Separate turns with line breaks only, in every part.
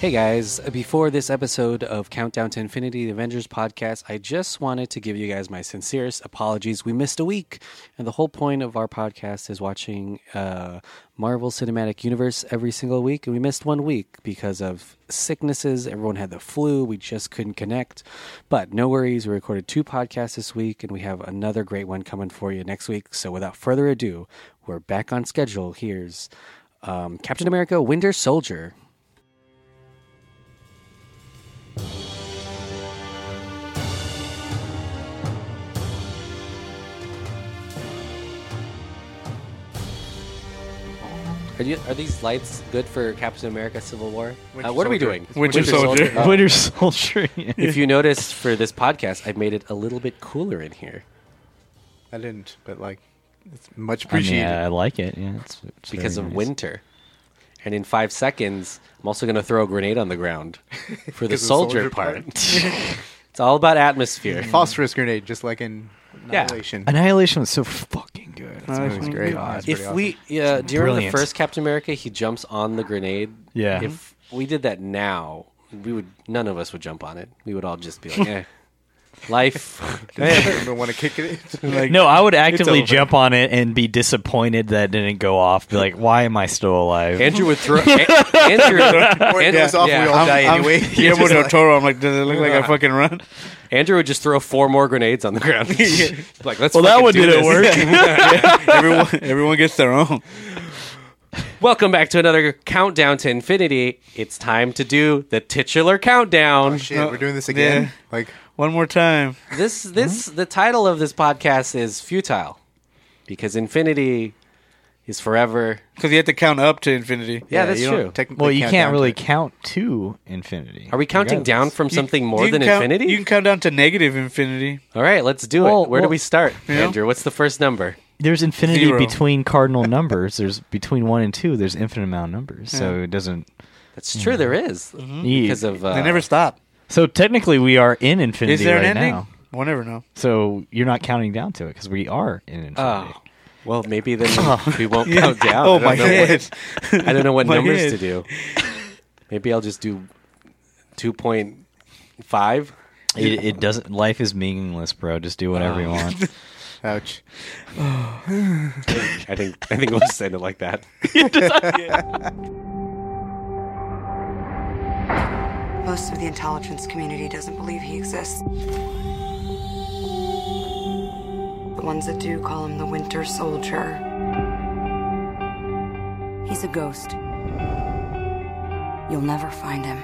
Hey guys, before this episode of Countdown to Infinity, the Avengers podcast, I just wanted to give you guys my sincerest apologies. We missed a week, and the whole point of our podcast is watching uh, Marvel Cinematic Universe every single week. And we missed one week because of sicknesses. Everyone had the flu. We just couldn't connect. But no worries, we recorded two podcasts this week, and we have another great one coming for you next week. So without further ado, we're back on schedule. Here's um, Captain America Winter Soldier. Are, you, are these lights good for Captain America Civil War? Uh, what are we doing?
Winter Soldier.
Oh.
Winter Soldier. yeah.
If you notice for this podcast, I've made it a little bit cooler in here
I didn't, but like, it's much
I mean, uh,
appreciated.
I like it. Yeah, it's, it's
because
very
of
nice.
winter. And in five seconds, I'm also going to throw a grenade on the ground for the
Because of the
soldier,
soldier
part.
part.
it's all about atmosphere.
Phosphorus grenade, just like in
Yeah.
Annihilation.
Annihilation was so fucking good. That
movie's great. It's pretty
If we, yeah, do you remember the
Brilliant.
first Captain America? He jumps on the grenade.
Yeah.
If we did that now, we would none of us would jump on it. We would all just be like, eh. life.
want to kick it.
no, I would actively
over.
jump on it and be disappointed that it didn't go off. Be like, why am I still alive?
Andrew would throw. A- Andrew,
Or it
Andrew,
goes off,
yeah.
we all die anyway.
Yeah, Guillermo del Toro. I'm like, does it look like I fucking run?
Andrew would just throw four more grenades on the ground. like, let's.
well, that
fucking
one
do this.
didn't work.
everyone, everyone gets their own.
Welcome back to another countdown to infinity. It's time to do the titular countdown.
"Oh, Shit, we're doing this again.
Yeah.
Like,
One more time.
this this the title of this podcast is futile because infinity is forever.
Because you have to count up to infinity.
Yeah, that's
you don't
true.
technically
well, you
count
can't
down
really
to it.
count to infinity.
Are we counting down
Regardless.
from something more
You can
than
count-
infinity?
You can count down to negative infinity.
All right, let's do
Well,
it. Where do
well-
we start,
Yeah.
Andrew? What's the first number?
There's infinity
Zero.
between cardinal numbers. There's between one and two. There's infinite amount of numbers. So it doesn't.
That's true. There is.
Yeah.
because of uh,
they never stop.
So technically, we are in infinity
Is there
right
an ending?
now.
We'll never know.
So you're not counting down to it because we are in infinity.
Oh, well, maybe then we won't count down. I
oh
don't
my
know what-
god.
I don't know what
My
numbers
head.
to do. Maybe I'll just do two point five.
It, it doesn't. Life is meaningless, bro. Just do whatever
Oh.
you want.
Ouch.
I think I think we'll just end it like that.
Most of the intelligence community doesn't believe he exists. The ones that do call him the Winter Soldier. He's a ghost. You'll never find him.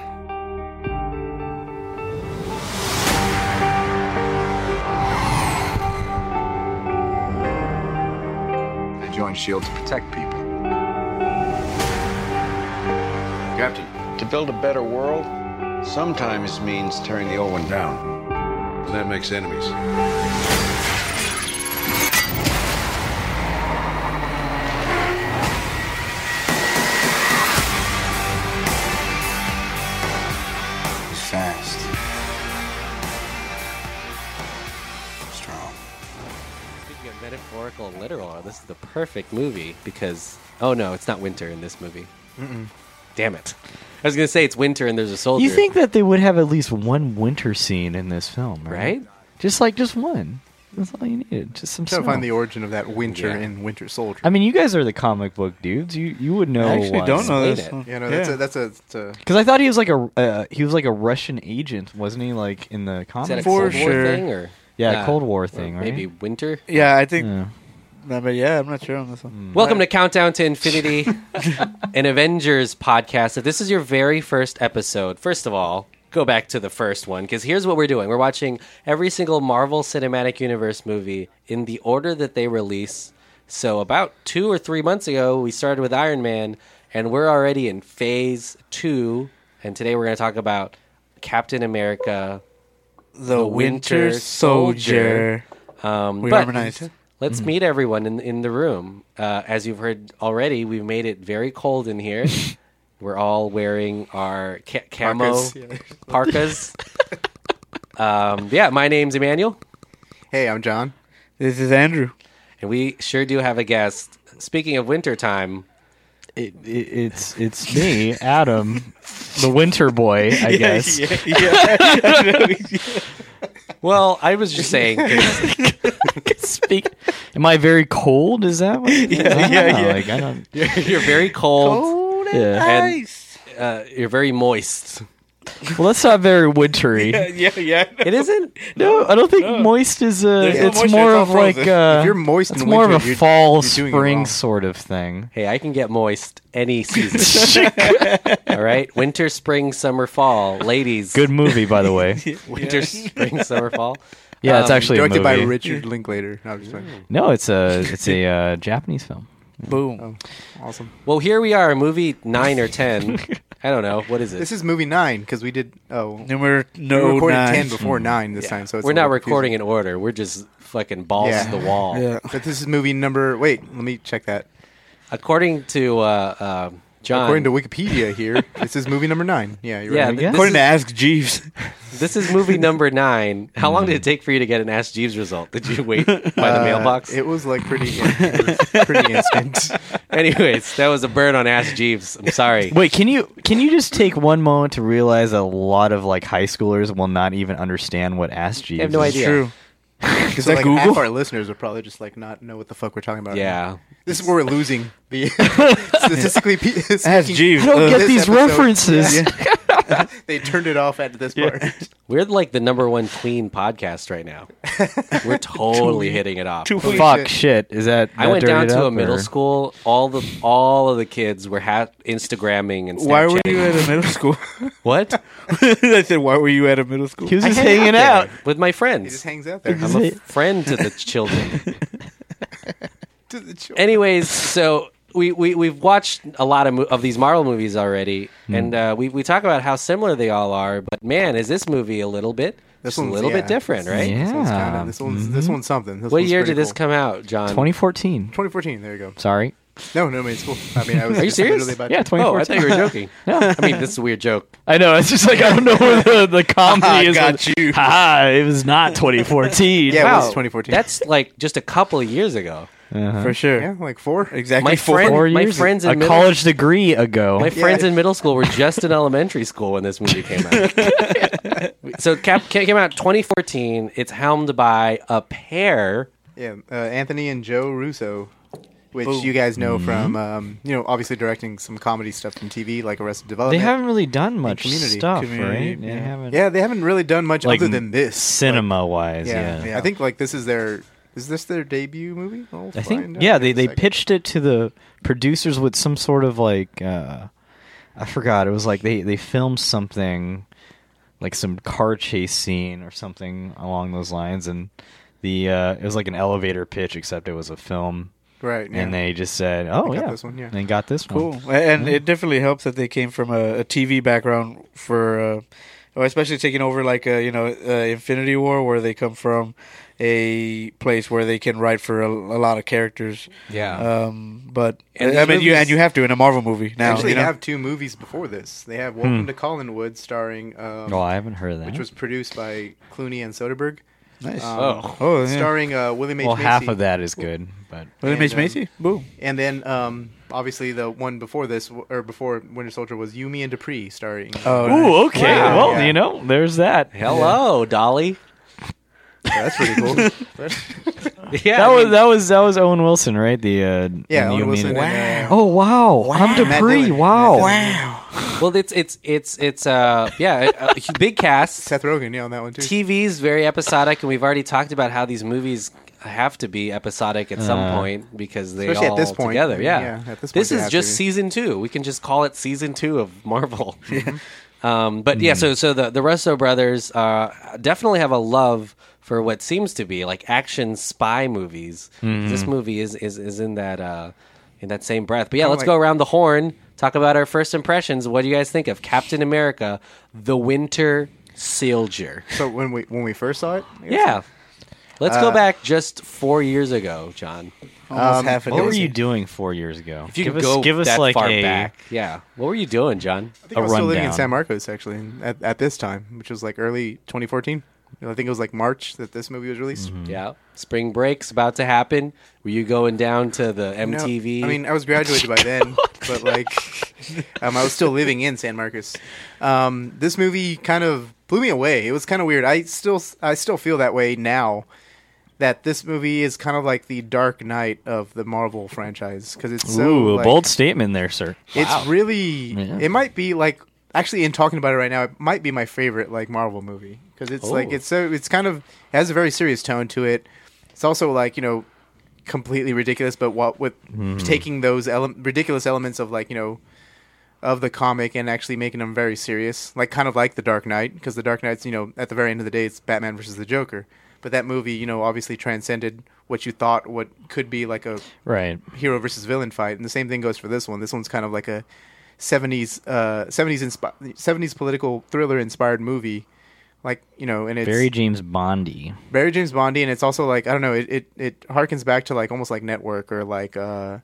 I joined S.H.I.E.L.D. to protect people. Captain, to build a better world sometimes means tearing the old one down. That makes enemies. Fast. Strong.
Speaking of metaphorical and literal, oh, this is the perfect movie because oh no, it's not winter in this movie. Damn it! I was gonna say it's winter and there's a soldier.
You think that they would have at least one winter scene in this film, right?
right?
Just like just one. That's all you needed. Just some
Trying
snow.
to find the origin of that winter
Yeah.
in Winter Soldier.
I mean, you guys are the comic book dudes. You you would know.
I actually
what-
don't know
Explain
this.
oh, it.
one.
yeah, no, that's a that's a, it's a
Because I thought he was like a uh, he was like a Russian agent, wasn't he? Like in the
Is that a
comics.
Cold War
For sure.
thing or
Yeah,
Nah.
Cold War
Or
thing, right?
Maybe winter.
yeah, I think.
Yeah. Mm.
no, but yeah, I'm not sure on this one.
Welcome to Countdown to Infinity, an Avengers podcast. If this is your very first episode, first of all, go back to the first one because here's what we're doing. We're watching every single Marvel Cinematic Universe movie in the order that they release. So, about two or three months ago, we started with Iron Man, and we're already in phase two. And today we're going to talk about Captain America.
The,
Winter
Winter Soldier.
Um,
We
but
harmonized.
Let's meet everyone in in the room. Uh, as you've heard already, we've made it very cold in here. We're all wearing our ca- camo parkas.
Parkas, yeah.
um, yeah, my name's Emmanuel,
Hey, I'm John.
This is Andrew.
and we sure do have a guest. Speaking of wintertime,
It, it, it's it's me, Adam. the winter boy, I guess.
yeah, yeah.
Well, I was just saying. 'cause-
Speak. Am I very cold? Is that what? Yeah,
yeah, yeah.
Like I don't.
you're, you're very cold.
Cold and
Yeah.
And-
ice.
Uh, you're very moist.
Well, that's not very wintry.
Yeah, yeah.
It isn't.
No, I don't think moist is a.
There's no
it's
moisture,
more
it's all
of like
frozen.
a.
If you're moist
It's
in
more of
winter,
a
you're-
fall,
doing it
spring
wrong.
sort of thing.
Hey, I can get moist any season. All right, winter, spring, summer, fall, ladies.
Good movie, by the way.
winter, spring, summer, fall.
Yeah, it's
Um,
actually a
Directed by
movie.
Richard Linklater. No, I'm just like,
No, it's a it's a uh, Japanese film.
Boom.
oh, awesome.
Well, here we are, movie nine or ten. I don't know what is it.
This is movie nine because we did. Oh,
Number
we
no
recorded
nine.
ten before nine this time, so it's
We're
a
not
little
recording
confusing.
in order. We're just fucking balls
Yeah.
to the wall.
Yeah.
But this is movie number. Wait, let me check that.
According to uh, uh, John,
According to Wikipedia, here this is movie number nine. Yeah, you're
yeah,
right. Uh,
th-
guess?
this,
According to
is,
Ask Jeeves,
this is movie number nine. How long did it take for you to get an Ask Jeeves result? Did you wait by the
Uh,
mailbox?
It was like pretty, yeah, it was pretty instant.
Anyways, that was a burn on Ask Jeeves. I'm sorry.
Wait, can you can you just take one moment to realize a lot of like high schoolers will not even understand what Ask Jeeves?
I have no
is?
idea.
true.
Because
that
like
Google?
half our listeners would probably just like not know what the fuck we're talking about.
Yeah.
this is where we're losing the statistically. pe-
Ask
speaking,
Jeeves.
I don't
Uh,
get
this
these
episode-
references.
They turned it off at this part.
We're like the number one clean podcast right now. We're totally hitting it off.
Two
Fuck shit. Is that?
I
that
went down
dirtied
to
up,
a middle
or-
school. All the all of the kids were ha- Instagramming and Snapchatting.
Why were you at a middle school?
what?
I said, why were you at a middle school?
He was
I
just
hang
hanging
out
out.
there with my
It just
friends.
hangs out there.
I'm a friend to the children.
To the children.
Anyways, so we, we we've watched a lot of mo- of these Marvel movies already,
Hmm.
and uh, we we talk about how similar they all are. But man, is this movie a little bit
This
just a
one's-
little bit
yeah.
different, right? Mm-hmm.
Yeah.
This one's kinda- this one's this one's something. This
What
one's
year
pretty
did this
cool.
come out, John?
2014.
2014. There you go.
Sorry.
No, no, I mean, it's cool. I mean, I was.
Are you
just
serious?
literally About
Yeah,
to-
2014.
Oh, I thought you were joking. I mean, this is a weird joke.
I know. It's just like I don't know where the, the comedy
I
is.
got you.
Haha, it was not 2014.
Yeah, it
wow,
was 2014.
That's like just a couple of years ago.
For sure.
yeah, like four.
Exactly.
My
four.
friend-
four
my
years.
friends in
a
middle-
college degree ago.
My friends in middle school were just in elementary school when this movie came out. so Cap came out 2014. It's helmed by a pair.
Yeah, uh, Anthony and Joe Russo, which you guys know
Mm-hmm.
from um, you know obviously directing some comedy stuff from TV like Arrested
they
Development.
haven't really done much
community-
stuff,
community,
right? They
yeah.
haven't.
Yeah, they haven't really done much
Like
other than this
Cinema wise,
Like,
yeah.
I think like this is their is this their debut movie? We'll
I think
find out
yeah,
in
they
a
they
second.
pitched it to the producers with some sort of like uh I forgot. It was like they they filmed something like some car chase scene or something along those lines and the uh it was like an elevator pitch except it was a film
right yeah.
and they just said, "Oh
They
yeah.
got this one, yeah.
And got this
Cool.
one.
And it definitely helps that they came from a, a TV background for, uh, or especially taking over like, uh, you know, uh, Infinity War, where they come from a place where they can write for a, a lot of characters.
Yeah.
Um, but,
And
I
these
mean, you,
movies-
and you have to in a Marvel movie
They
now.
actually
you know?
have two movies before this. They have Welcome to Collinwood starring um,
Hmm. Oh, I haven't heard of that.
which was produced by Clooney and Soderbergh.
Nice.
Um,
Oh.
oh, yeah.
starring uh, William H
well,
Macy.
half of that is good, but
William
and,
H. Macy? Boom.
And then, um, obviously, the one before this, w- or before Winter Soldier, was Yumi and Dupree starring.
Oh, nice.
Ooh, okay.
Wow.
Well,
Yeah.
you know, there's that.
Hello, Dolly.
that's pretty cool.
Yeah,
That
I
was
mean,
that was that was Owen Wilson, right? The uh,
yeah,
you
Owen
mean
Wilson.
it.
and, uh,
Oh wow, I'm
Matt
Dupree.
Dillon.
Wow.
well. It's it's it's it's uh yeah, a, a big cast.
Seth Rogen, yeah, on that one too.
TV's very episodic, and we've already talked about how these movies have to be episodic at some point because they
Especially at
all
this point.
together. Yeah,
Yeah, at this point they
is
have
just
to be.
season two. We can just call it season two of Marvel.
Mm-hmm.
um, but yeah, so so the the Russo brothers uh, definitely have a love for what seems to be like action spy movies. This movie is is is in that uh, in that same breath. But yeah, let's
like-
go around the horn. Talk about our first impressions. What do you guys think of Captain America: The Winter Soldier?
So when we when we first saw it, I guess-
Yeah. Let's go back just four years ago, John.
Almost half a
Um, What were
dozen.
you doing four years ago?
If you could go that far back. Yeah. What were you doing, John?
I think I
a
was still living in
rundown.
San Marcos actually and at, at this time, which was like early 2014. You know, I think it was like March that this movie was released.
Yeah. Spring break's about to happen. Were you going down to the
No,
MTV?
I mean, I was graduated by then. but like um, I was still living in San Marcos. Um, this movie kind of blew me away. It was kind of weird. I still I still feel that way now. That this movie is kind of like the Dark Knight of the Marvel franchise because it's so
Ooh, a
like,
bold statement there, sir.
It's really.
Yeah.
It might be like actually in talking about it right now. It might be my favorite like Marvel movie because it's like
Oh.
it's so it's kind of it has a very serious tone to it. It's also like you know completely ridiculous, but what with
Mm-hmm.
taking those ele- ridiculous elements of like you know of the comic and actually making them very serious, like kind of like the Dark Knight because the Dark Knight's you know at the very end of the day it's Batman versus the Joker. But that movie, you know, obviously transcended what you thought what could be like a
Right.
hero versus villain fight, and the same thing goes for this one. This one's kind of like a seventies uh seventies inspi- seventies political thriller inspired movie, like you know, and it's
Barry James Bondy.
very James Bondy, and it's also like I don't know, it it, it harkens back to like almost like Network or like. uh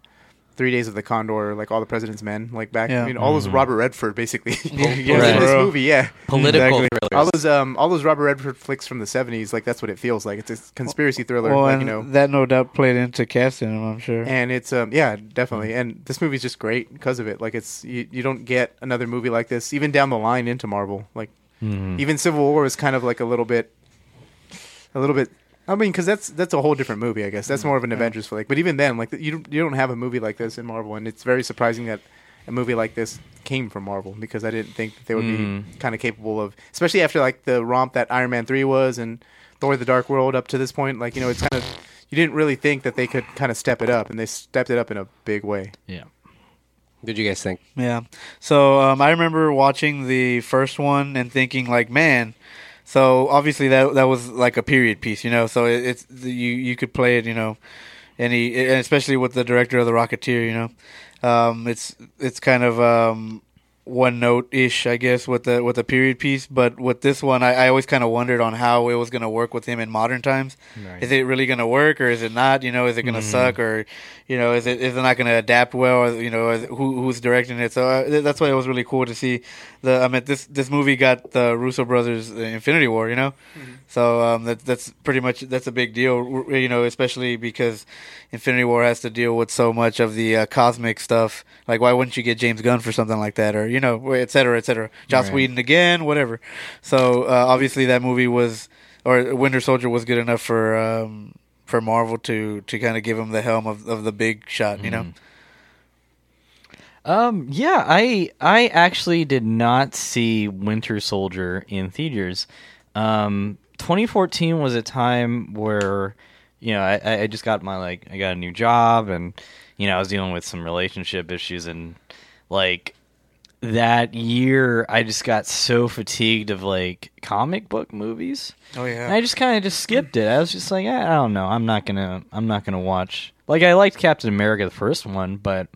Three Days of the Condor, or like all the President's Men, like back,
Yeah.
I mean, all
Mm-hmm.
those Robert Redford basically
Yeah,
was in
for
this
real.
movie, yeah.
Political
Exactly.
All
thrillers.
those, um, all those Robert Redford flicks from the '70s, like that's what it feels like. It's a conspiracy thriller,
Well,
like
and
you know,
that no doubt played into casting him. I'm sure.
and it's um yeah definitely and this movie's just great because of it like it's you, you don't get another movie like this even down the line into marvel like
Mm-hmm.
Hmm. even civil war was kind of like a little bit a little bit i mean because that's that's a whole different movie i guess that's more of an avengers flick but even then like you, don't- you don't have a movie like this in marvel and it's very surprising that a movie like this came from marvel because i didn't think that they would
Hmm.
be kind of capable of especially after like the romp that iron man 3 was and thor the dark world up to this point like you know it's kind of you didn't really think that they could kind of step it up, and they stepped it up in a big way.
Yeah.
Did you guys think?
Yeah. So um, I remember watching the first one and thinking like, man. So obviously that that was like a period piece, you know. So it, it's you you could play it, you know, any and especially with the director of the Rocketeer, you know, um, it's it's kind of um, one note ish, I guess, with the with the period piece. But with this one, I, I always kind of wondered on how it was going to work with him in modern times. Is it really going to work or is it not? You know, is it going to suck or you know, is it is it not going to adapt well? Or, you know, is, who who's directing it? So uh, th- that's why it was really cool to see the. I mean, this this movie got the Russo brothers uh, Infinity War, you know, so um, that that's pretty much that's a big deal, w- you know, especially because Infinity War has to deal with so much of the uh, cosmic stuff. Like, why wouldn't you get James Gunn for something like that, or you know, et cetera, et cetera? Joss
Right.
Whedon again, whatever. So uh, obviously that movie was, or Winter Soldier was good enough for um, for Marvel to to kind of give him the helm of, of the big shot, you know.
Um. Yeah. I I actually did not see Winter Soldier in theaters. Um. 2014 was a time where, you know, I- I, I just got my like I got a new job and, you know, I was dealing with some relationship issues and, like, that year I just got so fatigued of like comic book movies.
Oh
And I just kind of just skipped it. I was just like, eh, I don't know. I'm not gonna. I'm not gonna watch. Like I liked Captain America the first one, but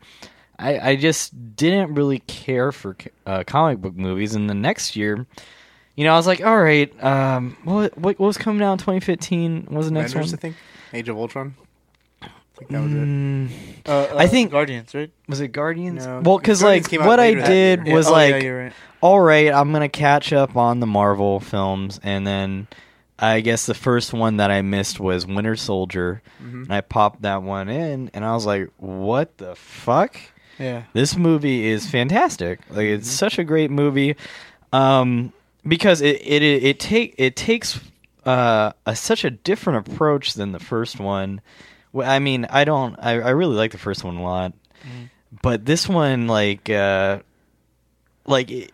I, I just didn't really care for uh, comic book movies. And the next year, you know, I was like, all right, um, what what, what was coming out in 2015? What was the next
Avengers, I
one? Hmm.
think, Age of Ultron. I think that was it.
Uh, uh,
I think-
Guardians, right?
Mm, Was it Guardians?
No,
well, because
Guardians
like
came out
what I
later that
did
year.
was
Yeah. Oh, yeah,
like,
you're right.
all right, I'm gonna catch up on the Marvel films, and then I guess the first one that I missed was Winter Soldier, and I popped that one in, and I was like, what the fuck?
Yeah.
This movie is fantastic. Like it's such a great movie, um, because it it it, it take it takes uh, a, such a different approach than the first one. Well, I mean, I don't. I, I really like the first one a lot, but this one, like, uh, like it,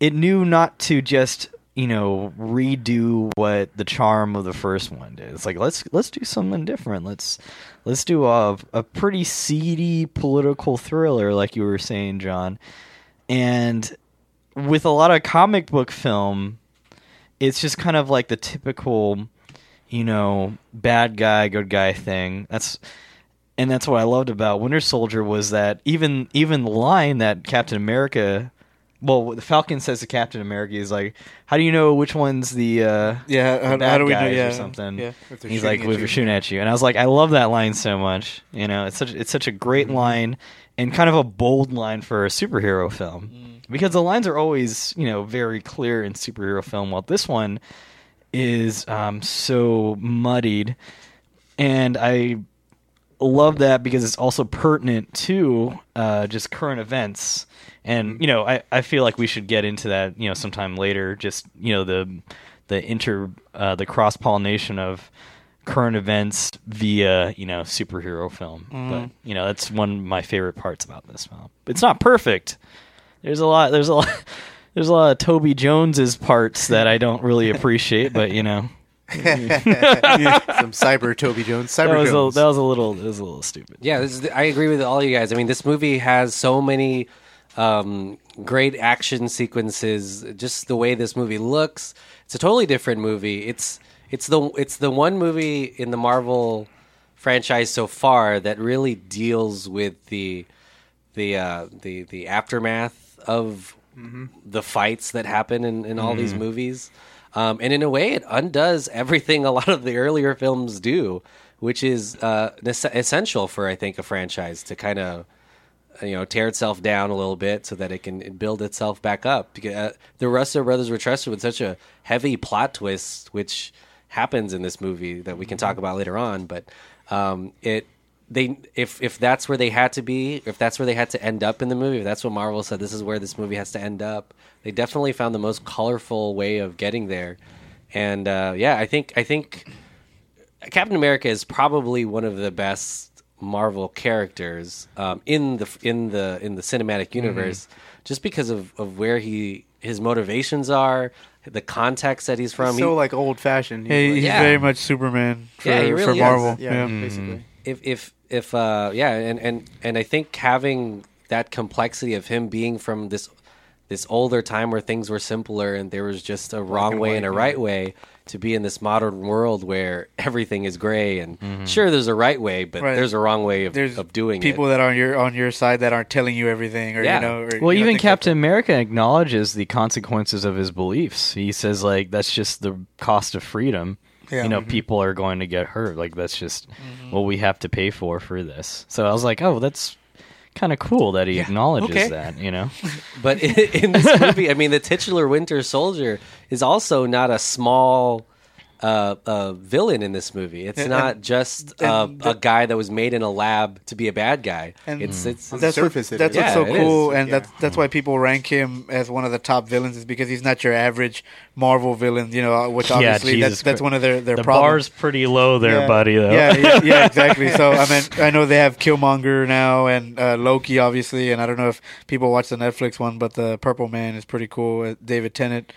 it knew not to just you know redo what the charm of the first one did. It's like let's let's do something different. Let's let's do a a pretty seedy political thriller, like you were saying, John, and with a lot of comic book film, it's just kind of like the typical, you know, bad guy, good guy thing. That's and that's what I loved about Winter Soldier was that even even the line that Captain America, well, what the Falcon says to Captain America is like, "How do you know which onene's the uh,
Yeah,
the
how-
bad
how do we know-
guys
yeah,
or something?"
yeah.
If they're
He's
shooting
like,
at
"We're
you."
shooting at you," and I was like, "I love that line so much." You know, it's such it's such a great
Mm-hmm.
line and kind of a bold line for a superhero film
Mm.
because the lines are always you know very clear in superhero film, while this one is um, so muddied and I love that because it's also pertinent to uh, just current events. And you know, I, I feel like we should get into that you know sometime later. Just you know the the inter uh, the cross pollination of current events via you know superhero film. But you know that's one of my favorite parts about this film. It's not perfect. There's a lot. There's a lot. There's a lot of Toby Jones's parts that I don't really appreciate, but you know
Some cyber Toby Jones. Cyber
that was
Jones.
a, that was a little that was a little stupid.
Yeah, this is, I agree with all you guys. I mean, this movie has so many um, great action sequences. Just the way this movie looks, it's a totally different movie. It's it's the it's the one movie in the Marvel franchise so far that really deals with the the uh, the the aftermath of the fights that happen in, in all these movies. Um, and in a way, it undoes everything a lot of the earlier films do, which is uh, nece- essential for, I think, a franchise to kind of you know tear itself down a little bit so that it can build itself back up. Because uh, the Russo brothers were trusted with such a heavy plot twist, which happens in this movie that we can talk about later on. But um, it they if if that's where they had to be, if that's where they had to end up in the movie, if that's what Marvel said, this is where this movie has to end up. They definitely found the most colorful way of getting there. And uh, yeah, I think I think Captain America is probably one of the best Marvel characters um, in the in the in the cinematic universe, just because of, of where he his motivations are, the context that he's from.
so
He-
like old fashioned.
Hey, he's
Yeah.
very much Superman for,
Yeah, he
for
really
Marvel.
is.
Yeah.
yeah,
Mm.
basically.
if if if uh yeah and and and i think having that complexity of him being from this this older time where things were simpler and there was just a wrong way and a right way to be in this modern world where everything is gray and sure there's a right way but
Right.
there's a wrong way of,
There's
of doing
people
it
that are on your on your side that aren't telling you everything, or
Yeah.
you know, or,
Well,
you know,
even
things like
Captain America acknowledges the consequences of his beliefs. He says like that's just the cost of freedom.
Yeah. Mm-hmm.
You know, people are going to get hurt. Like that's just what we have to pay for for this. So I was like, oh, that's kind of cool that he acknowledges
okay.
that. You know,
but in, in this movie i mean the titular winter soldier is also not a small uh, uh, villain in this movie. It's not just uh,
and
a guy that was made in a lab to be a bad guy.
And-
It's it's,
On the
that's
surface,
what,
it
that's
is.
what's
Yeah,
so
it is.
cool, and
Yeah.
that's that's why people rank him as one of the top villains is because he's not your average Marvel villain. You know, which
Yeah,
obviously
Jesus
that's that's
Christ.
one of their their
the
problems.
bar's pretty low there,
yeah.
buddy. Though.
Yeah, yeah, yeah, exactly. So I mean, I know they have Killmonger now and uh, Loki, obviously, and I don't know if people watch the Netflix one, but the Purple Man is pretty cool. Uh, David Tennant.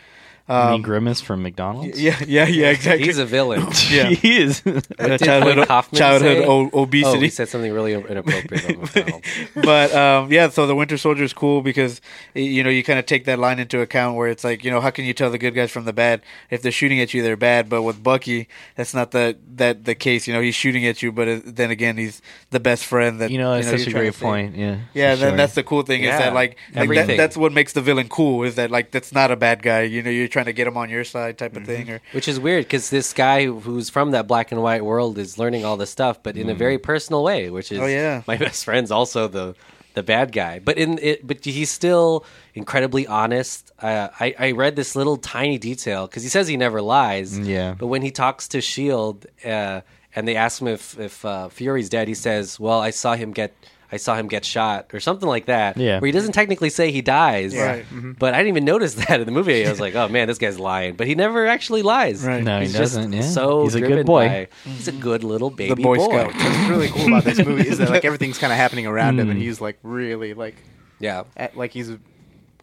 I mean,
Um,
grimace from McDonald's.
yeah, yeah, yeah, exactly.
he's a villain.
yeah.
he is.
Uh,
did Lloyd
childhood
Kaufman
childhood
say?
o- obesity.
Oh, he said something really inappropriate on McDonald's.
but um, yeah, so the Winter Soldier is cool because y- you know you kind of take that line into account where it's like you know how can you tell the good guys from the bad if they're shooting at you they're bad, but with Bucky that's not the that the case. You know he's shooting at you, but uh, then again he's the best friend that
you know, that's
you're
such a
trying to
great
save.
point. Yeah.
Yeah,
for
then
sure.
that's the cool thing is
Yeah.
that like, like that,
Everything.
that's what makes the villain cool is that like that's not a bad guy. You know you're trying to get him on your side type
Mm-hmm.
of thing or
Which is weird because this guy who's from that black and white world is learning all this stuff, but in a very personal way. Which is,
Oh, yeah.
my best friend's also the the bad guy, but in it, but he's still incredibly honest. Uh, I I read this little tiny detail because he says he never lies.
Yeah.
but when he talks to Shield, uh, and they ask him if if uh, Fury's dead, he says, "Well, I saw him get." I saw him get shot or something like that.
Yeah.
Where he doesn't technically say he dies.
Right.
But I didn't even notice that in the movie. I was like, oh man, this guy's lying. But he never actually lies.
Right.
No, he
He's just
doesn't, yeah.
So
He's a good
driven
boy.
by- he's a good little baby
Mm-hmm. the Boy,
boy.
Scout.
What's really cool about this movie is that like everything's kind of happening around him, and he's like really like
Yeah.
at, like he's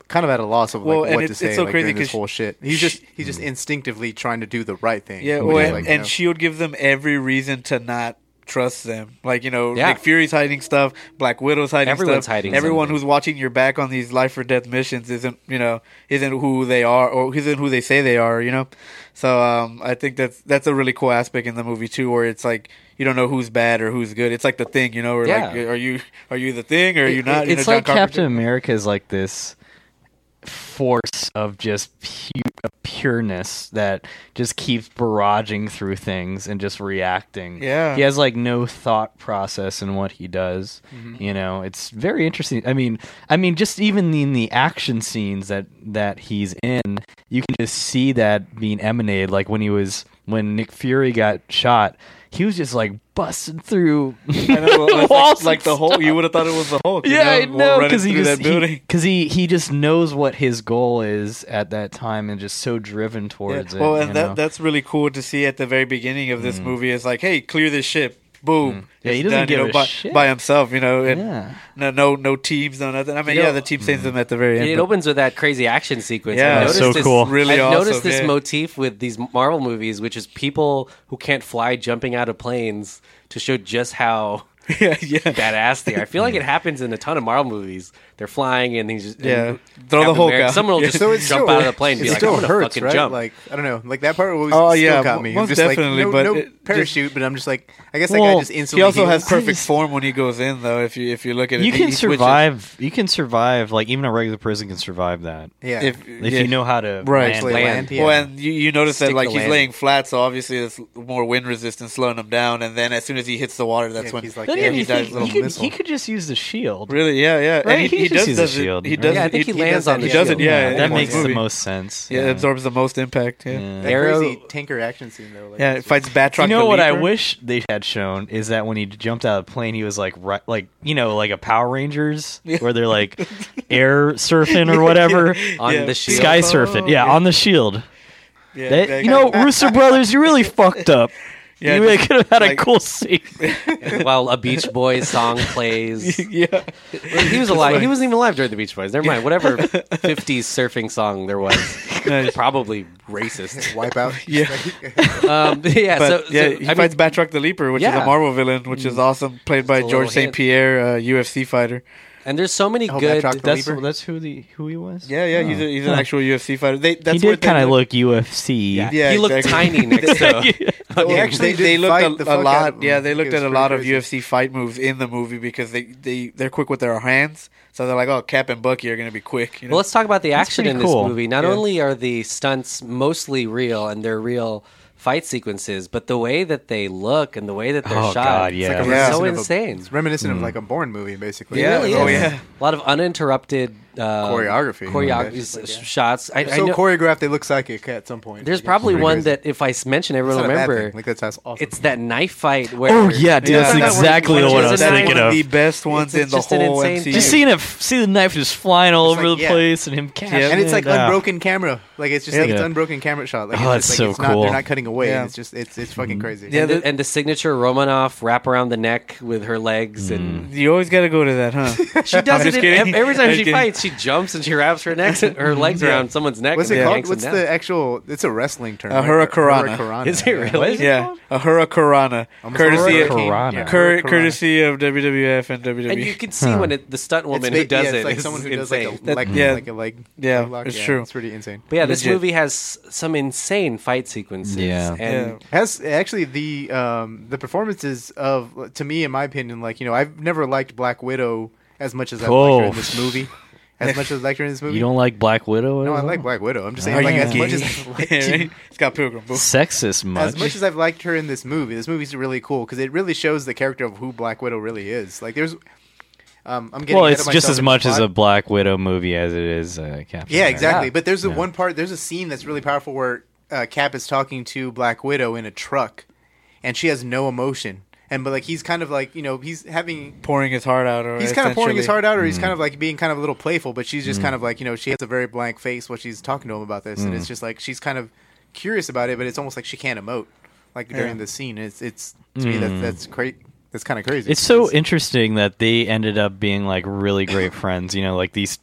kind of at a loss of like,
Well, and
what to
it's-
say.
it's so
like,
crazy
during this
'cause
whole shit. Hmm. He's just he's just instinctively trying to do the right thing.
Yeah,
which
well,
is,
and,
like, you
and
know,
Shield gives them every reason to not trust them. Like you know,
Yeah.
Nick Fury's hiding stuff, Black Widow's hiding
Everyone's
stuff.
hiding
Everyone
something.
who's watching your back on these life or death missions isn't you know isn't who they are or isn't who they say they are. You know, so um, I think that's that's a really cool aspect in the movie too, where it's like you don't know who's bad or who's good. It's like the thing, you know, or like
Yeah.
are you are you the thing or are you not? you know,
it's
John
like
Carpenter.
Captain America is like this force of just pu- of pureness that just keeps barraging through things and just reacting.
Yeah.
he has like no thought process in what he does.
Mm-hmm.
You know, it's very interesting. I mean, I mean, just even in the action scenes that that he's in, you can just see that being emanated. Like when he was when Nick Fury got shot. he was just like busting through.
I know, well, that's
Walls
like,
and
like the Hulk. You would have thought it was the Hulk. you
yeah, I
Well,
know
running
because he
through
just
that building.
because he, he just knows what his goal is at that time and just so driven
Yeah.
towards it.
Well,
you
and
know? Mm.
that, that's really cool to see at the very beginning of this movie. It's like, hey, clear this ship. Boom.
Yeah, he
It's
doesn't
done,
give
you know,
a
by,
shit.
by himself, you know, and
Yeah. mm.
no, no, no teams, no nothing. I mean,
You know-
yeah, the team saves them at the very end.
It
but-
opens with that crazy action sequence.
Yeah,
I've
that's
noticed
so cool.
Really
I've
awesome,
noticed this
yeah.
motif with these Marvel movies, which is people who can't fly jumping out of planes to show just how
yeah, yeah.
badass they are. I feel like it happens in a ton of Marvel movies. They're flying and these just and
Yeah.
Captain
Throw the Hulk
America-
out.
Someone will
Yeah.
just
So
jump
it's still,
out of the plane and
it
be like,
still
I'm gonna
hurts,
fucking
right?
jump.
Like I don't know, like that part always
Oh,
still
yeah,
got
mo-
me.
most
just like,
definitely,
no,
but
no
it just-
parachute, but I'm just like, I guess that
Well,
guy just
he
instantly.
He also has
heals.
perfect form when he goes in, though. If you if you look at it,
you
he-
can
he switches.
survive. You can survive. Like even a regular person can survive that
Yeah,
If,
if
yeah.
you know how to
Right.
land
Land,
it.
land, yeah.
Well, and you, you notice
Stick
that like
the
he's
landing.
laying flat, so obviously it's more wind resistance slowing him down. And then as soon as he hits the water, that's
Yeah,
when
he's like,
Don't
Yeah,
even
he
think-
dives
he,
a little
could,
missile.
he could just use the shield.
Really? Yeah, yeah.
Right,
And he,
he
he,
just
does
uses a
does
shield,
it. He
right?
does.
Yeah, I think he lands
does
on
it.
the
He does
shield.
it. Yeah,
Yeah,
in
that
one
makes the
movie.
most sense.
Yeah, it absorbs the most impact. Yeah,
Yeah.
that
Arrow-
crazy tanker action scene though. Like,
Yeah, it fights Batroc.
you know
the
what I
Leaper.
wish they had shown is that when he jumped out of the plane, he was like, right, like you know, like a Power Rangers, where they're like air surfing or whatever,
on
Yeah.
the shield.
sky surfing. Oh, Yeah, on the shield.
Yeah,
That-
exactly.
you know, Rooster Brothers, you really fucked up.
Yeah,
you really
just
could have had
like-
a cool scene.
while a Beach Boys song plays.
yeah.
He was alive. He wasn't even alive during the Beach Boys. Never mind. Whatever 50s surfing song there was, probably racist.
wipe out.
Yeah.
Um, yeah. so,
But,
so,
yeah,
I
he
mean,
fights Batroc the Leaper, which is
Yeah.
a Marvel villain, which is awesome, played by
a
George
little
St.
hint.
Pierre, uh, UFC fighter.
and there's so many
I hope
good.
Batroc the
That's
Leaper.
that's who the who he was.
Yeah, yeah, he's, a, he's an actual UFC fighter. They, that's
he
where
did
they
kind of look UFC.
Yeah,
he looked
exactly.
tiny next to.
Well,
They
he actually
they,
did
they
fight
looked
the
a, a
fuck out
lot.
of
yeah,
him.
they
It
looked
was
at a
pretty
lot
crazy.
of UFC fight moves in the movie because they they they're quick with their hands. So they're like, oh, Cap and Bucky are going to be quick. You know?
Well, let's talk about the action
pretty
in
cool.
this movie. Not
Yeah.
only are the stunts mostly real and they're real fight sequences, but the way that they look and the way that they're
Oh,
shot
God,
is
yeah.
It's like a
Yeah.
so
reminiscent of a-
insane.
it's reminiscent of like a Bourne movie, basically.
It
Yeah.
really
Oh,
is.
yeah.
A lot of uninterrupted uh,
Choreography.
choreog-
Yeah, just like, yeah.
shots. I, I
so
know,
choreographed they look psychic at some point.
there's
Like, it's
probably
pretty
one
crazy.
that if I s- mention,
It's
everyone
not a bad
remember.
thing. Like that's that's awesome.
It's that knife fight where.
Oh yeah, dude,
Yeah.
that's
That one-
exactly the
which
one I
is
was
another
thinking
one
of.
the best ones
It's
in the
just an
whole
insane
MCU.
thing.
Just seeing it, see the knife just flying all
It's
over
like,
the
yeah.
place, and him catching
Yeah.
and it's like
it, uh,
unbroken camera. Like it's just like it's
Yeah.
unbroken camera shot. Like
Oh,
it's
that's
just,
so
like, it's not,
cool.
They're not cutting away.
Yeah.
And it's just it's it's fucking crazy.
Yeah,
And Mm-hmm. the,
the-
and the signature Romanoff wrap around the neck with her legs,
Hmm.
and
You always got to go to that, huh?
she does
I'm
it
just
in-
kidding.
every time
I'm
she
kidding.
fights. She jumps and she wraps her neck, her legs around someone's neck.
What's
and
it
then
called?
yanks them
What's
down.
the actual? It's a wrestling term.
A
right?
hurricanrana.
hurricanrana,
Is it
yeah.
really?
yeah, a Hurricanrana,
Almost
courtesy
like
of
a hurricane.
Hurricanrana.
cur- courtesy of WWF and E. WWE.
And you can see when it, the stunt
It's
woman
ba-
who does
yeah,
it
it's like
is
someone who does
insane.
like a leg,
Yeah.
like a leg.
Yeah,
leg lock.
it's true.
It's pretty insane.
but yeah, this
Legit.
movie has some insane fight sequences.
Yeah.
and
Yeah.
Has actually the um the performances of to me in my opinion like you know I've never liked Black Widow as much as I liked her
Oh.
in this movie. As much as I liked her in this movie.
You don't like Black Widow?
no,
at
I
all?
like Black Widow. I'm just saying
Are
like
you
as much
gay?
as I liked
Yeah, right? Scott Pilgrim. boo.
sexist much.
As much as I've liked her in this movie, this movie's really cool because it really shows the character of who Black Widow really is. Like, there's, um, I'm getting
well,
ahead
it's
of
just
myself
as
in
much as
plot.
a Black Widow movie as it is uh, Captain.
yeah,
America.
exactly.
Yeah.
But there's the
Yeah.
one part, there's a scene that's really powerful where uh, Cap is talking to Black Widow in a truck, and she has no emotion, and but like he's kind of like you know he's having.
pouring his heart out. Or
He's kind of pouring his heart
essentially-
out, or he's kind of like being kind of a little playful, but she's
Mm.
just kind of like, you know, she has a very blank face when she's talking to him about this, and
Mm.
it's just like she's kind of curious about it, but it's almost like she can't emote like during
Yeah.
this scene. It's it's to me that's that's crazy. That's kind of crazy.
Mm. It's so interesting that they ended up being like really great friends. You know, like these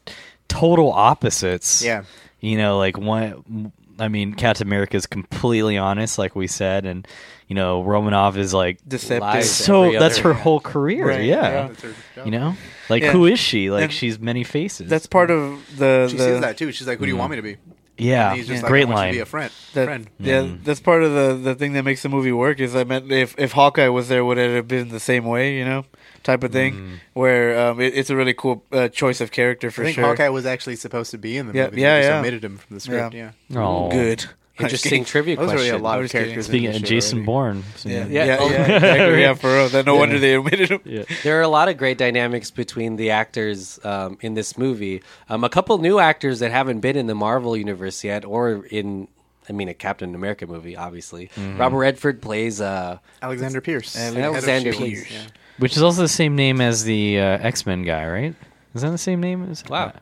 total opposites.
Yeah.
You know, like one. I mean, Captain America is completely honest, like we said, and you know, Romanov is like
Deceptive.
Lies.
so.
Every
That's
other-
her whole career.
Right,
yeah.
yeah.
That's her job.
You know, like
Yeah.
who is she? Like
And
she's many faces.
That's part of the.
she
the
says that too. She's like, "Who do you want me to be?"
Mm. yeah.
And he's just like,
Great
I want you
line.
to be a friend.
that-
friend.
Yeah, that's part of the the thing that makes the movie work. Is I meant if if Hawkeye was there, would it have been the same way? You know, type of thing. Where um, it, it's a really cool uh, choice of character for
I think
sure.
Hawkeye was actually supposed to be in the
Yeah,
movie.
yeah,
they just
yeah.
omitted him from the script.
Yeah.
Yeah,
Aw.
good.
interesting trivia
those are
question.
really a lot
I
of
was kidding.
characters. in
Speaking
this
of
shit
Jason
already.
Bourne.
Yeah,
Yeah.
yeah, yeah,
Oh.
exactly. yeah, for real. That no wonder they omitted him.
Yeah.
There are a lot of great dynamics between the actors um, in this movie. Um, a couple new actors that haven't been in the Marvel universe yet, or in I mean, a Captain America movie, obviously.
Mm-hmm.
Robert Redford plays uh,
Alexander Pierce.
Alexander
Head of S.H.I.E.L.D..
Pierce.
Yeah.
Which is also the same name as the uh, X Men guy, right? Is that the same name? As,
Wow.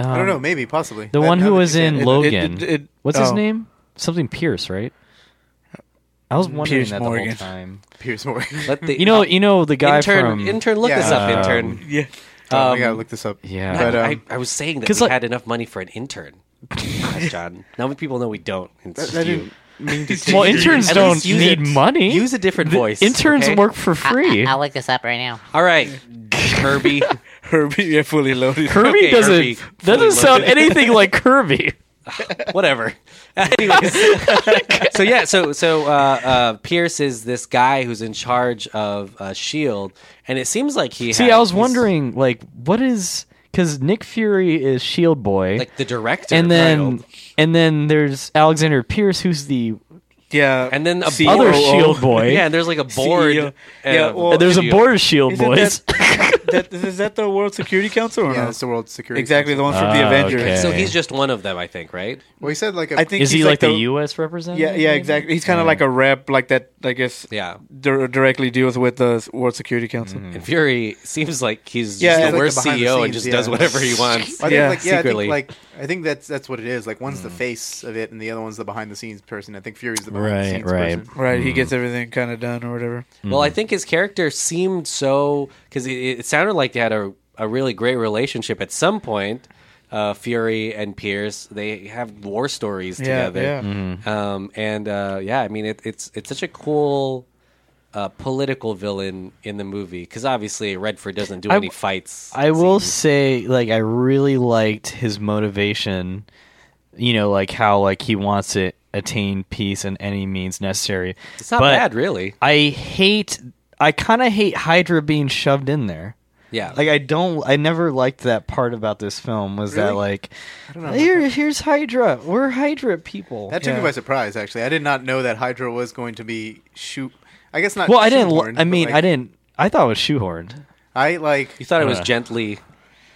I
um,
don't know. Maybe possibly
The
Now-
one
now
who
that
was
you said
in
it-
Logan.
it- it-
What's his
oh.
name? Something Pierce, right? I was wondering
Pierce
that the
Morgan.
whole time.
Pierce Morgan.
Let the
You know, you know the guy
intern,
from
intern, look
Yeah.
this up,
Um,
intern.
Yeah.
Oh, we
Um,
gotta look this up.
yeah.
but um,
I, I was saying that
'cause,
we
like-
had enough money for an intern. Gosh, John. Now people know we don't. It's
that,
just
that
you.
didn't mean to
Well,
take-
interns
At
don't
least use
need
it.
money.
Use a different voice.
interns
okay?
work for free.
I'll look this up right now.
All right, Kirby.
Herbie, yeah, fully loaded.
Kirby
Okay,
doesn't
Kirby. Fully
doesn't sound
loaded.
anything like Kirby.
whatever. Anyways, so yeah, so so uh, uh, Pierce is this guy who's in charge of uh, Shield, and it seems like he.
See,
had-
I was
he's
wondering, like, what is because Nick Fury is Shield E Boy,
like the director,
and then
Arnold.
and then there's Alexander Pierce, who's the
Yeah.
and then a
COO.
other
board.
Shield E Boy. E
Yeah, and there's like a board.
CEO. Yeah, well,
there's a
video.
board of Shield
Isn't
Boys.
that, is that the World Security Council or
Yeah,
no?
it's the World Security.
Exactly the
Council.
one from the
Ah,
Avengers.
okay.
So he's just one of them, I think, right?
Well, he said like a
I think
is
he's
he like, the,
U.
U.S. representative?
Yeah, yeah, exactly. He's kind of like a rep, like that. I guess.
Yeah.
dir- directly deals with the World Security Council.
Mm-hmm.
And Fury seems like he's
Yeah,
just
it's
the
like
worst
the behind the
CEO and
scenes,
just
yeah.
does whatever he wants.
I think,
Yeah,
like, yeah,
secretly.
I think, like I think that's that's what it is. Like one's the
Hmm.
face of it, and the other one's the behind the scenes person. I think Fury's the behind
Right,
the scenes
right.
person.
Right,
Mm-hmm.
he gets everything kind of done or whatever.
Well,
Mm.
I think his character seemed so because it, it sounded like they had a a really great relationship at some point. Uh, Fury and Pierce, they have war stories
Yeah,
together.
yeah.
Mm-hmm.
Um, and uh, yeah, I mean it, it's it's such a cool uh, political villain in the movie because obviously Redford doesn't do
I-
any fights.
I will
scenes.
say, like, I really liked his motivation. You know, like how like he wants to attain peace in any means necessary.
It's not
But
bad, really.
I hate. I kind of hate Hydra being shoved in there.
Yeah,
Like I don't. I never liked that part about this film. Was that
Really?
like,
know.
here, here's Hydra. We're Hydra people.
That took
Yeah.
me by surprise. Actually, I did not know that Hydra was going to be shoot. I guess not.
well, I didn't.
shoehorned,
I
but,
mean,
like,
I didn't. I thought it was shoehorned.
I like.
you thought it was
Uh,
gently
Well,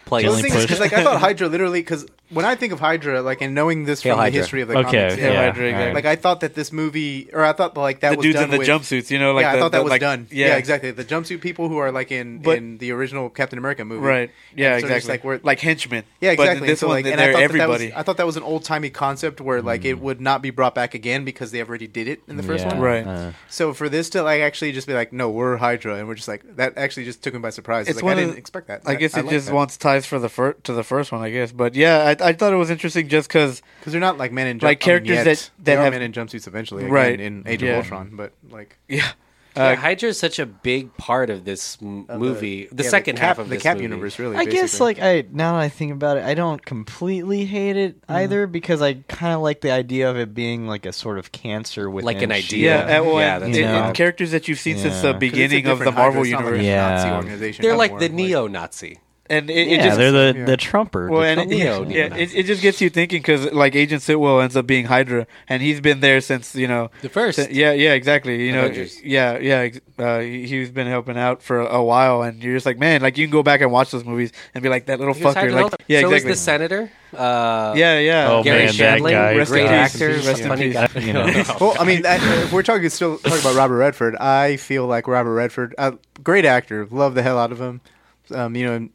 placed.
the
Only
thing is,
pushed.
'cause, like I thought Hydra literally because when I think of Hydra, like and knowing this
Hail
from the
Hydra.
history of the
Okay,
comics,
yeah,
Hydra,
all
exactly.
like I thought that this movie, or I thought like that
The
was
dudes
done
in the
with,
jumpsuits, you know, like
yeah,
the,
I thought that
the,
was
like-
done. Yeah.
Yeah,
exactly. The jumpsuit people who are like in
But-
in the original Captain America movie,
Right. Yeah,
And so
exactly.
just, like, we're-
henchmen.
Yeah, exactly.
But
And
in this
so,
one,
like,
they're
and I thought
everybody. Mm.
That that was, I thought that was an old timey concept where like it would not be brought back again because they already did it in the first
Yeah,
one.
Right.
uh,
So for this to like actually just be like, no, we're Hydra, and we're just like that actually just took me by surprise. It's like, I
one of
didn't
the-
expect that.
I guess it
like
just
that.
wants ties for the fir- to the first one, I guess. But yeah, I, I thought it was interesting just because
because they're not like men in jump-
Like,
I mean,
characters
yet.
that-
they
that
are
have-
men in jumpsuits eventually, again,
Right.
in Age
Yeah.
of Ultron, but like
yeah,
yeah, Hydra is such a big part of this m- movie. The,
yeah,
second
Cap-
half of
the
this
Cap
movie.
universe, really.
I guess
basically.
like I now that I think about it, I don't completely hate it either because I kind of like the idea of it being like a sort of cancer within
Like an
S.H.I.E.L.D..
idea.
yeah,
Yeah,
uh, well,
yeah,
and-
that's
and-
right.
and characters that you've seen since
'Cause
Yeah. 'Cause
the
it's a
beginning of the
different Hydra,
Marvel
it's not
universe,
Like a Nazi
Yeah.
organization.
They're
I'm
like
more
the
of,
neo-Nazi.
and it,
Yeah,
it just
they're the
yeah.
the Trumper.
well,
the
and
Trump
it,
neo-
person.
yeah, it, it just gets you thinking because like Agent Sitwell ends up being Hydra, and he's been there since you know
The first.
si- yeah, yeah, exactly. You know,
Avengers.
yeah, yeah. ex- Uh, he- he's been helping out for a while, and you're just like, man, like you can go back and watch those movies and be like that little
He was
fucker,
Hydra
like
Hulk.
yeah,
so was
exactly.
the senator. Uh,
yeah, yeah.
Oh,
Gary
man, that
Shandling,
guy,
great
God.
actor,
Rest in
a funny
peace.
guy.
You know.
Well, I mean, that, if we're talking still talking about Robert Redford, I feel like Robert Redford, uh, great actor, love the hell out of him. Um, you know,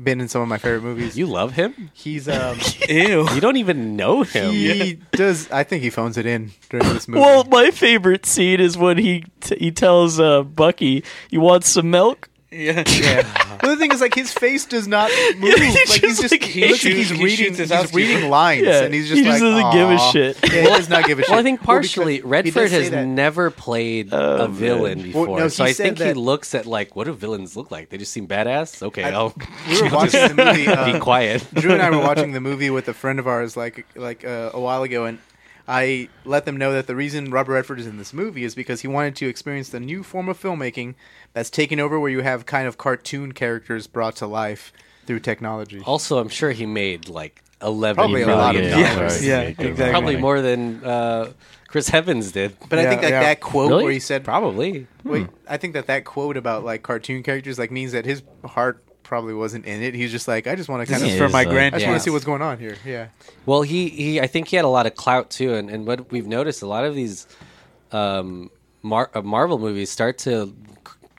been in some of my favorite movies.
You love him?
He's um,
Ew.
You don't even know him.
he does. I think he phones it in during this movie.
Well, my favorite scene is when he t- he tells uh, Bucky, "You want some milk?"
Yeah, yeah.
But the thing is, like his face does not move.
he
like he's
just,
just
like,
he looks like
shoots-
he's
he
reading
shoots his
he's
housekeeper.
reading lines,
Yeah,
and he's
he
just
just
like,
doesn't give a
"Aw."
shit.
Yeah, he does not give a shit.
Well, I think
Well, because
partially
he does
Redford
say
has
that. Oh,
never played a villain before,
Well, no,
so
he
I
said
think he
that-
looks at like, what do villains look like? They just seem badass. Okay, I, will
We were watching the movie. Uh,
be quiet.
Drew and I were watching the movie with a friend of ours like like uh, a while ago, and I let them know that the reason Robert Redford is in this movie is because he wanted to experience the new form of filmmaking that's taken over, where you have kind of cartoon characters brought to life through technology.
also, I'm sure he made like eleven
Probably a
million
lot of
dollars.
dollars.
Yeah, exactly.
Probably more than uh, Chris Evans did.
But I
Yeah,
think like
yeah.
that quote
Really?
where he said,
Probably.
"Wait," I think that that quote about like cartoon characters like means that his heart probably wasn't in it. He was just like, I just want to
This
kind
is
of,
for my
uh,
I just
granddad.
want to see what's going on here. Yeah,
Well, he, he I think he had a lot of clout too, and, and what we've noticed a lot of these um, Mar- uh, Marvel movies start to g-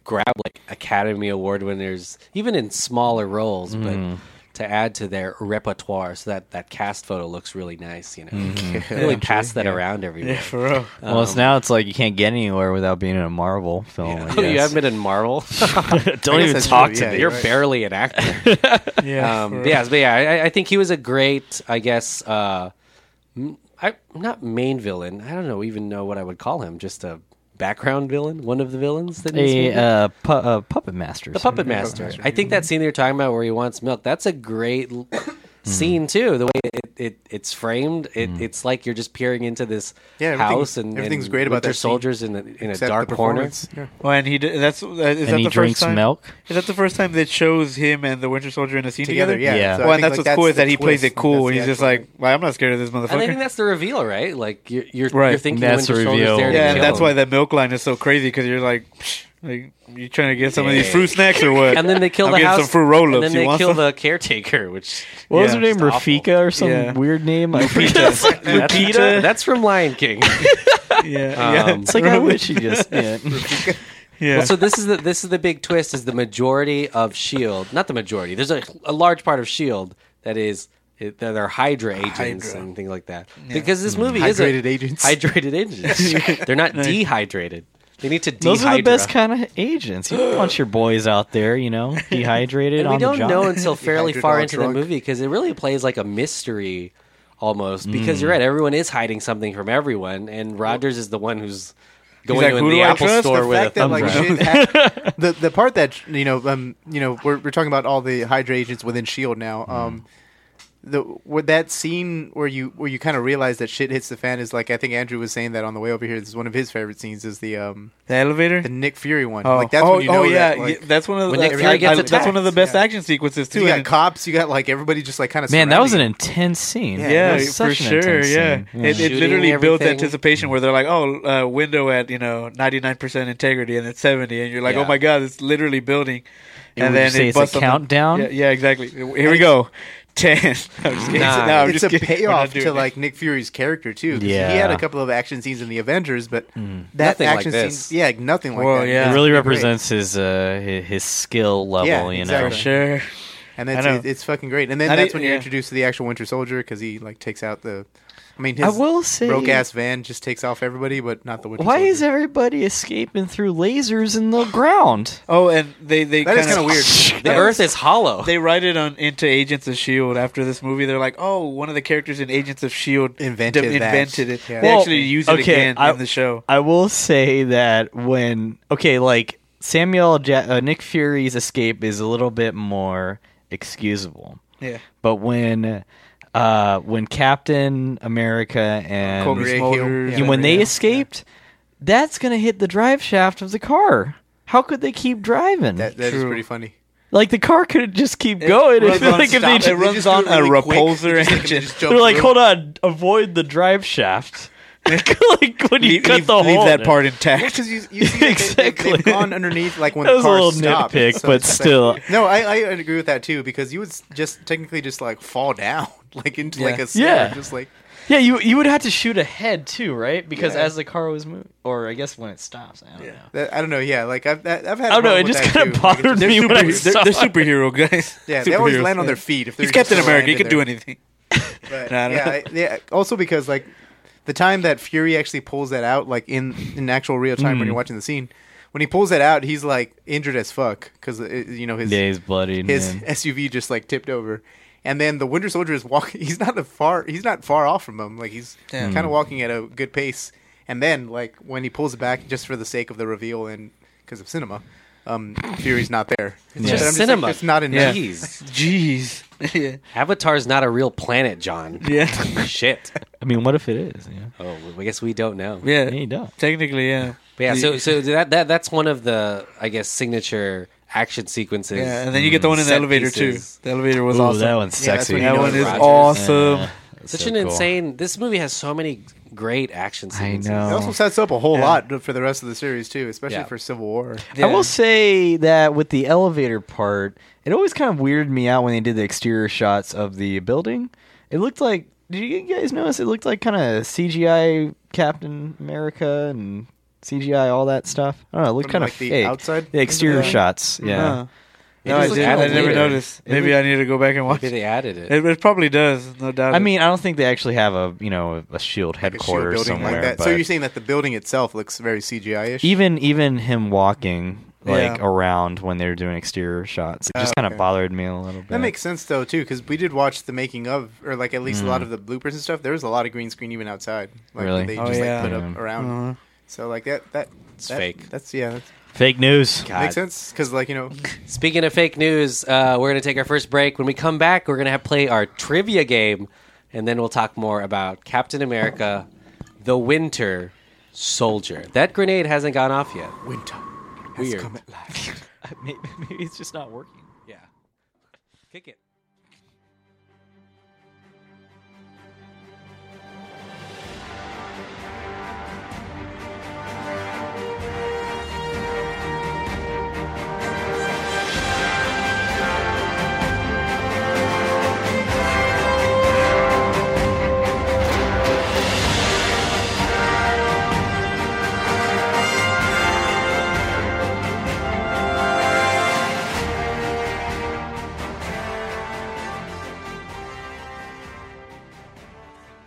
grab like Academy Award winners, even in smaller roles,
Mm-hmm.
but to add to their repertoire so that that cast photo looks really nice. You know, really pass that around everywhere.
Mm-hmm. Yeah, for real.
well, it's now it's like you can't get anywhere without being in a Marvel film. I
Oh, you
guess.
haven't been in Marvel.
Don't
guess
even
that's
talk
true,
to
yeah,
me.
You're
right.
barely an actor.
Yeah, for
um,
real.
yeah, but yeah, I, I think he was a great, I guess, uh, m- I not main villain. I don't know even know what I would call him. Just a background villain, one of the villains. That he's
A uh, pu- uh, puppet master.
the puppet master. I think that scene you're talking about where he wants milk. That's a great l-
Hmm.
scene too. The way it, it it's framed, it, it's like you're just peering into this
Yeah, everything-
house and
everything's
and
great about
Winter
that scene.
soldiers in a, in a
Except
dark
the
corner.
performance. Yeah.
Well, and he d- that's uh, is that
he
the first
drinks
time-
milk?
Is that the first time that shows him and the Winter Soldier in a scene
Together, yeah.
Yeah.
So I
well,
think,
and that's
like,
what's cool
that's
is that
the
he plays
twist.
it cool.
That's the
He's just
actual-
like, well, I'm not scared of this motherfucker.
And I think that's the reveal, right? Like you're you're,
Right.
you're thinking
That's
Winter
the
Soldier's
reveal.
there to
yeah, and
kill
that's
him.
why that milk line is so crazy because you're like, like you trying to get some of these fruit snacks or what?
and then they kill
I'm
the
getting
house.
Some fruit roll-ups.
And then
You
they
want
kill
some?
the caretaker, which
What was
Yeah.
her name?
It's awful.
Rafika or some
Yeah.
weird name? I
Lupita.
Lupita. That's from Lion King.
yeah, yeah.
Um,
It's like I wish she just. Yeah.
yeah.
Well, so this is the this is the big twist: is the majority of Shield, E not the majority. There's a, a large part of Shield E that is it- that are Hydra agents
Hydra.
and things like that. Because
Hmm.
this movie is
Hydrated
a,
agents.
Hydrated agents. They're not dehydrated. They need to dehydrate.
Those are the best kind of agents. You don't want your boys out there, you know, dehydrated
And
on
we don't
the job.
know until fairly
Dehydrated
far
all
into
drunk.
the movie because it really plays like a mystery almost. Because
Mm.
you're right, everyone is hiding something from everyone, and Rogers is the one who's going
like,
to
"Who
the
do I
Apple
trust?"
store
the
with
fact
a
that
thumb
like
drive.
shit hap- the the part that you know um you know we're we're talking about all the Hydra agents within Shield now um the where that scene where you where you kind of realize that shit hits the fan is like I think Andrew was saying that on the way over here this is one of his favorite scenes is the um
the elevator.
the Nick Fury one
Oh,
like that's
oh,
when you know
oh, yeah,
that, like,
yeah, that's one of the
When Nick
that's-
Fury
I-
gets
I- that's one of the
attacked.
best action sequences too.
you got
and-
cops you got like everybody just like kind of
Man, that was an intense scene.
yeah,
That was
for
such an
sure.
intense
Yeah,
scene.
it, it
Shooting
literally built
everything.
anticipation where they're like, "Oh, uh, window at you know ninety nine percent integrity, and it's 70 and you're like,
Yeah.
"Oh my god, it's literally building."
would you say it's a
busts on the-
countdown?
Yeah, yeah, exactly. Here we go. Ten. I'm just kidding.
Nah.
No, I'm
it's
just
a
kidding. We're not
payoff
doing
to
it.
like Nick Fury's character too. 'cause he
Yeah.
had a couple of action scenes in the Avengers, but that
Nothing like
action
this.
scene, yeah, nothing like
Well,
that.
yeah.
It
It's
really
great.
represents his uh, hi- his skill level,
Yeah,
you
for
exactly.
know.
sure.
and
I know.
that's it, it's fucking great. And then
I
that's
did-
when you're
yeah.
introduced to the actual Winter Soldier because he like takes out the. I mean, his
I will say-
broke ass van just takes off everybody, but not the Winter
Why
Soldier.
is everybody escaping through lasers in the ground?
Oh, and they they
That is
kinda-
kind of weird.
The Earth is hollow.
They write it on into Agents of Shield E after this movie. They're like, "Oh, one of the characters in Agents of Shield
Invented that.
invented it.
Yeah.
They
Well,
actually use it again
I-
in the show."
I will say that when okay, like Samuel ja- uh, Nick Fury's escape is a little bit more excusable,
Yeah.
but when uh, when Captain America and
Colby Gray
Smulders.
Hill.
Yeah,
and when they escaped, that's gonna hit the drive shaft of the car. How could they keep driving?
that, that is
True.
pretty funny.
like the car could just keep going.
runs
like, if they
nonstop.
ju-
It runs
just do
on
it
a
really quick.
repulsor
They just, like,
engine.
just jump
they're like,
through.
hold on, avoid the drive shaft. like when you
leave,
cut
leave-
the
leave
hole.
that part intact.
because you, you see that they, have
Exactly.
gone underneath like when
That
the
was a
car
little
stopped,
nitpick,
so
but
it's just
still.
like- no, I, I agree with that too because you would s- just technically just like fall down like into like
Yeah.
a snare,
Yeah.
just like
Yeah, you you would have to shoot ahead too, right? Because
Yeah.
as the car was moving, or I guess when it stops, I don't know.
that, I don't know, yeah, like I've that, I've had.
I don't know.
a problem
It
with
just
that,
kind
too.
of bothered
Like,
me when I
They're,
saw
they're
it.
superhero guys.
Yeah, they always
Superheroes,
land on
yeah.
their feet. If they're
He's Captain
just
America. He
landed
can do
there.
anything.
But,
No, no.
Yeah, I- yeah. Also because like the time that Fury actually pulls that out, like in in actual real time
Hmm.
when you're watching the scene, when he pulls that out, he's like injured as fuck because you know his
Days bloodied.
his SUV just like tipped over. And then the Winter Soldier is walking. He's not a far. He's not far off from him. Like he's
Yeah.
kind of walking at a good pace. And then, like when he pulls it back, just for the sake of the reveal and because of cinema, um, Fury's not there. It's
just cinema.
it's not enough.
Jeez,
Jeez. yeah.
Avatar's not a real planet, John.
Yeah.
Shit.
I mean, what if it is? Yeah,
Oh, well, I guess we don't know.
Yeah.
you don't.
Technically, yeah.
But yeah. So, so that that that's one of the I guess signature action sequences.
Yeah, and then you get the one in the
mm, Set
elevator
pieces.
too. The elevator was
Ooh,
awesome.
that one's
Yeah, that's
sexy.
when you
That
know
one
that
is
Rogers-
awesome.
Such an insane. This movie has so many great action scenes.
know.
It also sets up a whole
Yeah.
lot for the rest of the series too, especially
Yeah.
for Civil War.
I will say that with the elevator part, it always kind of weirded me out when they did the exterior shots of the building. It looked like did you guys notice it looked like kind of CGI Captain America and CGI all that stuff? I don't know. It looked
From,
kind
like,
of
the
fake.
outside Uh,
the exterior
thing?
shots. Yeah,
Huh.
No, I
just
didn't.
looks
I never
outdated.
noticed.
It
Maybe I need to go back and watch.
Maybe
It,
they added it.
it probably does, no doubt.
I mean, I don't think they actually have a you know a shield
Like a shield
headquarters
building
somewhere.
like that.
But
So you're saying that the building itself looks very CGI ish?
even even him walking like
Yeah.
around when they were doing exterior shots, it just kind of
Oh, okay.
bothered me a little bit.
That makes sense though too, because we did watch the making of, or like at least
Mm.
a lot of the bloopers and stuff. There was a lot of green screen even outside, like
Really?
that they
Oh,
just
yeah.
like put up
Yeah.
around.
Uh-huh.
So like that, that
It's
that-
fake.
That's yeah, that
fake news.
God.
makes sense because like you know,
Speaking of fake news, uh, we're going to take our first break. When we come back, we're going to have play our trivia game, and then we'll talk more about Captain America, the Winter Soldier. That grenade hasn't gone off yet.
winter has
Weird.
come at last.
maybe, maybe it's just not working.
Yeah. Kick it.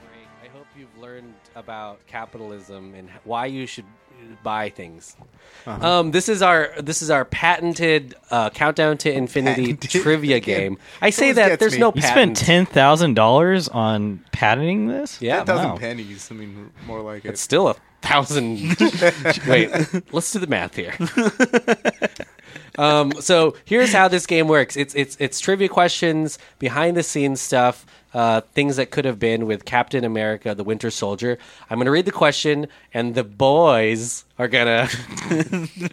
break. I hope you've learned about capitalism and why you should buy things.
Uh-huh.
Um, this is our this is our patented uh, countdown to infinity
Patented.
trivia game. I say
Always
that
gets
there's
me.
no
You
patent.
spent ten thousand dollars on patenting this?
Yeah,
Ten thousand
wow.
pennies. I mean, more like
It's
it.
still a thousand. Wait, let's do the math here. um, so here's how this game works. It's it's it's trivia questions, behind the scenes stuff, uh, things that could have been with Captain America, the Winter Soldier. I'm gonna read the question, and the boys are gonna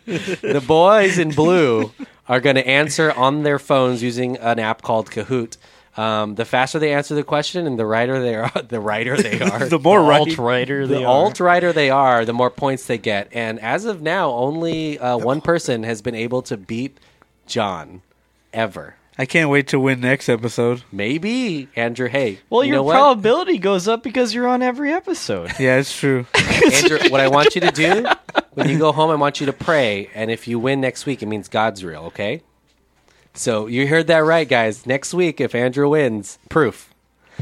the boys in blue are going to answer on their phones using an app called Kahoot. Um, the faster they answer the question, and the righter they are, the righter they are.
The more right-
alt-righter
the
they are.
alt righter they are, the more points they get. And as of now, only uh, one person has been able to beat John ever.
I can't wait to win next episode.
Maybe Andrew. Hey,
Well,
you
your
know what?
probability goes up because you're on every episode.
Yeah, it's true.
Andrew, what I want you to do when you go home, I want you to pray. And if you win next week, it means God's real, okay? So you heard that right, guys. Next week, if Andrew wins, proof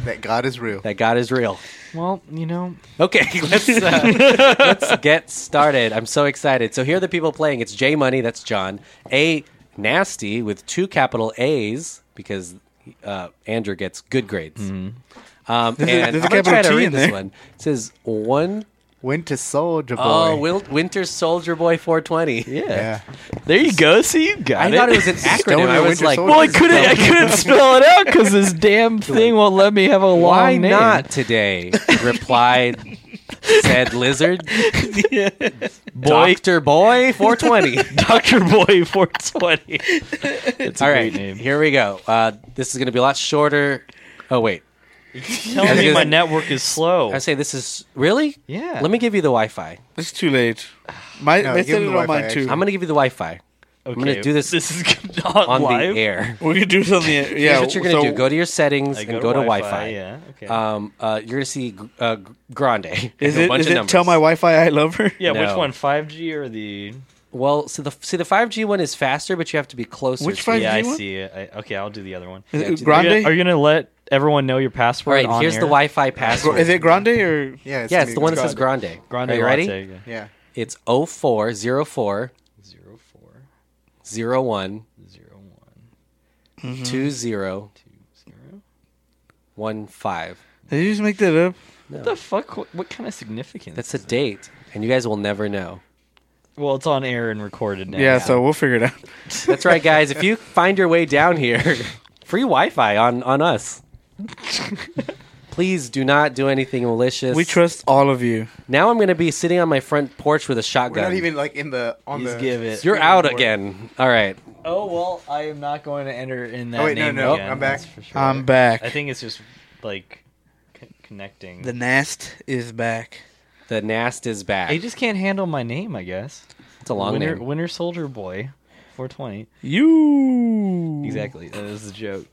That God is real.
that God is real.
well, you know,
Okay, let's, uh, let's get started. I'm so excited. So here are the people playing. It's J Money, that's John. A Nasty with two capital A's because uh, Andrew gets good grades. Um,
a-
and
there's a
I'm going to try
capital
to
T
read
in
this
there.
one. It says one
Winter Soldier Boy.
Oh, Wil- Winter Soldier Boy 420.
yeah.
yeah.
There you go. See, you got
I
it.
thought it was an acronym.
Stoner
I was
Winter
like,
Soldier.
well, I couldn't. I couldn't spell it out because this damn thing won't let me have a long
why
name.
not today? Replied said lizard.
Boy,
Doctor Boy 420.
Doctor Boy Four Twenty. It's a
All
great
right,
name.
here we go. Uh, this is going to be a lot shorter. Oh wait,
Tell
me
me
my
my network is slow.
I say this is really.
Yeah.
Let me give you the Wi-Fi.
it's too late. My,
No,
they
give
said
him
it
the
on
Wi-Fi,
mine
actually.
too.
I'm going to give you the Wi-Fi
I'm
gonna do this
This is not
on
live.
the air.
we could do something. Yeah,
Here's what you're going to
so-
do: go to your settings
I
and go to Wi-Fi.
Yeah. Okay.
Um, uh, you're going to see uh, Grande.
Is
a
it,
bunch
is
of
it
numbers.
tell my Wi-Fi I love her?
yeah.
no.
Which one? Five G or the?
Well, so the see the 5G one is faster, but you have to be closer.
Which
to
five-
it.
Yeah, I
5G one?
see it. I, okay, I'll do the other one.
Is
Yeah,
it
Are you,
Grande?
gonna, are you gonna let everyone know your
All
password?
right,
on
here's
air?
the Wi-Fi password.
Is it Grande or
Yeah. It's
yeah,
gonna
it's
be
the one that
God.
says Grande.
Grande
Are you ready?
latte,
Yeah.
yeah.
It's 0404
Zero four
01
zero one
20
Hmm. zero.
one five.
did you just make that up?
What the fuck? What, what kind of significance?
That's a date, and you guys will never know.
well, it's on air and recorded now.
Yeah, so we'll figure it out.
That's right, guys. If you find your way down here, free Wi-Fi on on us. Please do not do anything malicious.
We trust all of you.
Now I'm going to be sitting on my front porch with a shotgun.
We're not even like in the on
Please
the.
give it.
You're out again. All right.
oh well, I am not going to enter in that.
Oh, wait, no,
name
no,
again,
Um,
I'm back.
that's For sure.
I'm back.
I think it's just like c- connecting.
The nest is back.
The Nast is back.
I just can't handle my name, I guess.
it's a long
Winter,
name.
Winter Soldier Boy, 420.
You
Exactly. That was the joke.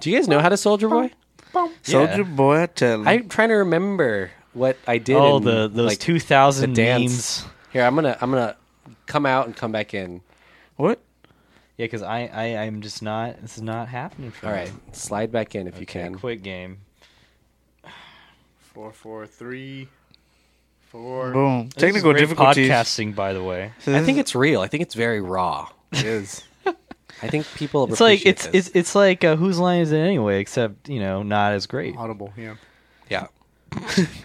Do you guys know how to Soldier Boy?
Oh.
soldier
Yeah.
boy. I tell you.
I'm trying to remember what I did.
Oh,
in,
the those
like,
2000
the dance.
memes.
Here, I'm gonna I'm gonna come out and come back in.
what?
Yeah, because I, I I'm just not. This is not happening for
All
me.
right, slide back in if you
Okay,
can.
Quick game.
Four, four, three, four.
Boom.
This is
Technical
great
difficulties.
Podcasting, by the way.
So
I
this
think
is-
it's real. I think it's very raw.
It is.
I think people.
It's like
appreciate
it's
this.
it's it's like uh, whose line is it anyway? Except you know, not as great.
Audible, yeah.
yeah.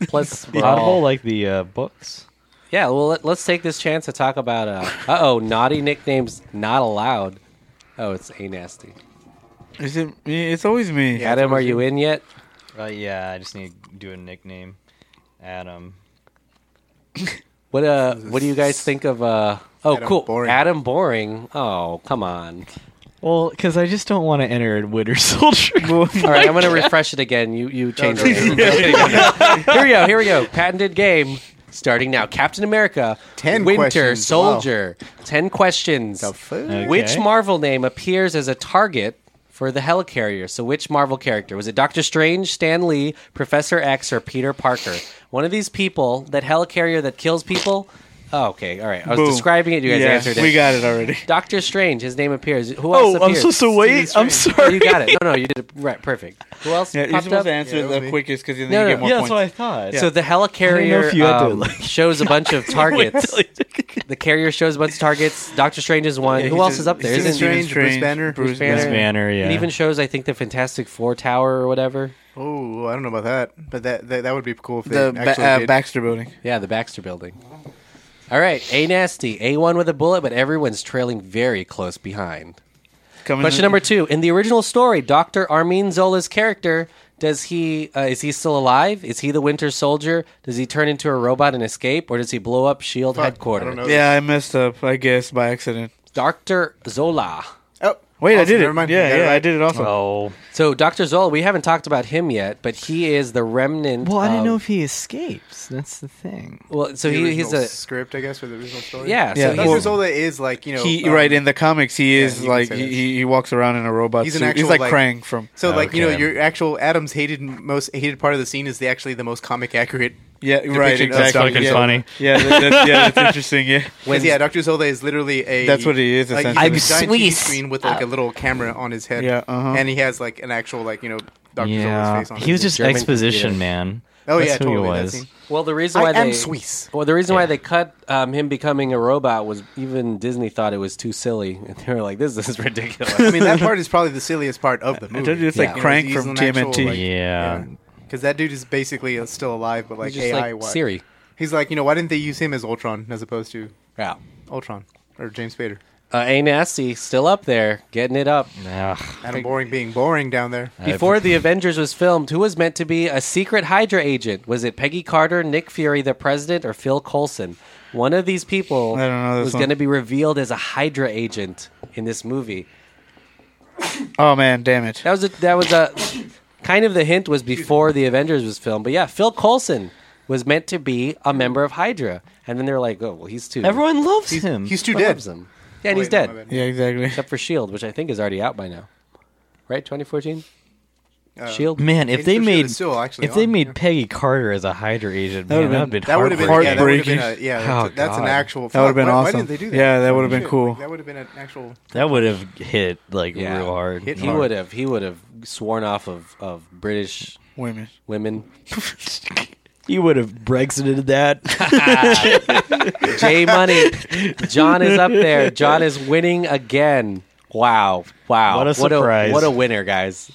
Plus, we're all-
Audible like the uh, books.
Yeah, well, let, us take this chance to talk about uh oh naughty nicknames not allowed. Oh, it's a nasty.
Is it? me? It's always me.
Yeah.
Adam, are you in yet?
Uh, yeah, I just need to do a nickname. Adam.
What uh, what do you guys think of uh? Oh,
Adam
cool,
Boring.
Adam Boring. Oh, come on.
Well, because I just don't want to enter in Winter Soldier.
All right, I'm gonna refresh it again. You you change
no,
it. here we go. Here we go. Patented game starting now. Captain America,
10
Winter
questions,
Soldier. Ten questions.
The food?
Okay.
Which Marvel name appears as a target for the helicarrier? So, which Marvel character? Was it Doctor Strange, Stan Lee, Professor X, or Peter Parker? One of these people, that helicarrier that kills people? Oh, okay, all right. I was
Boom.
describing it. You guys
Yeah,
answered it.
We got it Oh, already.
Doctor Strange. His name appears. Who
Oh,
else appears?
wait. I'm
Oh, you got it. No, no, you did it right. Perfect. Who else
Yeah, you're
popped
supposed
up?
to answer
Yeah, that was
the
me.
quickest because then
No,
you
no,
get more
Yeah, that's
points.
what I thought.
So the helicarrier
if you had to,
um,
like-
shows a bunch of targets. the carrier shows a bunch of targets. Doctor Strange is one.
Yeah,
Who
he's
else
just-
is up there?
he's
Stephen
Isn't
just
Strange, Bruce
Stephen Strange,
Banner.
Bruce
Banner.
Miss Banner, yeah.
It even shows, I think, the Fantastic Four Tower or whatever.
Oh, I don't know about that, but that that, that would be cool if they
The
actually
ba- uh,
did.
Baxter Building.
Yeah, the Baxter Building. All right, A nasty, A1 with a bullet, but everyone's trailing very close behind.
Coming
Question number two: In the original story, Doctor Armin Zola's character does he uh, is he still alive? Is he the Winter Soldier? Does he turn into a robot and escape, or does he blow up Shield E headquarters?
I don't know.
Yeah, I messed up. I guess by accident.
Doctor Zola.
Oh,
Wait, I
awesome,
did it.
Never mind.
Yeah,
You got
yeah,
it
I
right.
did it also.
Oh.
So Doctor Zola, we haven't talked about him yet, but he is the remnant.
Well, I didn't
of-
know if he escapes. That's the thing.
Well, so
The
he, he's
original
a
script, I guess, for the original story.
yeah.
Yeah,
So
Well,
he's,
Zola is like you know
he
um,
right in the comics, he is
you can
like
say
he,
that.
he he walks around in a robot.
He's an
suit.
actual,
he's like,
like-
Krang from.
So like you know
Okay.
your actual Adam's hated most hated part of the scene is the actually the most comic accurate
Yeah, right.
depiction of
Exactly.
Doctor
yeah.
Zola.
funny.
Yeah, that, that, yeah, that's interesting. Yeah,
'Cause, yeah, Doctor Zola is literally a
That's what he is,
Like,
essentially.
he's a
I'm
giant TV
Swiss.
screen with like a little camera on his head.
Yeah, uh-huh.
and he has like an actual like you know Doctor Zola's face on.
He
it.
was just
German
exposition
computer.
man.
oh
That's
yeah,
who he
totally. that
was.
scene.
well, the reason
I
why
am
they
Swiss.
well the reason why they cut um, him becoming a robot was even Disney thought it was too silly, and they were like, "This is ridiculous."
I mean, that part is probably the silliest part of the movie.
I told you it's like
You know,
Crank
he's
from
an actual,
TMNT.
like,
Yeah.
Because that dude is basically uh, still alive, but like
He's just
AI
like
wise.
Siri.
He's like, you know, why didn't they use him as Ultron as opposed to
Yeah.
Ultron or James Spader?
Uh, a nasty still up there, getting it up.
Ugh.
Adam Boring being boring down there.
Um,
Before the Avengers was filmed, who was meant to be a secret Hydra agent? Was it Peggy Carter, Nick Fury, the President, or Phil Coulson? One of these people
I don't know this
was
one.
going to be revealed as a Hydra agent in this movie.
Oh man, damn it.
That was a, that was a kind of the hint was before the Avengers was filmed, but yeah, Phil Coulson was meant to be a member of Hydra, and then they were like, "Oh, well, he's too
Everyone loves him.
He's too
everyone
dead.
loves him." Yeah, and he's
Oh, Wait, no, my
dead,
bad.
Yeah, exactly.
except for Shield, which I think is already out by now, right? Twenty fourteen. Shield.
Man,
Agents
if they
of S.H.I.E.L D
made
is still actually
if they
on,
made
yeah.
Peggy Carter as a Hydra agent, man,
would've
that would
been-
have been
That would have been, yeah, that would've
Heartbreaking.
been a, yeah
Oh,
that's, a- that's an
God.
actual.
That would've
fuck,
been
why, Why
awesome.
didn't they do that?
Yeah, that
Holy
would've been
shit,
cool.
like, that would have been an actual.
that would have hit like real hard.
Hit
He
hard.
would have. He would have sworn off of, of British
Women.
women.
He would have Brexited that.
J Money, John is up there. John is winning again. Wow! Wow!
What a surprise.
What a, winner, guys!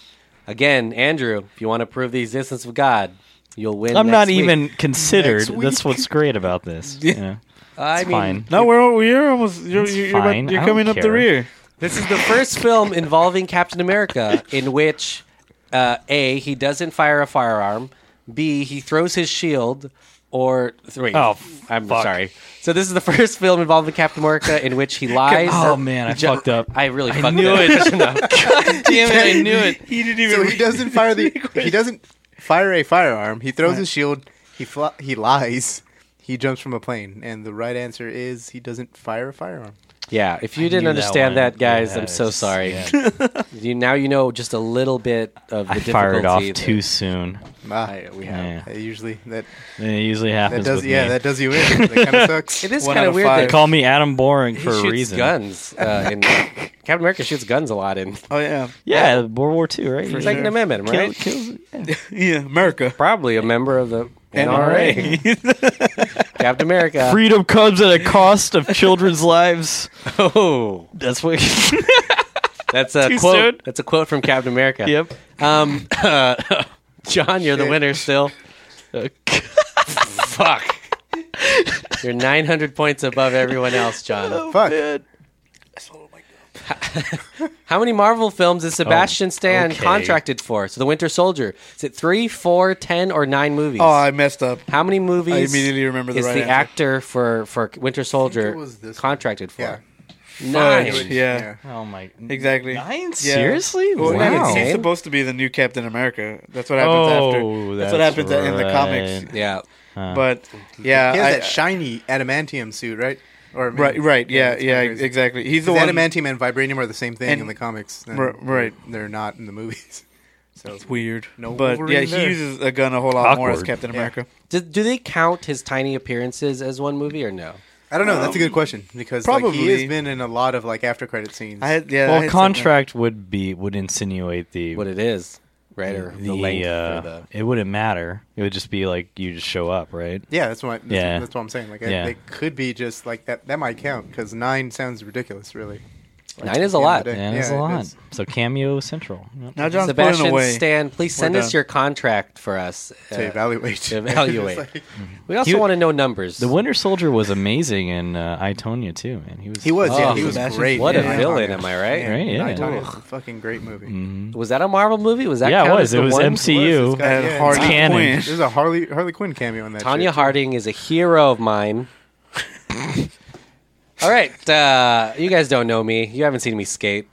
Again, Andrew, if you want to prove the existence of God, you'll win.
I'm
next
not
week.
even considered.
Next week.
That's what's great about this. Yeah,
I
it's
mean,
fine.
No, we're we're almost. You're,
It's
you're, you're, about-
fine.
you're
I don't
coming up the
care.
rear.
This is the first film involving Captain America in which uh, A, he doesn't fire a firearm, B, he throws his shield, or three.
Oh,
I'm
fuck.
sorry. So this is the first film involving Captain America in which he lies.
Oh man, I
Ju-
fucked up.
I really fucked
knew
up.
it.
No.
Damn it! I knew it.
He didn't
So he doesn't fire the. he doesn't fire a firearm. He throws his shield. He fl- he lies. He jumps from a plane, and the right answer is he doesn't fire a firearm.
Yeah, if you
I
didn't
knew
understand
one.
that, guys,
Yeah,
I'm so
it's-
sorry.
yeah.
You, now you know just a little bit of the
I
difficulty.
fired off
that-
too soon.
Ah,
I- we have.
Yeah.
I usually that
And it usually
that
happens.
does
with
yeah
me.
that does you in. That kind of sucks.
It is
One
kind of
out of
weird
They
that
five.
call me Adam Boring
he
for a
shoots
reason.
guns. Uh, in Captain America shoots guns a lot in.
Oh yeah,
Yeah, World War II, right?
He's like an amendment,
Kill-
right?
kills- yeah.
yeah, America.
Probably a member of the NRA. Captain America.
Freedom comes at a cost of children's lives.
Oh,
That's what.
that's a
Too
quote.
soon?
That's a quote from Captain America.
yep.
Um, John, you're the winner still. Fuck. You're 900 points above everyone else, John.
Fuck.
How many Marvel films is Sebastian Stan
okay.
contracted for? So, The Winter Soldier. Is it three, four, ten, or nine movies?
Oh, I messed up.
How many movies?
I immediately remember the
is
right
the
answer.
actor for for Winter Soldier
was this one.
contracted for?
Yeah.
Nine.
Fudge.
Yeah.
Yeah,
Oh my.
exactly.
Nine?
Yeah.
Seriously?
Well,
Wow.
yeah,
Insane.
he's supposed to be the new Captain America. That's what happens
Oh,
after. That's, what
that's
happens in the
right.
comics.
Yeah.
But yeah,
He has
I-
that shiny adamantium suit, right? Or maybe-
right, right, yeah,
it's
yeah,
kinda crazy.
exactly. He's the
'Cause
one.
adamantium and vibranium are the same thing
And-
in the comics. and
R- right.
They're not in the movies. So
It's weird.
No
but
Wolverine
yeah, he
there.
uses a gun a whole lot more as
Awkward.
Captain America.
Do, do they count his tiny appearances as one movie or no?
I don't know. That's a good question because probably he has
Um, probably.
been in a lot of like after credit scenes.
I had yeah. I
Well,
had
contract would be would insinuate the
What it is, right? Or the,
the,
length?
uh,
or the...
it wouldn't matter. It would just be like you just show up, right?
yeah, that's what. That's,
Yeah.
that's what I'm saying. Like, I-
Yeah.
it could be just like that. That might count because nine sounds ridiculous, really.
Nine is a
at the end of
lot.
the day.
Yeah, that's
Yeah,
a
it
lot.
is.
So cameo central. Yep.
something. Now John's pulling
Sebastian
away.
Stan, please send
We're
us
done.
your contract for us. uh,
To evaluate.
to evaluate.
It's like-
we also
He-
want to know numbers.
The Winter Soldier was amazing in uh, I Tonya too, man. He was.
he was.
Oh,
yeah, he was
Sebastian-
great.
what
Yeah.
a villain, am I right?
Right, yeah. Mm-hmm.
Nine Tanya is a fucking great movie.
Was that a Marvel movie? Was that
yeah, it
count
was.
as
It
the
was
one?
MCU.
It's got-
And
yeah,
Harley
it's-
Canon.
Quinn.
There's a Harley Harley Quinn cameo in that.
Tanya
shit, too.
Harding is a hero of mine. All right, uh, you guys don't know me. You haven't seen me skate.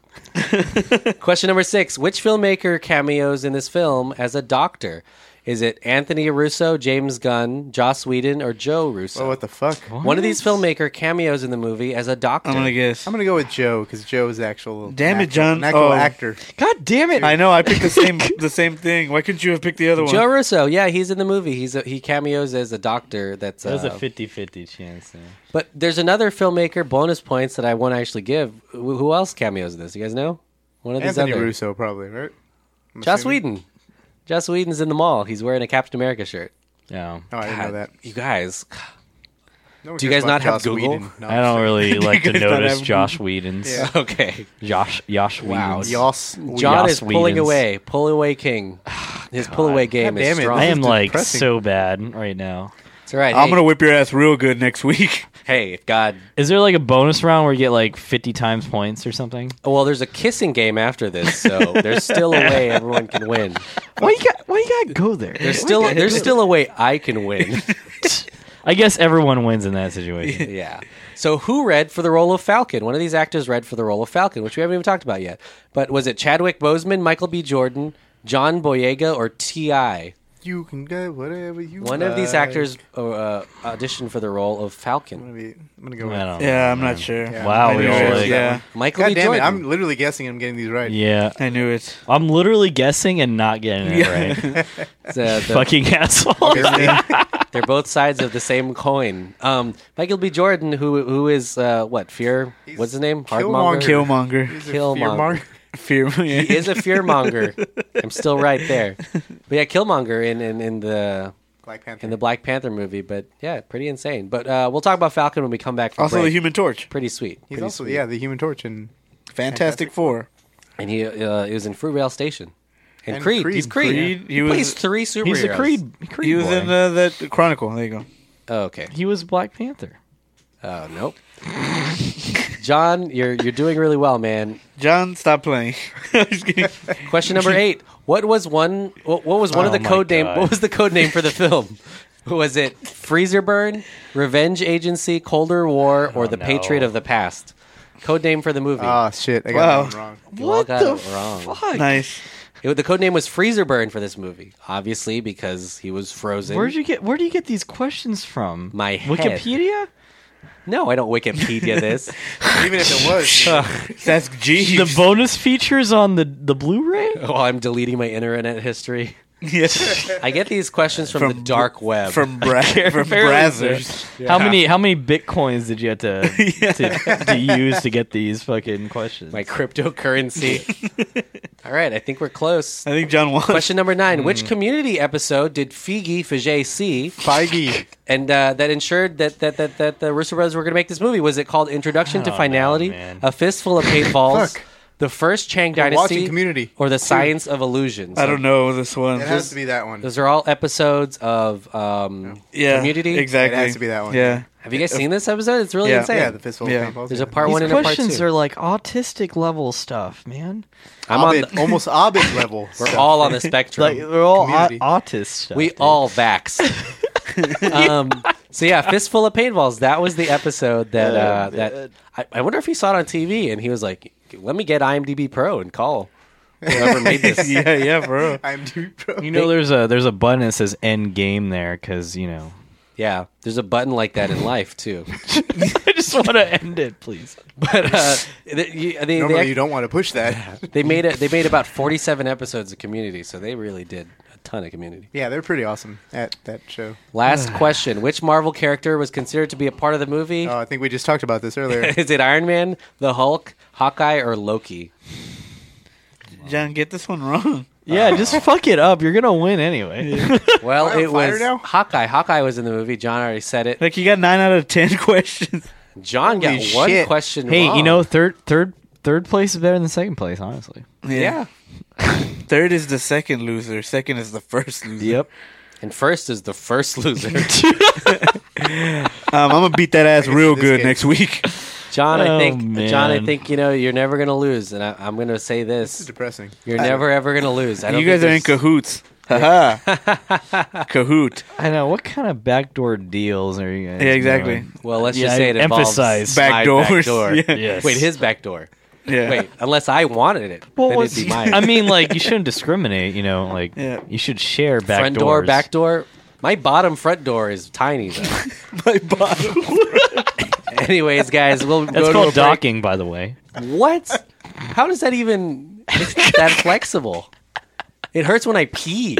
Question number six: Which filmmaker cameos in this film as a doctor? Is it Anthony Russo, James Gunn, Joss Whedon, or Joe Russo?
Oh, what the fuck?
One of these filmmaker cameos in the movie as a doctor.
I'm gonna guess.
I'm gonna go with Joe because Joe's actual.
Damn it,
actor-
John.
an actual
Oh.
actor.
God damn it!
I know. I picked the same the same thing. Why couldn't you have picked the other one?
Joe Russo, yeah, he's in the movie. He's a, he cameos as a doctor. That's
That was a
uh,
50-50 chance.
But there's another filmmaker bonus points that I want to actually give. Who who else cameos in this? You guys know? One of these
Anthony
other.
Russo, probably right. I'm
Joss
assuming.
Whedon. Joss Whedon's in the mall. He's wearing a Captain America shirt.
Yeah.
Oh, I didn't know
God,
that.
You guys.
No one
Do you
cares
guys not
about
have
Joss
Google?
Whedon. No,
I don't really like to
guys don't
notice
have-
Josh Whedon's.
Yeah.
Okay.
Josh Josh
Wow,
Whedon's.
Joss.
John
Joss
is pulling
Whedon's.
away. Pull away king. His pull away game
God
is
damn it,
strong.
I
this
am
is
like
depressing.
so bad right now.
That's right.
I'm
hey,
gonna whip your ass real good next week.
hey, God.
Is there like a bonus round where you get like 50 times points or something?
Well, there's a kissing game after this, so there's still a way everyone can win.
Why you got why you got to go there?
There's still there's still a way I can win.
I guess everyone wins in that situation.
Yeah. So who read for the role of Falcon? One of these actors read for the role of Falcon, which we haven't even talked about yet. But was it Chadwick Boseman, Michael B. Jordan, John Boyega, or T.I.?
You can get whatever you.
One of these
like.
actors uh, auditioned for the role of Falcon.
I'm gonna, be, I'm gonna go.
I
With,
don't
Yeah, I'm not sure.
Yeah.
Wow,
I
we
knew
all
it.
like-
yeah,
Michael
God
B.
damn
Jordan.
it! I'm literally guessing. I'm getting these right.
Yeah.
I knew it.
I'm literally guessing and not getting it right.
It's, uh, the-
Fucking asshole.
they're both sides of the same coin. Um, Michael B. Jordan, who who is uh, what fear? What's his name?
Killmonger.
Killmonger,
These are
Killmonger.
fear mark-
fear.
he is a fearmonger. I'm still right there. But yeah, Killmonger in, in, in the
Black Panther.
in the Black Panther movie, but yeah, pretty insane. But uh, we'll talk about Falcon when we come back from
also the
break.
Human Torch.
pretty sweet.
He's
pretty
also
sweet.
yeah the Human Torch and
Fantastic Four.
and he uh, he was in Fruitvale Station. And,
And
Creed.
Creed.
he's Creed.
Creed,
He,
he was-
plays three superheroes.
He's a Creed. Creed
He was
boy.
in uh, that Chronicle. There you go.
Oh, okay.
He was Black Panther.
Oh nope. John, you're you're doing really well, man.
John, stop playing. Just kidding.
Question number eight: What was one? What, what was one of
Oh
the
my
code name?
God.
What was the code name for the film? was it Freezer Burn, Revenge Agency, Colder War, or The
Oh, no. Uh,
Patriot of the Past? Code name for the movie.
oh shit I
Wow.
got that one wrong.
you all got it wrong.
nice.
It, the code name was Freezer Burn for this movie, obviously because he was frozen.
Where'd you get? Where do you get these questions from?
My head.
Wikipedia.
No, I don't Wikipedia this.
Even if it was,
That's G.
The bonus features on the the Blu-ray.
oh, I'm deleting my internet history.
yes.
I get these questions from, the
From-
dark web.
from Bra- from Brazzers.
How many how many bitcoins did you have to, to to use to get these fucking questions?
my cryptocurrency. All right, I think we're close.
I think John won.
Question number nine: Which community episode did Figi Fajay see,
Feige.
and uh, that ensured that that that that the Russo brothers were going to make this movie? Was it called Introduction to Finality,
man.
A Fistful of Paintballs,
Fuck.
The First Chang
We're watching
Dynasty,
Community,
or The Science of Illusion?
I don't know this one.
It has to be that one.
Those are all episodes of um,
yeah,
Community.
Exactly.
It has to be that one.
Yeah.
Have you guys seen this episode? It's really
Yeah.
insane.
Yeah, the fistful
Yeah.
of paintballs.
There's a part
these
one and a part
questions
two.
are like autistic level stuff, man.
I'm on.
Abed,
The,
almost Abed level.
we're
stuff.
all on the
Like
spectrum.
they're all
Community.
au- autist stuff.
we
dude.
all vax. um, so yeah, fistful of paintballs. That was the episode that uh, that I, I wonder if he saw it on TV and he was like, "Let me get IMDb Pro and call whoever made this."
yeah, yeah, bro.
I'm too pro.
You know, there's a there's a button that says end game there because you know.
Yeah, there's a button like that in life too.
I just want to end it, please.
But uh, they, you- they, they,
Normally,
act-
you don't want to push that.
they made it. They made about 47 episodes of Community, so they really did a ton of Community.
Yeah, they're pretty awesome at that show.
Last question: Which Marvel character was considered to be a part of the movie?
Oh, I think we just talked about this earlier.
Is it Iron Man, the Hulk, Hawkeye, or Loki?
John, get this one wrong.
Yeah, just fuck it up. You're gonna win anyway.
Well,
Am I on
it
fire
was
now?
Hawkeye. Hawkeye was in the movie. John already said it.
Like you got nine out of ten questions.
John got
Holy
one
shit.
question
hey,
wrong.
you know, third third third place is better than second place, honestly.
yeah.
Third is the second loser. Second is the first loser.
And first is the first loser.
Um, I'm gonna beat that ass
guess
real
this
good
game-
next week.
John, I
Oh,
think John, I
man.
think you know you're never gonna lose, and I, I'm gonna say this:
Depressing.
you're never ever gonna lose. I don't
You guys are in
think there's-
cahoots. Haha. Cahoot.
I know. What kind of backdoor deals are you guys?
Yeah, exactly.
doing?
Well, let's
Yeah,
just say it involves
emphasize.
my
Back doors.
door.
Yeah.
Yes.
Wait, his back door.
Yeah.
Wait, unless I wanted it, then it'd be mine.
I mean, like you shouldn't discriminate. You know, like
Yeah.
you should share back
front door, back door. My bottom front door is tiny though.
My bottom.
Anyways, guys, we'll
That's
go to a
called
break.
docking, by the way.
What? How does that even? It's not that flexible. It hurts when I pee.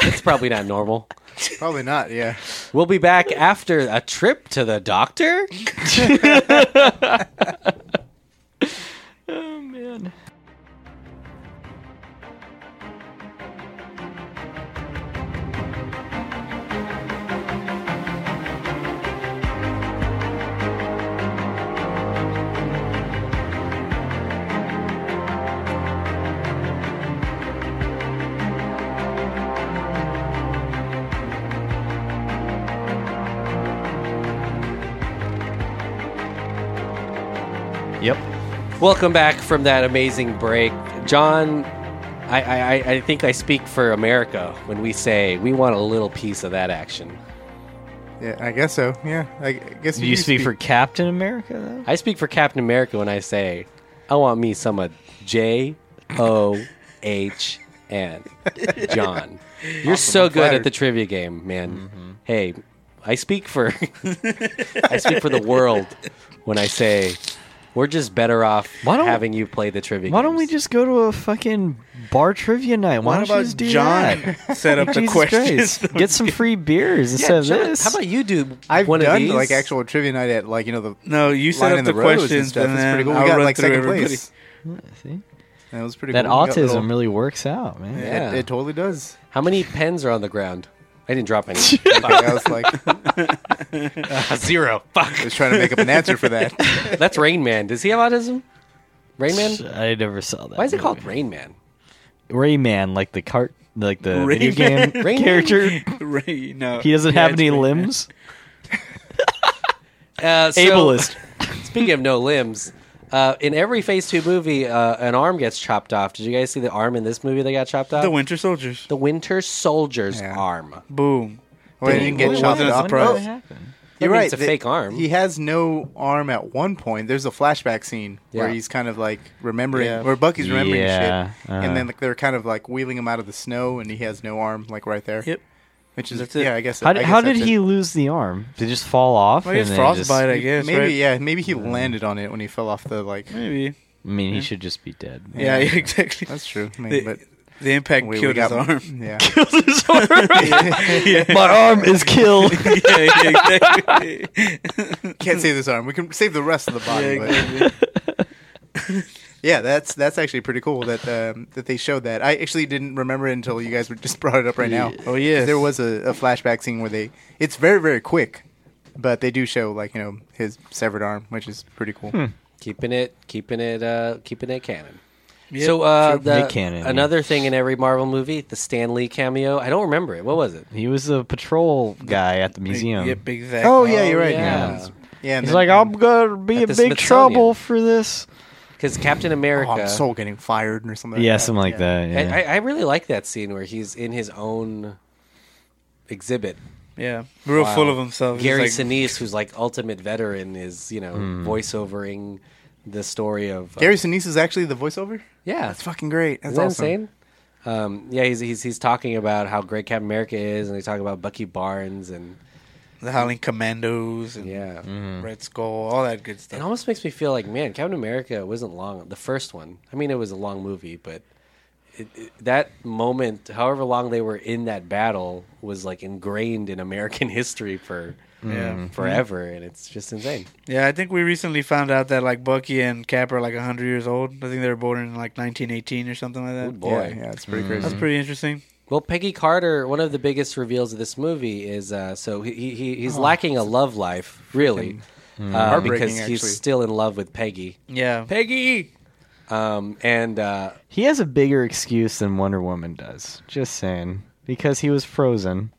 That's probably not normal.
Probably not. Yeah.
We'll be back after a trip to the doctor.
Oh man. Yep.
Welcome back from that amazing break, John. I, I, I- I think I speak for America when we say we want a little piece of that action.
Yeah, I guess so. Yeah, I g- guess
Do you speak for Captain America though?
I speak for Captain America when I say I want me some of J O H N. John, you're so good at
flattered.
the trivia game, man. Hey, I speak for I speak for the world when I say we're just better off
Why don't-
having you play the trivia.
Why don't we
games.
just go to a fucking bar trivia night? Why don't
What
you
about
just do
John?
that?
Set up the
Jesus
questions.
Christ. Get some free beers
Yeah,
instead of
John,
this.
How about you do
I've
one
done
of these?
like actual trivia night at like you know the
No, you set
line
up
in
the,
the, rows
questions
and stuff.
and
It's
then
pretty cool. We
I'll
got
run
like
through
second
everybody.
place.
See?
That was pretty.
That
cool. We got
autism
little-
really works out, man.
It-
Yeah.
It, totally does.
How many pens are on the ground? I didn't drop any.
Like, I was like, I
Zero. Fuck.
was trying to make up an answer for that.
That's Rain Man. Does he have autism? Rain Man.
I never saw that.
Why is it called
movie.
Rain Man?
Rayman? Like the cart, like the video
Rayman.
game
Rayman.
character.
Ray, no.
He doesn't
Yeah,
have
it's
any
Ray.
limbs.
Uh, so-
Ableist.
Speaking of no limbs, uh, in every Phase Two movie, uh, an arm gets chopped off. Did you guys see the arm in this movie that got chopped off?
The Winter Soldiers.
The Winter Soldier's
Yeah.
arm.
Boom.
Well, you didn't get
Ooh,
chopped
wasn't a
up.
surprise.
Oh, You're
mean
right.
it's a
They-
fake arm.
He has no arm at one point. There's a flashback scene where
Yeah.
he's kind of like remembering,
Yeah.
where Bucky's remembering
Yeah,
shit,
uh-huh.
and then like they're kind of like wheeling him out of the snow, and he has no arm, like right there.
Yep.
Which is
That's it.
yeah, I guess.
How,
I
did-
guess
how did
that's
he
it.
lose the arm? Did it just fall off?
Well, he has
and then just-
frostbite, I guess.
maybe
right? Uh.
yeah. Maybe he landed on it when he fell off the like.
Maybe.
I mean, he should just be dead.
Yeah, exactly.
That's true. I mean,
the,
but
the impact
we, we
killed his
got
arm.
Yeah.
My arm is killed.
yeah, yeah, exactly.
Can't save this arm. We can save the rest of the body.
Yeah,
but- Yeah, that's that's actually pretty cool that um, that they showed that. I actually didn't remember it until you guys were just brought it up right now.
Oh, yes.
there was a, a flashback scene where they. It's very very quick, but they do show like you know his severed arm, which is pretty cool.
Hmm.
keeping it, keeping it, uh, keeping it canon.
Yep,
so uh,
true.
the,
Make canon, yeah.
another thing in every Marvel movie, the Stan Lee cameo. I don't remember it. What was it?
he was a patrol guy at the museum.
Yep, exactly.
Oh yeah, you're right.
yeah.
Yeah, yeah and
He's
then-
like, I'm gonna be
At the
in big
Smithsonian.
trouble for this.
Because Captain
oh,
America.
I'm soul getting fired or something.
yeah,
like
something like that.
I,
Yeah.
I, I really like that scene where he's in his own exhibit.
Yeah, real full of himself.
Gary
He's like,
Sinise, who's like ultimate veteran, is you know voiceovering the story of uh,
Gary Sinise is actually the voiceover.
Yeah,
That's fucking great. That's
Isn't that
awesome.
insane? Um, yeah, he's, he's he's talking about how great Captain America is, and he's talking about Bucky Barnes, and
the Howling Commandos and
yeah,
Red Skull, all that good
it
stuff.
almost makes me feel like man, Captain America wasn't long. The first one, I mean, it was a long movie, but it, it- that moment, however long they were in that battle, was like ingrained in American history for
Yeah.
forever, and it's just insane.
Yeah, I think we recently found out that like Bucky and Cap are like hundred years old. I think they were born in like 1918 or something like that.
Good
Yeah,
boy. Mm.
yeah, it's pretty
That's
crazy.
pretty interesting.
Well, Peggy Carter, one of the biggest reveals of this movie is uh, so he, he he- he's lacking a love life, really, uh,
Heartbreaking,
because he's
actually.
still in love with Peggy.
Yeah,
Peggy. Um, and uh,
he has a bigger excuse than Wonder Woman does. Just saying, because he was frozen.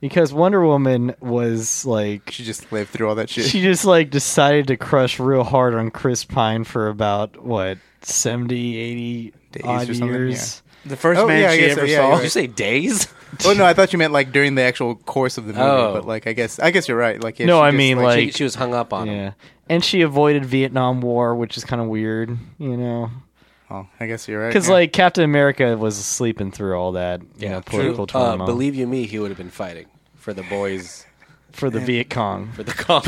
Because Wonder Woman was like
She just lived through all that shit.
she just like decided to crush real hard on Chris Pine for about what 70, 80
Days or
odd
something,
years.
the first
Oh,
man
yeah, I
she
guess so,
ever
yeah,
saw.
you're
did you say days?
oh no, I thought you meant like during the actual course of the movie.
Oh.
But like, I guess I guess you're right. Like, yeah,
No,
she
I
just,
mean,
she-
she,
Like-
she was hung up on him.
Yeah, and she avoided Vietnam War, which is kind of weird, you know,
oh, I guess you're right.
because
yeah.
like Captain America was sleeping through all that, you know, political
Uh,
trauma
believe you me, he would have been fighting for the boys
for the Viet Cong.
for the Kong.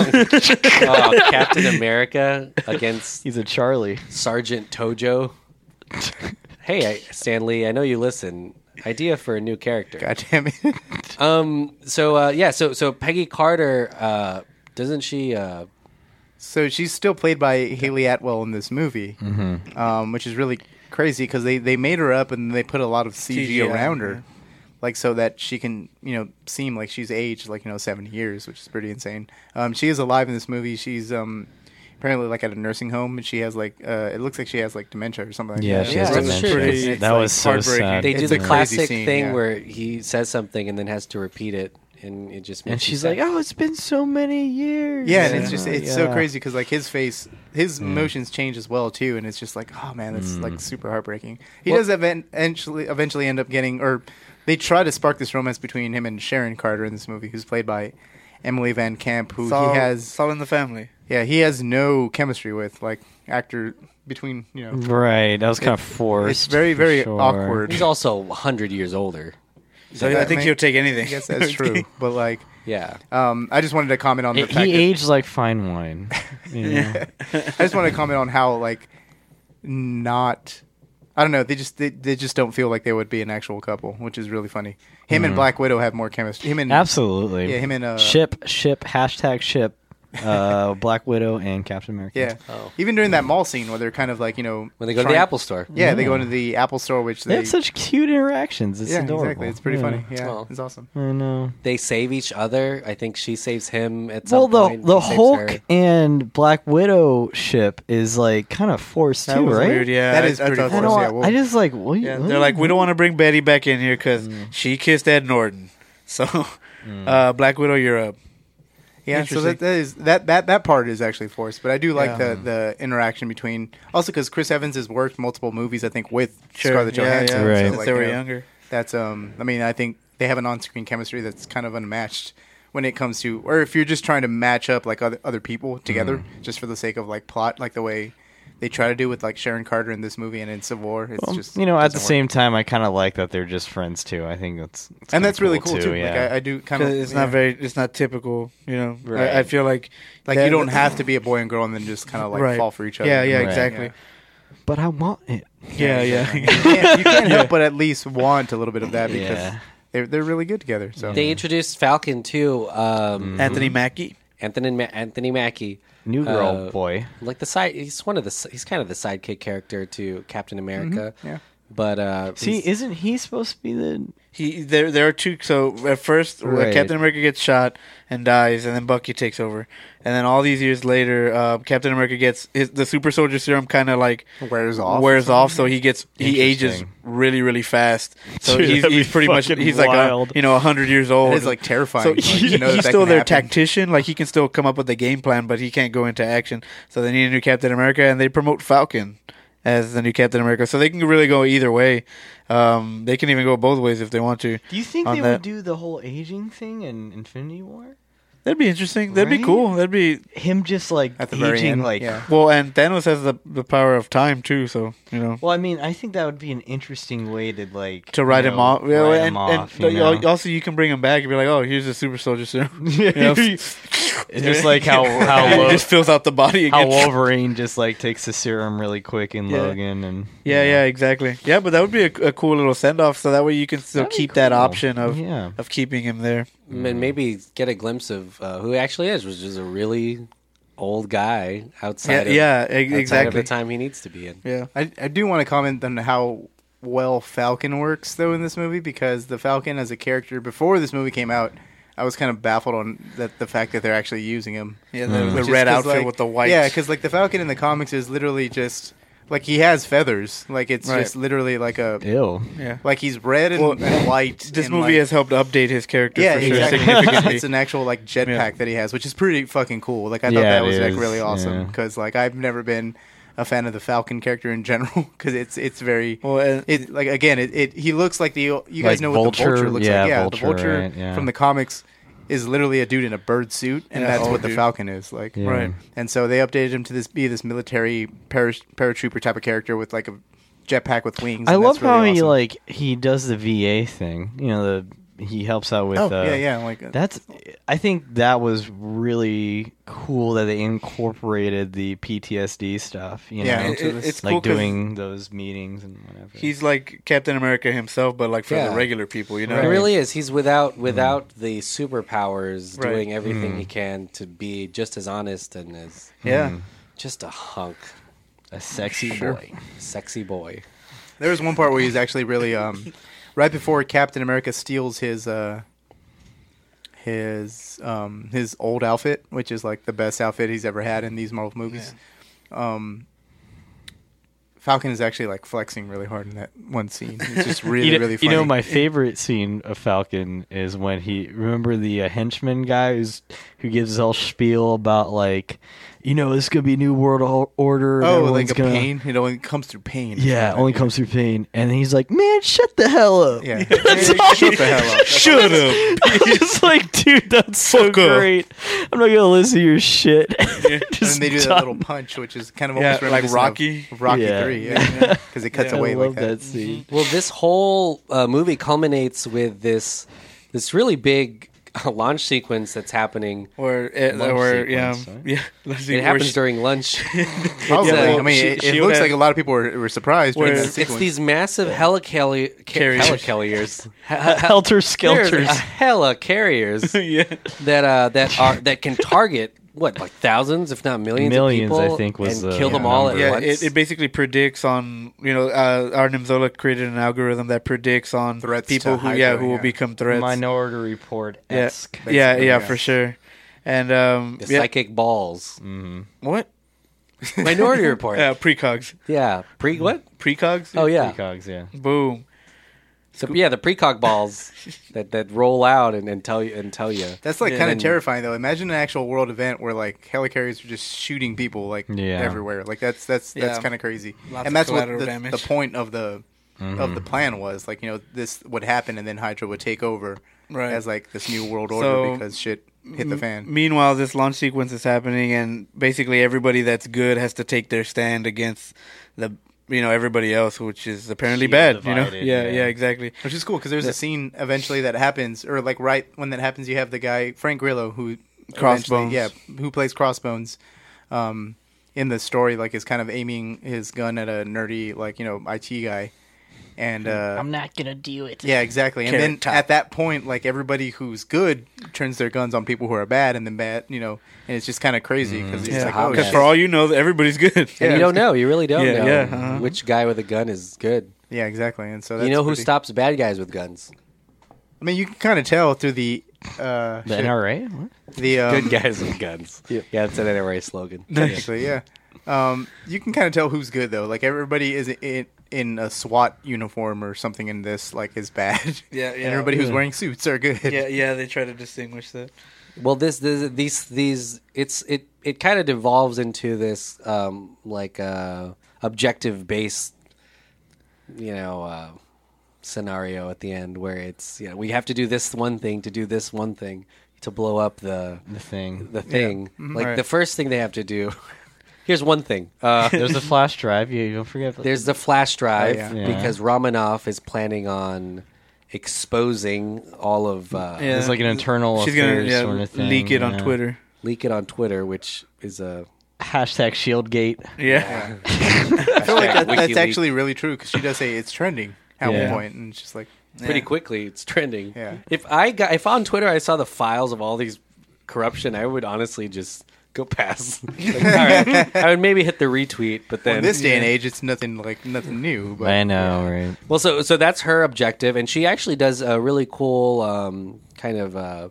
oh, Captain America against
He's a Charlie.
Sergeant Tojo. Hey, I, Stanley, I know you listen. Idea for a new character.
God damn it.
Um. So uh, yeah. So so Peggy Carter. Uh, doesn't she? Uh,
So she's still played by Haley Atwell in this movie,
Mm-hmm.
um, which is really crazy because they, they made her up and they put a lot of CG
CGI,
around her, like so that she can you know seem like she's aged like you know seventy years, which is pretty insane. Um, she is alive in this movie. She's um, apparently like at a nursing home and she has like uh, it looks like she has like dementia or something. Like
Yeah,
that.
she has
Yeah, that's
dementia.
pretty-
That
it's, like,
was so
heartbreaking.
sad.
they do
It's
the
a crazy
classic
scene,
thing
yeah.
where he says something and then has to repeat it, and it just makes
and
you
she's
sad.
like, "Oh, it's been so many years."
Yeah, and it's
you
just
know,
it's so
yeah. Mm.
crazy because like his face, his emotions change as well too, and it's just like oh man, that's like super heartbreaking. He does event- eventually eventually end up getting, or they try to spark this romance between him and Sharon Carter in this movie, who's played by Emily Van Camp, who
Saw,
he has,
Saw in the family.
yeah, he has no chemistry with like actor between you know.
Right, that was kind of
It's
forced.
very
for
very
sure.
awkward.
He's also 100 years older.
So I
that
think
make-
he'll take anything.
I guess that's true, but like.
Yeah.
Um, I just wanted to comment on the
He
fact that
aged like fine wine. you know?
I just want to comment on how like not. I don't know. They just they, they just don't feel like they would be an actual couple, which is really funny. Him and Black Widow have more chemistry. Him and
Absolutely.
Yeah, him and, uh,
ship, ship, hashtag ship, uh, Black Widow and Captain America.
yeah.
Oh.
Even during that mall scene where they're kind of like you know
When they go to the
trying-
Apple store.
Yeah, they go into the Apple store, which
they
they,
have such cute interactions. It's
yeah
adorable. hmm.
exactly. It's pretty
Yeah.
funny. Yeah,
Well.
it's awesome.
I know.
They save each other. I think she saves him at
Well,
some
the
point.
the
He saves
Hulk
her.
and Black Widow ship is like kind of forced
That
too,
was
right?
weird. Yeah,
That
I-
is
I
pretty
I,
thought-
cool.
don't,
Yeah, well-
I just like what
Yeah, they're like, we don't want to bring Betty back in here because
Mm.
she kissed Ed Norton. So, uh, Black Widow, you're up.
Yeah, so
Interesting.
that, that is that, that that part is actually forced, but I do like
Yeah.
the the interaction between also because Chris Evans has worked multiple movies, I think, with
Sure.
Scarlett
Yeah,
Johansson.
yeah.
Right.
So,
Since
like,
they
you
were
know,
younger.
That's um. I mean, I think they have an on-screen chemistry that's kind of unmatched when it comes to, or if you're just trying to match up like other other people together just for the sake of like plot, like the way they try to do with like Sharon Carter in this movie and in Civil War. It's
Well,
just
you know, at
doesn't
the
work.
same time, I kind of like that they're just friends too. I think that's, it's
and
kinda
that's really cool too.
yeah.
Like I, I do kind
'Cause
of.
It's
yeah.
not very. It's not typical. You know.
Right.
I, I feel like
like
that-
you don't have to be a boy and girl and then just kind of like
Right.
fall for each other.
Yeah, yeah,
Right.
exactly.
but I want it.
Yeah, yeah.
you can't, you can't help but at least want a little bit of that because
Yeah.
they're they're really good together. So
Mm.
They introduced Falcon too. Um,
Mm-hmm.
Anthony Mackie.
Anthony Ma- Anthony Mackie,
New girl,
uh,
boy.
like the side. He's one of the. s- He's kind of the sidekick character to Captain America.
yeah.
But uh,
Mm-hmm. See,
he's-
isn't he supposed to be the?
He there there are two. So at first, uh,
Right.
Captain America gets shot and dies, and then Bucky takes over. And then all these years later, uh, Captain America gets his, the super soldier serum. Kind of like
Wears off.
Wears off, so he gets he ages
Interesting.
really really fast. So
Dude,
he's,
that'd be
he's pretty much
fucking
he's like
wild.
a, you know hundred years old.
That is, like, terrifying,
So
like,
he-
you know that
he's
that
still
can
their
happen.
tactician. Like he can still come up with the game plan, but he can't go into action. So they need a new Captain America, and they promote Falcon as the new Captain America. So they can really go either way. Um, they can even go both ways if they want to.
Do you think
on
they
that.
would do the whole aging thing in Infinity War?
That'd be interesting. That'd be
Right?
cool. That'd be
Him just like
At the
aging,
very end,
like.
yeah.
well. And Thanos has the the power of time too. So you know.
Well, I mean, I think that would be an interesting way to like
to write
you
him
know,
off. Yeah,
write
and,
him off,
and
you know?
also you can bring him back and be like, "Oh, here's the super soldier serum." You know?
it's just like how how,
it
Lo-
just fills out the body
how
again.
Wolverine just like takes the serum really quick in Logan and
yeah, yeah, exactly. Yeah, but that would be a, a cool little send off. So that way you can still
That'd be
keep that
cool.
option of
Yeah.
of keeping him there.
Mm-hmm. and maybe get a glimpse of uh, who he actually is, which is a really old guy
Yeah,
outside. of,
yeah, e-
outside of
exactly.
the time he needs to be in.
Yeah,
I, I do want to comment on how well Falcon works though in this movie because the Falcon as a character before this movie came out, I was kind of baffled on that the fact that they're actually using him.
yeah. The, the
Mm. Which is
red
'cause,
outfit
like-
with the white.
Yeah, because like the Falcon in the comics is literally just like he has feathers. Like it's
Right.
just literally like a
ill.
yeah.
like he's red and,
Well,
and white.
This
and,
movie
like-
has helped update his character
yeah,
for sure
exactly.
significantly.
it's an actual like jetpack
Yeah.
that he has, which is pretty fucking cool. Like I
Yeah,
thought that
it
was like
is.
really awesome
Yeah.
because like I've never been a fan of the Falcon character in general because it's it's very
well, uh, and,
it like again it, it he looks like the you guys
Like
know
Vulture?
what the vulture looks
Yeah,
like yeah
Vulture,
the vulture
right, yeah.
from the comics is literally a dude in a bird suit and
Yeah,
that's
oh,
what the
dude.
Falcon is like
Yeah.
right.
and so they updated him to this be this military parash- paratrooper type of character with like a jetpack with wings.
I
and
love
that's really
how he
awesome.
like he does the VA thing. You know, the he helps out with.
Oh
uh,
yeah, yeah. Like uh,
That's. I think that was really cool that they incorporated the PTSD stuff. You
Yeah,
know,
it-
it- it's
like
cool 'cause-
doing those meetings and whatever.
He's like Captain America himself, but like for
Yeah.
the regular people, you know.
It really is. He's without without the superpowers,
Mm-hmm. Right. Mm-hmm.
doing everything he can to be just as honest and as
Yeah.
just a hunk,
a sexy boy.
sexy boy.
there was one part where he's actually really um, right before Captain America steals his uh, his um, his old outfit, which is like the best outfit he's ever had in these Marvel movies. Um, Falcon is actually like flexing really hard in that one scene. It's just really
you know,
really funny.
you know, my favorite scene of Falcon is when he remember the uh, henchman guy who's who gives his whole spiel about like, you know, this could be a new world o- order. and
oh
everyone's
like a
gonna-
pain. It only comes through pain.
Yeah, only comes through pain. And he's like, man, shut the hell up.
Yeah. Shut the hell up.
Shut up.
I'm just like, dude, that's so
Fuck off.
great. I'm not gonna listen to your shit.
And
Just
then they do that
done.
little punch, which is kind of
Yeah,
almost
like
reminiscent
Rocky.
of Rocky
Yeah.
Three, yeah, because it cuts
Yeah.
away
I
like
love
that.
that Mhm. scene.
Well, this whole uh, movie culminates with this this really big uh, launch sequence that's happening.
Or, uh,
Love
or yeah,
sequence, right?
yeah. Let's see,
It
where
happens
she-
during lunch.
Probably.
Yeah, well,
I mean,
she-
it,
she
it
would
looks
have-
like a lot of people were, were surprised during
Where-
that
it's, it's
sequence.
these massive helicali-
Carriers.
helicarriers.
Helter
There's
Skelters.
a hella carriers
yeah.
that uh, that are that can target what like thousands, if not millions,
Millions,
of
I
people,
think, was
and
the
kill them all at
number.
Yeah,
once.
it, it basically predicts on you know uh, Arnim Zola created an algorithm that predicts on
Threats
people
to
who yeah
Hydra,
who will
yeah.
become threats.
Minority Report
yeah.
esque.
yeah, yeah,
basically, yeah.
for sure. And um,
the
yeah,
psychic balls.
Mm.
what?
Minority Report.
Yeah,
yeah.
precogs,
Pre what?
precogs.
Oh yeah.
Precogs, yeah.
boom.
So yeah, the precog balls that, that roll out and, and tell you and tell you.
That's like
Yeah.
kind of
And-
terrifying, though. Imagine an actual world event where like helicarriers are just shooting people like
Yeah.
everywhere. Like that's that's that's
Yeah.
kind of crazy,
Lots
and
of
that's what
collateral
the,
damage.
the point of the of
Mm-hmm.
the plan was. Like you know, this would happen, and then Hydra would take over
Right.
as like this new world order
So-
because shit hit the fan.
Meanwhile, this launch sequence is happening, and basically everybody that's good has to take their stand against the you know everybody else, which is apparently
Shield
bad. you know,
divided,
yeah,
yeah.
yeah, exactly.
Which is cool because there's a scene eventually that happens, or like right when that happens, you have the guy Frank Grillo who
Crossbones.
eventually- yeah, who plays Crossbones. Um, in the story, like is kind of aiming his gun at a nerdy, like you know, IT guy, and uh,
I'm not gonna do it.
yeah, exactly. And
Carrot
then
top.
at that point, like everybody who's good turns their guns on people who are bad, and then bad, you know, and it's just kind of crazy
Mm-hmm.
because it's like, oh,
because
shit.
for all you know, everybody's good.
And you don't know. You really don't
Yeah,
know
yeah, uh-huh.
which guy with a gun is good.
yeah, exactly. And so that's
you know who
pretty-
stops bad guys with guns?
I mean, you can kind of tell through the uh,
The
shit,
NRA? What?
the um,
Good guys with guns. Yeah, that's an NRA slogan.
Technically, yeah. Um, you can kind of tell who's good though. Like everybody is in in a SWAT uniform or something in this like is bad.
Yeah,
And
yeah.
everybody who's wearing suits are good.
Yeah, yeah, they try to distinguish that.
Well, this, this these these it's it it kind of devolves into this um like uh objective based you know uh scenario at the end where it's you know we have to do this one thing to do this one thing to blow up the
The thing.
the thing like
Mm-hmm. Right.
the first thing they have to do here's one thing uh
There's a flash drive. You you don't forget. That.
there's the flash drive
Oh, yeah.
Yeah.
because Romanoff is planning on exposing all of uh
Yeah.
It's like an internal
She's gonna
affairs
yeah,
sort of thing,
leak it on
yeah.
Twitter.
leak it on Twitter which is a
Hashtag Shieldgate.
Yeah,
I feel like that, that's
WikiLeaks.
actually really true because she does say it's trending at
Yeah.
one point, and she's like,
pretty quickly. It's trending.
Yeah.
If I got if on Twitter I saw the files of all these corruption, I would honestly just go pass. Like, all right. I would maybe hit the retweet, but then
in this day and age, it's nothing like nothing new. But
I know, right?
well, so so that's her objective, and she actually does a really cool um, kind of uh,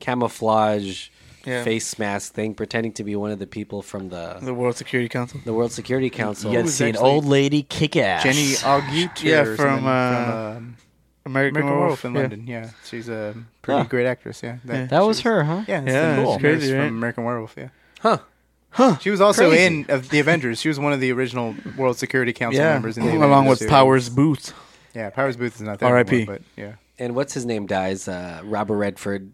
camouflage
Yeah.
face mask thing, pretending to be one of the people from the
the World Security Council.
the World Security Council.
You got to
was
see an
actually-
old lady kick ass.
Jenny Agutter,
uh, Yeah,
or
from,
something,
uh,
um,
American,
American Werewolf
Werewolf,
in
yeah.
London. Yeah, she's a pretty
Huh.
great actress. Yeah, that,
That
she
was her, huh?
Yeah,
Yeah,
the
it's
cool.
crazy,
nurse
right?
from American Werewolf. Yeah.
Huh.
She was also
Crazy.
in of the Avengers. She was one of the original World Security Council
Yeah,
members in the
along
Avengers
with
too.
Powers Booth.
Yeah, Powers Booth is not there.
R.I.P..
anymore, But yeah,
And what's his name dies? Uh, Robert Redford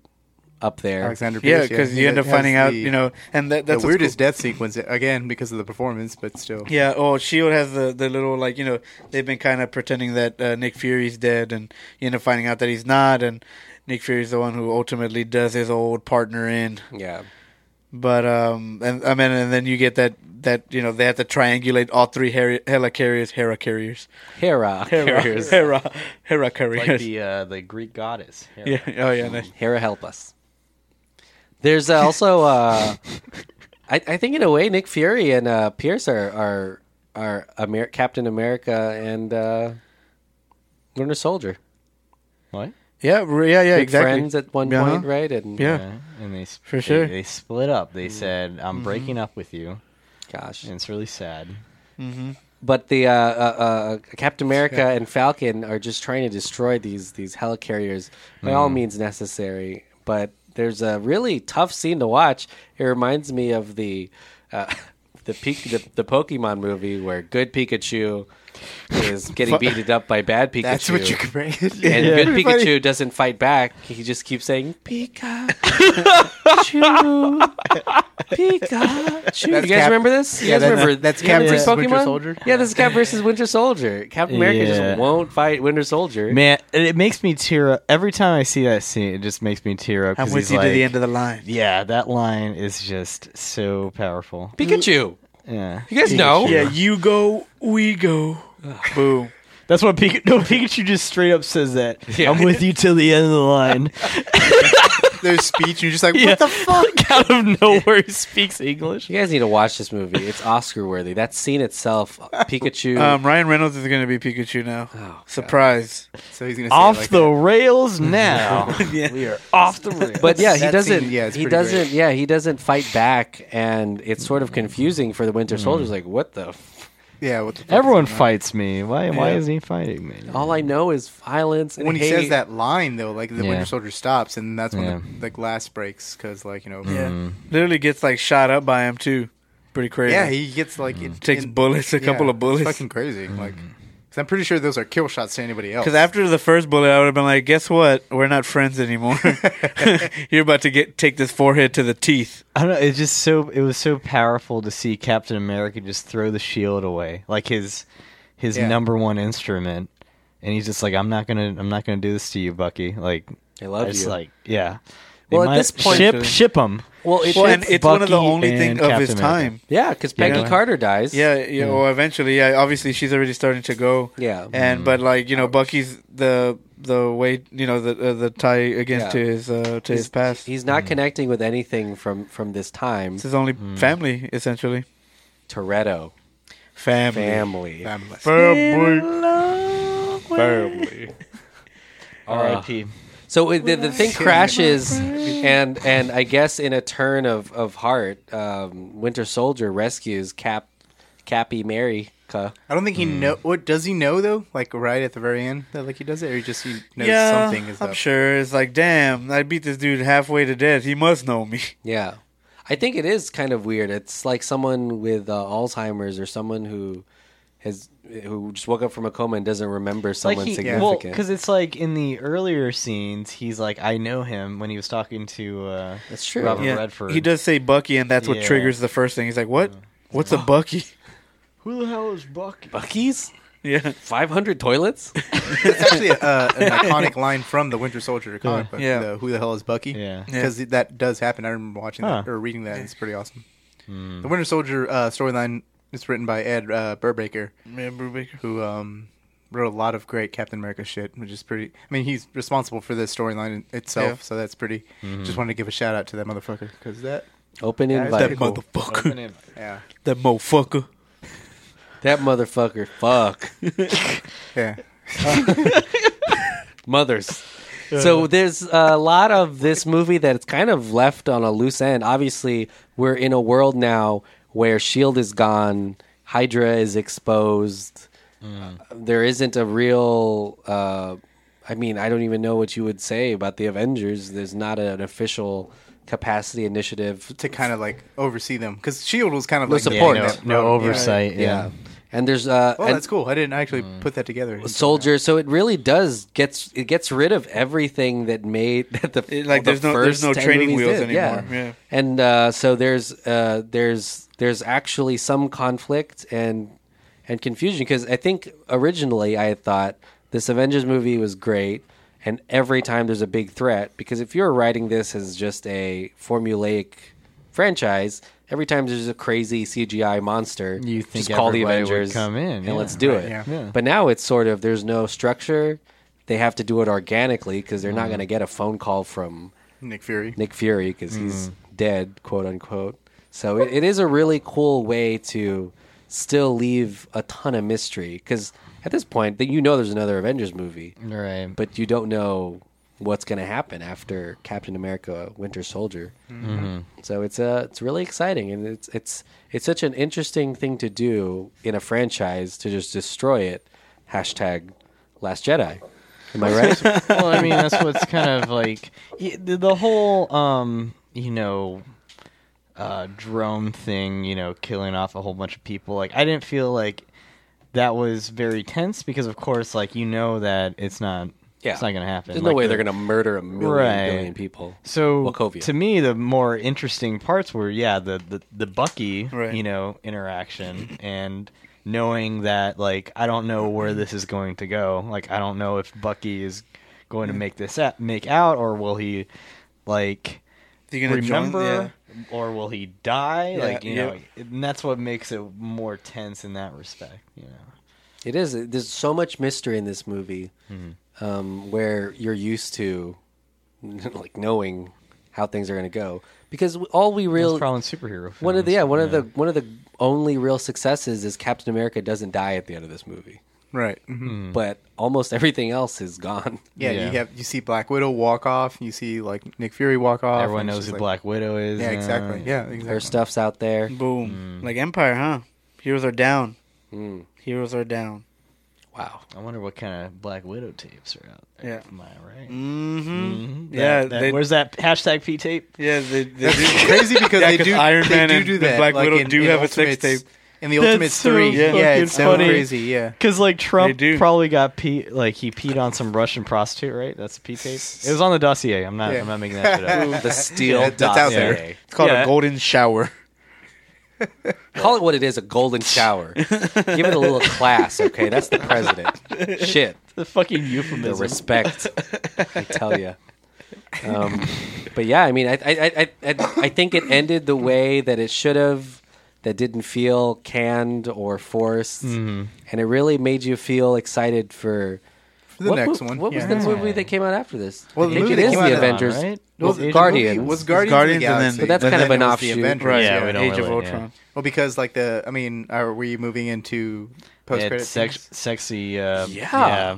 up there.
Alexander.
Yeah,
Pierce,
because you
He
end up
has
finding out,
the-
you know, and that,
the
that's what's cool.
weirdest death sequence again because of the performance, but still.
Yeah. Oh, Shield has the the little like you know they've been kind of pretending that uh, Nick Fury's dead, and you end up finding out that he's not, and Nick Fury's the one who ultimately does his old partner in.
Yeah.
But um, and I mean, and then you get that that you know they have to triangulate all three heri- helicarriers, hera carriers,
Hera.
hera
Hera's-
hera hera carriers.
Like the uh, the Greek goddess.
yeah. Oh yeah. Nice.
Hera, help us. There's uh, also, uh, I, I think in a way, Nick Fury and uh, Pierce are are, are Amer- Captain America and uh, Winter Soldier.
What?
Yeah. re- Yeah. Yeah.
Big
Exactly.
Friends at one
Uh-huh.
point, right? And
Yeah.
And they s-
For
they-
sure. Mm-hmm.
They, split up. They said, "I'm breaking up with you,"
gosh,
and it's really sad.
but the uh, uh, uh, Captain America and Falcon are just trying to destroy these these helicarriers by
Mm.
all means necessary. But there's a really tough scene to watch. It reminds me of the uh, the, peak, the the Pokemon movie where good Pikachu is getting beaten up by bad Pikachu.
That's what you compare it.
and
Yeah.
good Pikachu doesn't fight back. He just keeps saying Pikachu, Pikachu. you guys
Cap-
remember this? You
Yeah,
guys
that's-
remember
that's
you remember
Cap versus
Pokemon?
Winter Soldier?
Yeah, this is Cap versus Winter Soldier. Captain America
Yeah.
just won't fight Winter Soldier.
Man, it, it makes me tear up every time I see that scene. It just makes me tear up.
I'm
'cause
with
he's
you to the
like-
end of the line.
Yeah, that line is just so powerful.
Pikachu.
Yeah,
You guys know?
Yeah. You go. We go. Boom.
that's what Pikachu. No, Pikachu just straight up says that. I'm with you till the end of the line.
There's speech, and you're just like, what the fuck?
Out of nowhere, he speaks English.
You guys need to watch this movie. It's Oscar worthy. That scene itself, Pikachu.
Um, Ryan Reynolds is going to be Pikachu now.
Oh,
God.
Surprise.
So he's gonna say it
Off
like
the
that.
rails now. We are off the rails.
but yeah, he
that
doesn't.
scene, yeah, it's
he
pretty
doesn't. Yeah, he doesn't fight back, and it's sort of confusing for the
Hmm.
Winter Soldier. It's Like, what the? F-
yeah. What the fuck is
Everyone
going on?
fights me. Why? Why
Yeah.
is he fighting me?
all I know is violence. And
When he
hate.
says that line though, like the
Yeah.
Winter Soldier stops, and that's when
Yeah.
the like last breaks because like you know,
Yeah. Literally gets like shot up by him too. Pretty crazy.
Mm.
yeah, he gets like it
takes bullets, a couple of bullets.
It's fucking crazy. Like Because I'm pretty sure those are kill shots to anybody else.
Because after the first bullet, I would have been like, "Guess what? We're not friends anymore. You're about to get take this forehead to the teeth."
I don't know. It's just so it was so powerful to see Captain America just throw the shield away, like his his
Yeah.
number one instrument, and he's just like, "I'm not gonna, I'm not gonna do this to you, Bucky." Like,
I love
just
you.
Like, yeah.
Well,
They
at
might-
this point-
ship ship him.
Well, it,
Well, and it's one of the
Bucky
only thing
and
of
Captain
his
America.
time.
yeah, because Peggy
Yeah.
Carter dies.
Yeah, yeah. Well, eventually, yeah. Obviously, she's already starting to go.
Yeah.
And
Mm.
but like you know, Bucky's the the way you know the uh, the tie against
Yeah.
to his uh, to his
he's,
past.
he's not connecting with anything from from this time.
it's his only family, essentially.
Toretto
Family.
family.
Fabulous.
R.I.P.
So it, the, the thing crashes, and and I guess in a turn of of heart, um, Winter Soldier rescues Cap, Cappy Mary.
I don't think he
Hmm.
know. What does he know though? Like right at the very end, that like he does it, or he just he knows
yeah,
something is
I'm
up.
sure. It's like, damn, I beat this dude halfway to death. He must know me.
Yeah, I think it is kind of weird. It's like someone with uh, Alzheimer's or someone who has who just woke up from a coma and doesn't remember someone
like he, Well,
significant.
because it's like in the earlier scenes, he's like, "I know him" when he was talking to. Uh,
That's true.
Robert
Yeah.
Redford.
He does say Bucky, and that's what
Yeah.
triggers the first thing. He's like, what? What's a Bucky?
Who the hell is Bucky?
Bucky's
yeah.
five hundred toilets.
It's actually uh, an iconic line from the Winter Soldier comic book.
Yeah.
The, Who the hell is Bucky?
Yeah. Yeah.
because that does happen. I remember watching that
Huh. Hmm.
or reading that. It's pretty awesome. The Winter Soldier uh, storyline is written by Ed uh, Burbaker,
Remember Baker?
who um, wrote a lot of great Captain America shit, which is pretty. I mean, he's responsible for the storyline in- itself,
Yeah.
so that's pretty.
Mm-hmm.
Just wanted to give a shout out to that motherfucker because that.
Open
That's
invite.
that
That,
motherfucker.
Yeah,
That motherfucker.
motherfucker. Fuck
yeah.
mothers. So there's a lot of this movie that it's kind of left on a loose end. Obviously, we're in a world now where Shield E is gone, Hydra is exposed. There isn't a real. Uh, I mean, I don't even know what you would say about the Avengers. There's not an official capacity initiative
To kind of like oversee them because Shield E was kind of
No
like
support.
doing
No-
that
No
from- yeah.
oversight. Yeah.
Yeah. And there's uh
Oh,
and
that's cool. I didn't actually put that together.
soldier, so it really does gets it gets rid of everything that made that the
It- like,
the
there's no- there's
first
no
10
training
movies
wheels
did,
anymore. Yeah.
And uh, so there's uh there's there's actually some conflict and and confusion because I think originally I had thought this Avengers movie was great and every time there's a big threat because if you're writing this as just a formulaic franchise every time there's a crazy CGI monster
You think
just call the
everybody would
Avengers
come in,
and
yeah.
let's do
Right,
it
yeah.
Yeah.
but now it's sort of there's no structure. They have to do it organically because they're
Mm-hmm.
not going to get a phone call from
Nick Fury.
Nick Fury because he's
Mm-hmm.
dead, quote unquote. So it, it is a really cool way to still leave a ton of mystery because at this point, th- you know there's another Avengers movie,
Right.
but you don't know what's going to happen after Captain America: Winter Soldier.
Mm-hmm.
So it's uh, it's really exciting, and it's it's it's such an interesting thing to do in a franchise to just destroy it. Hashtag Last Jedi. Am I right?
well, I mean, that's what's kind of like y- the the whole, um, you know, uh, drone thing. You know, killing off a whole bunch of people. Like, I didn't feel like that was very tense because, of course, like you know that it's not. it's not gonna happen.
There's no
Like,
way
the-
they're gonna murder a million
Right.
billion people.
So
Wachovia.
to me, the more interesting parts were yeah the the, the Bucky
Right.
you know interaction and knowing that like I don't know where this is going to go. Like I don't know if Bucky is going to make this out, make out or will he like
You gonna join-
remember or will he die?
Yeah,
like you
yeah.
know, and that's what makes it more tense in that respect. You know.
It is. There's so much mystery in this movie, um, where you're used to like knowing how things are going to go because all we
Real
really
problem superhero. Films.
one of the yeah one of the one of the only real successes is Captain America doesn't die at the end of this movie,
Right. hmm
but almost everything else is gone.
Yeah,
Yeah.
you have you see Black Widow walk off. You see like Nick Fury walk off.
everyone
and it's
knows who
just like-
Black Widow is.
Yeah,
now.
exactly. Yeah, exactly.
Her stuff's out there.
Yeah. Boom. Like Empire, huh? Heroes are down. Heroes are down.
Wow.
I wonder what kind of Black Widow tapes are out there.
Yeah.
Am I right?
Mm-hmm.
Mhm.
Yeah,
That- that-
they-
where's that hashtag P tape?
Yeah, they, they
That's
do.
crazy because
Yeah,
they
'cause
do.
Iron
they
Man
do
and-
do
and
that.
Black
like
Widow
in-
do
in
have a sex
Ultimates-
tape.
In in the Ultimate
so
Three. Yeah,
fucking
it's so
funny.
crazy. Yeah,
Because like Trump
do.
probably got pee like he peed on some Russian prostitute, right? That's a pee tape. It was on the dossier. I'm not.
Yeah.
I'm not making that shit up.
the steel
Yeah, that's out there.
dossier.
It's called
Yeah.
a golden shower.
Call it what it is, a golden shower. Give it a little class, okay? That's the president. Shit.
the fucking
The
euphemism.
respect. I tell you. Um, but yeah, I mean, I, I, I, I, I think it ended the way that it should have, that didn't feel canned or forced.
Mm. Mm-hmm.
And it really made you feel excited for.
the
what
next
mo-
one.
What was
Yeah.
the movie that came out after this?
Well,
I
the
think
movie
it
that
is
came
the
out after-
Avengers.
right?
Well,
Well,
Guardians.
Was Guardians,
Guardians
of the
and
Galaxy.
then- But
that's
and
kind of an
then it was the
offshoot.
Avengers,
Right, yeah, we don't
Age of
really-
Ultron.
Well, because like the, I mean, are we moving into post
It's
credit?
sex, sexy. Uh,
Yeah.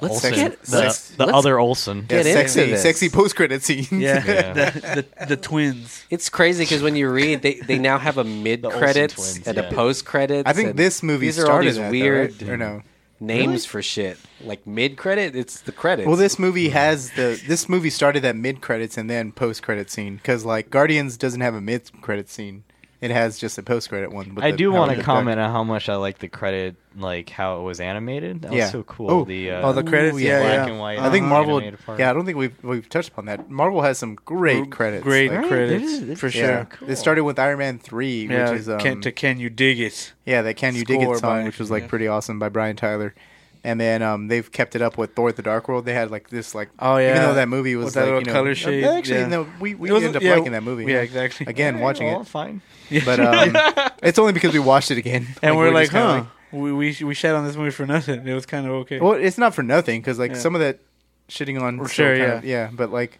Let's
Let's
Olsen.
get-
the,
let's-
the
let's-
other Olsen.
Get into
sexy,
this.
sexy post credit scenes.
Yeah.
the, the, the twins.
It's crazy because when you read, they, they now have a mid credits
twins,
and
yeah.
a post credits.
I think this movie
these
started
are all these
that, though,
weird
right? or no.
names for shit. Like mid credit, it's the credits.
Well, this movie has the this movie started at mid credits and then post credit scene because like Guardians doesn't have a mid credit scene. It has just a post credit one. with
I
the
do want
Howard
to
the
comment on how much I like the credit, like how it was animated. That
Duck. Yeah.
was so cool.
Oh,
the uh,
oh, the credits.
Ooh,
yeah,
black
yeah.
and white.
I think
uh,
Marvel.
animated part.
Yeah, I don't think we've we've touched upon that. Marvel has some great credits.
Great
like-
credits
it is.
for
Yeah,
sure.
it started with Iron Man three,
Yeah,
which is um,
can, to can you dig it?
yeah that "Can You Dig It"
score
song,
by-
which was like
yeah.
pretty awesome by Brian Tyler, and then um, they've kept it up with Thor: The Dark World. They had like this like
Oh,
even
yeah.
though that movie was
With that
like
little
you know, uh,
color shade,
Actually,
yeah.
no, we we
It
ended
wasn't-
up
yeah,
liking that movie.
yeah, exactly.
Again,
Hey,
watching
well,
it,
fine.
but um, it's only because we watched it again,
And we're, like,
just kinda Oh,
huh? we, we we shat on this movie for nothing. It was kind of okay.
Well, it's not for nothing because like
Yeah.
some of that shitting on
Well,
still
sure,
kind
yeah.
of- yeah, but like,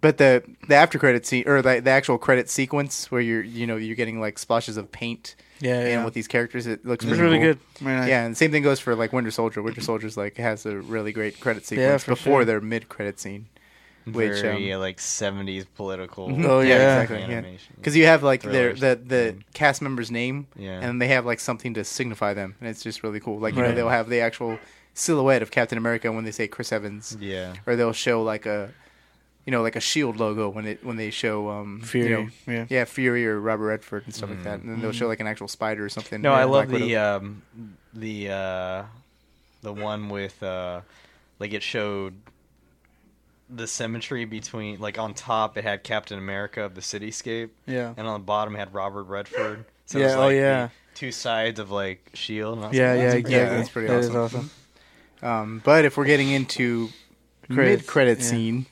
but the the after credit scene or the, the actual credit sequence where you're you know you're getting like splashes of paint
yeah,
and
yeah.
with these characters, it looks
it's
pretty
really
cool.
good. Very nice.
Yeah, and same thing goes for like Winter Soldier. Winter Soldier's like has a really great credit
Yeah,
sequence
for
before
sure.
their mid credit scene, which
Which Very,
um,
uh, like seventies political.
Oh, yeah.
exactly,
Animation.
Because you have like their
Thrillers.
the the
Mm-hmm.
cast member's name,
Yeah.
and they have like something to signify them, and it's just really cool. Like you know
Right.
they'll have the actual silhouette of Captain America when they say Chris Evans,
Yeah.
or they'll show like a you know like a shield E logo when it when they show um
Fury, Mm.
you know,
yeah.
Fury or Robert Redford and stuff like that, and then they'll show
Mm-hmm.
like an actual spider or something.
No,
Yeah,
I love
Black
the
uh,
Widow.
um, the uh, the one with uh, like it showed the symmetry between like on top it had Captain America of the cityscape,
Yeah.
and on the bottom it had Robert Redford. So it
Yeah,
was,
oh,
like, the
yeah.
two sides of like Shield. And I was
yeah,
like,
yeah,
"That's
exactly.
Yeah, that's pretty
That is
awesome. um, but if we're getting into
Credits,
mid credit
yeah.
scene,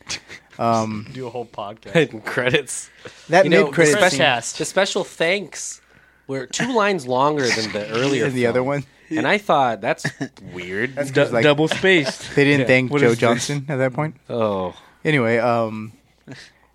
um,
cool. do a whole podcast.
and credits.
that
You know,
mid credit
especially-
scene
The special thanks were two lines longer than the earlier
in the other
film.
one.
and I thought that's weird.
Du-
It's like-
double spaced.
They didn't
Yeah.
thank
What
Joe
is this?
Johnston at that point.
oh,
Anyway, um,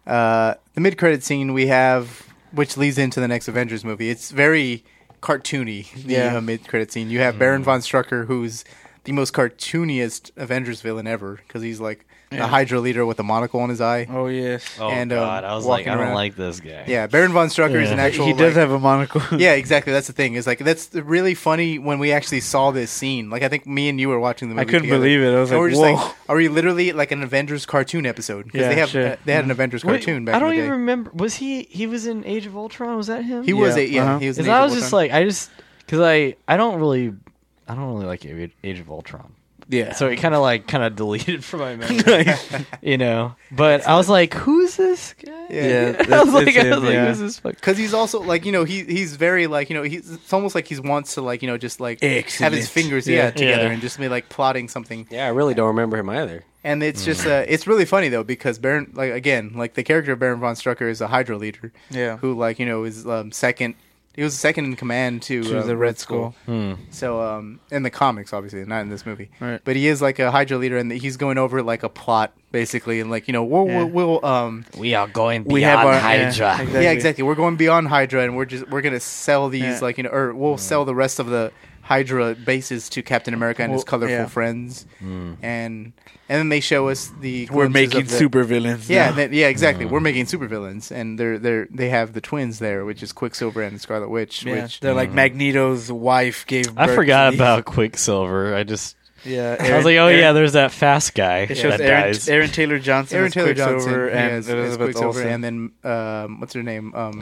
uh, the mid-credit scene we have, which leads into the next Avengers movie. It's very cartoony. The
Yeah. Mm.
uh, mid-credit scene. You have Baron von Strucker, who's the most cartooniest Avengers villain ever, because he's like the Hydra leader with a monocle on his eye.
Oh yes.
Oh
And, um,
God, I was like,
walking
I don't
around.
like this guy.
Yeah, Baron von Strucker is an
Yeah.
actual.
he does
like-
have a monocle.
yeah, exactly. That's the thing. Is like that's the really funny when we actually saw this scene. Like I think me and you were watching the movie.
couldn't
together,
believe it. I was
and
like,
we're just
"Whoa."
like, are we literally like an Avengers cartoon episode? Because
Yeah,
they have
sure. Mm-hmm.
uh, they had an Avengers
Wait,
cartoon back
I don't
in the day.
even remember. Was he? He was in Age of Ultron. Was that him?
He was
Yeah,
a yeah.
uh-huh.
He was. an
Because I
Age
was
of
just
Ultron.
like, I just because I I don't really I don't really like Age Age of Ultron,
yeah.
so it kind of like kind of deleted from my memory, you know. But I was like, who's this guy?
Yeah,
I
that's-
was like,
it's
I was
him,
like,
yeah.
who's this fuck?
Because he's also like you know he he's very like you know he's it's almost like he wants to like you know just like have
Excellent.
his fingers yeah,
Yeah.
together
Yeah.
and just be like plotting something
yeah, I really don't remember him either.
and it's just
Mm.
uh it's really funny though because Baron like again like the character of Baron von Strucker is a Hydra leader
Yeah.
who like you know is um, second he was second in command to,
To
uh,
the Red Skull. Hmm.
so um in the comics obviously not in this movie
Right.
but he is like a Hydra leader and he's going over like a plot basically and like you know we'll
Yeah.
we'll, we'll um
We are going
We have our
Hydra.
Yeah, exactly.
Yeah, exactly. We're going beyond Hydra, and we're just we're gonna sell these
Yeah. Hmm.
like you know, or we'll sell the rest of the Hydra bases to Captain America and his
Well,
colorful
yeah. Hmm.
friends, and and then they show us the
We're
glimpses
making
of the-
super villains.
Yeah,
now.
that- yeah, exactly. We're making supervillains, and they're they're they have the twins there, which is Quicksilver and Scarlet Witch.
Yeah,
Which mm-hmm.
they're like Magneto's wife gave. Birth
I forgot
to these-
about Quicksilver. I just
Yeah,
I was like, oh
Aaron-
yeah, there's that fast guy
It shows
that
Aaron,
dies.
Aaron Taylor Johnson,
Aaron
as
Taylor
Quicksilver
Johnson
and
as, as
Elizabeth
Quicksilver,
Olsen.
and then um, what's her name? Um, Elizabeth,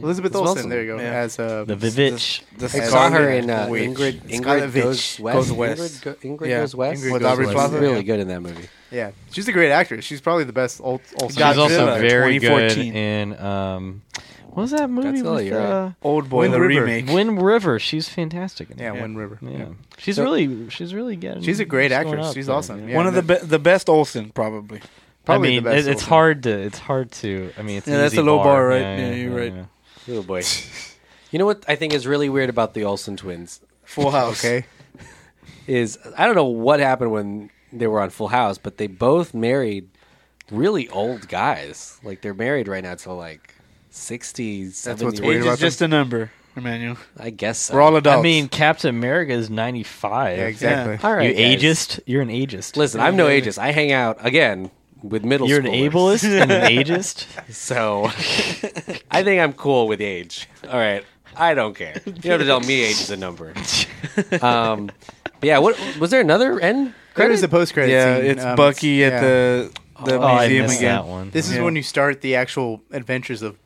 Elizabeth Olsen.
Olsen,
Olsen.
There you go.
Yeah.
As uh,
The Vivitch.
the
I
Scarlet
saw her in uh,
Witch.
Ingrid.
Scarlet
Ingrid
Witch.
goes west.
Goes west.
Ingrid, go, Ingrid
Yeah.
goes west.
Ingrid
With
goes
Aubrey
west.
She's
Plaza?
really
Yeah.
good in that movie.
Yeah, she's a great actress. She's probably the best. Old, old
She's also
Godzilla,
very good
2014.
in um, what was that movie
Godzilla,
with
you're right.
uh,
Old Boy,
Wind
the
River.
remake.
Wind River? She's fantastic. In
yeah,
it.
Wind River.
yeah.
Yeah.
She's
So-
really, she's really good.
She's a great
going
actress.
up
She's
there,
awesome.
yeah.
Yeah,
One of the
and
be- the best Olsen, probably.
probably
I mean,
the best.
it, it's
Olsen.
hard to, it's hard to. I mean, it's
Yeah,
an
that's
easy
a low bar, right?
Yeah,
Yeah, you're right.
Oh boy. you know what I think is really weird about the Olsen twins
Full House.
Okay.
is I don't know what happened when they were on Full House, but they both married really old guys. Like they're married right now to like 60, 70
what's
years.
weird
Age
about
is just a number, Emmanuel.
I guess so.
We're all adults.
I mean, Captain America is 95.
Yeah, exactly.
all right.
you
guys.
ageist. You're an ageist.
Listen, I'm no ageist. I hang out again with middle
You're an
schoolers.
ableist and an ageist.
So I think I'm cool with age. All right. I don't care. You don't have to tell me age is a number. Um, but yeah, what was there another end
Credit
credit?
is the um, post credit.
yeah, it's Bucky at the the
Oh, I
museum
missed
again.
that one.
This is
Yeah.
when you start the actual adventures of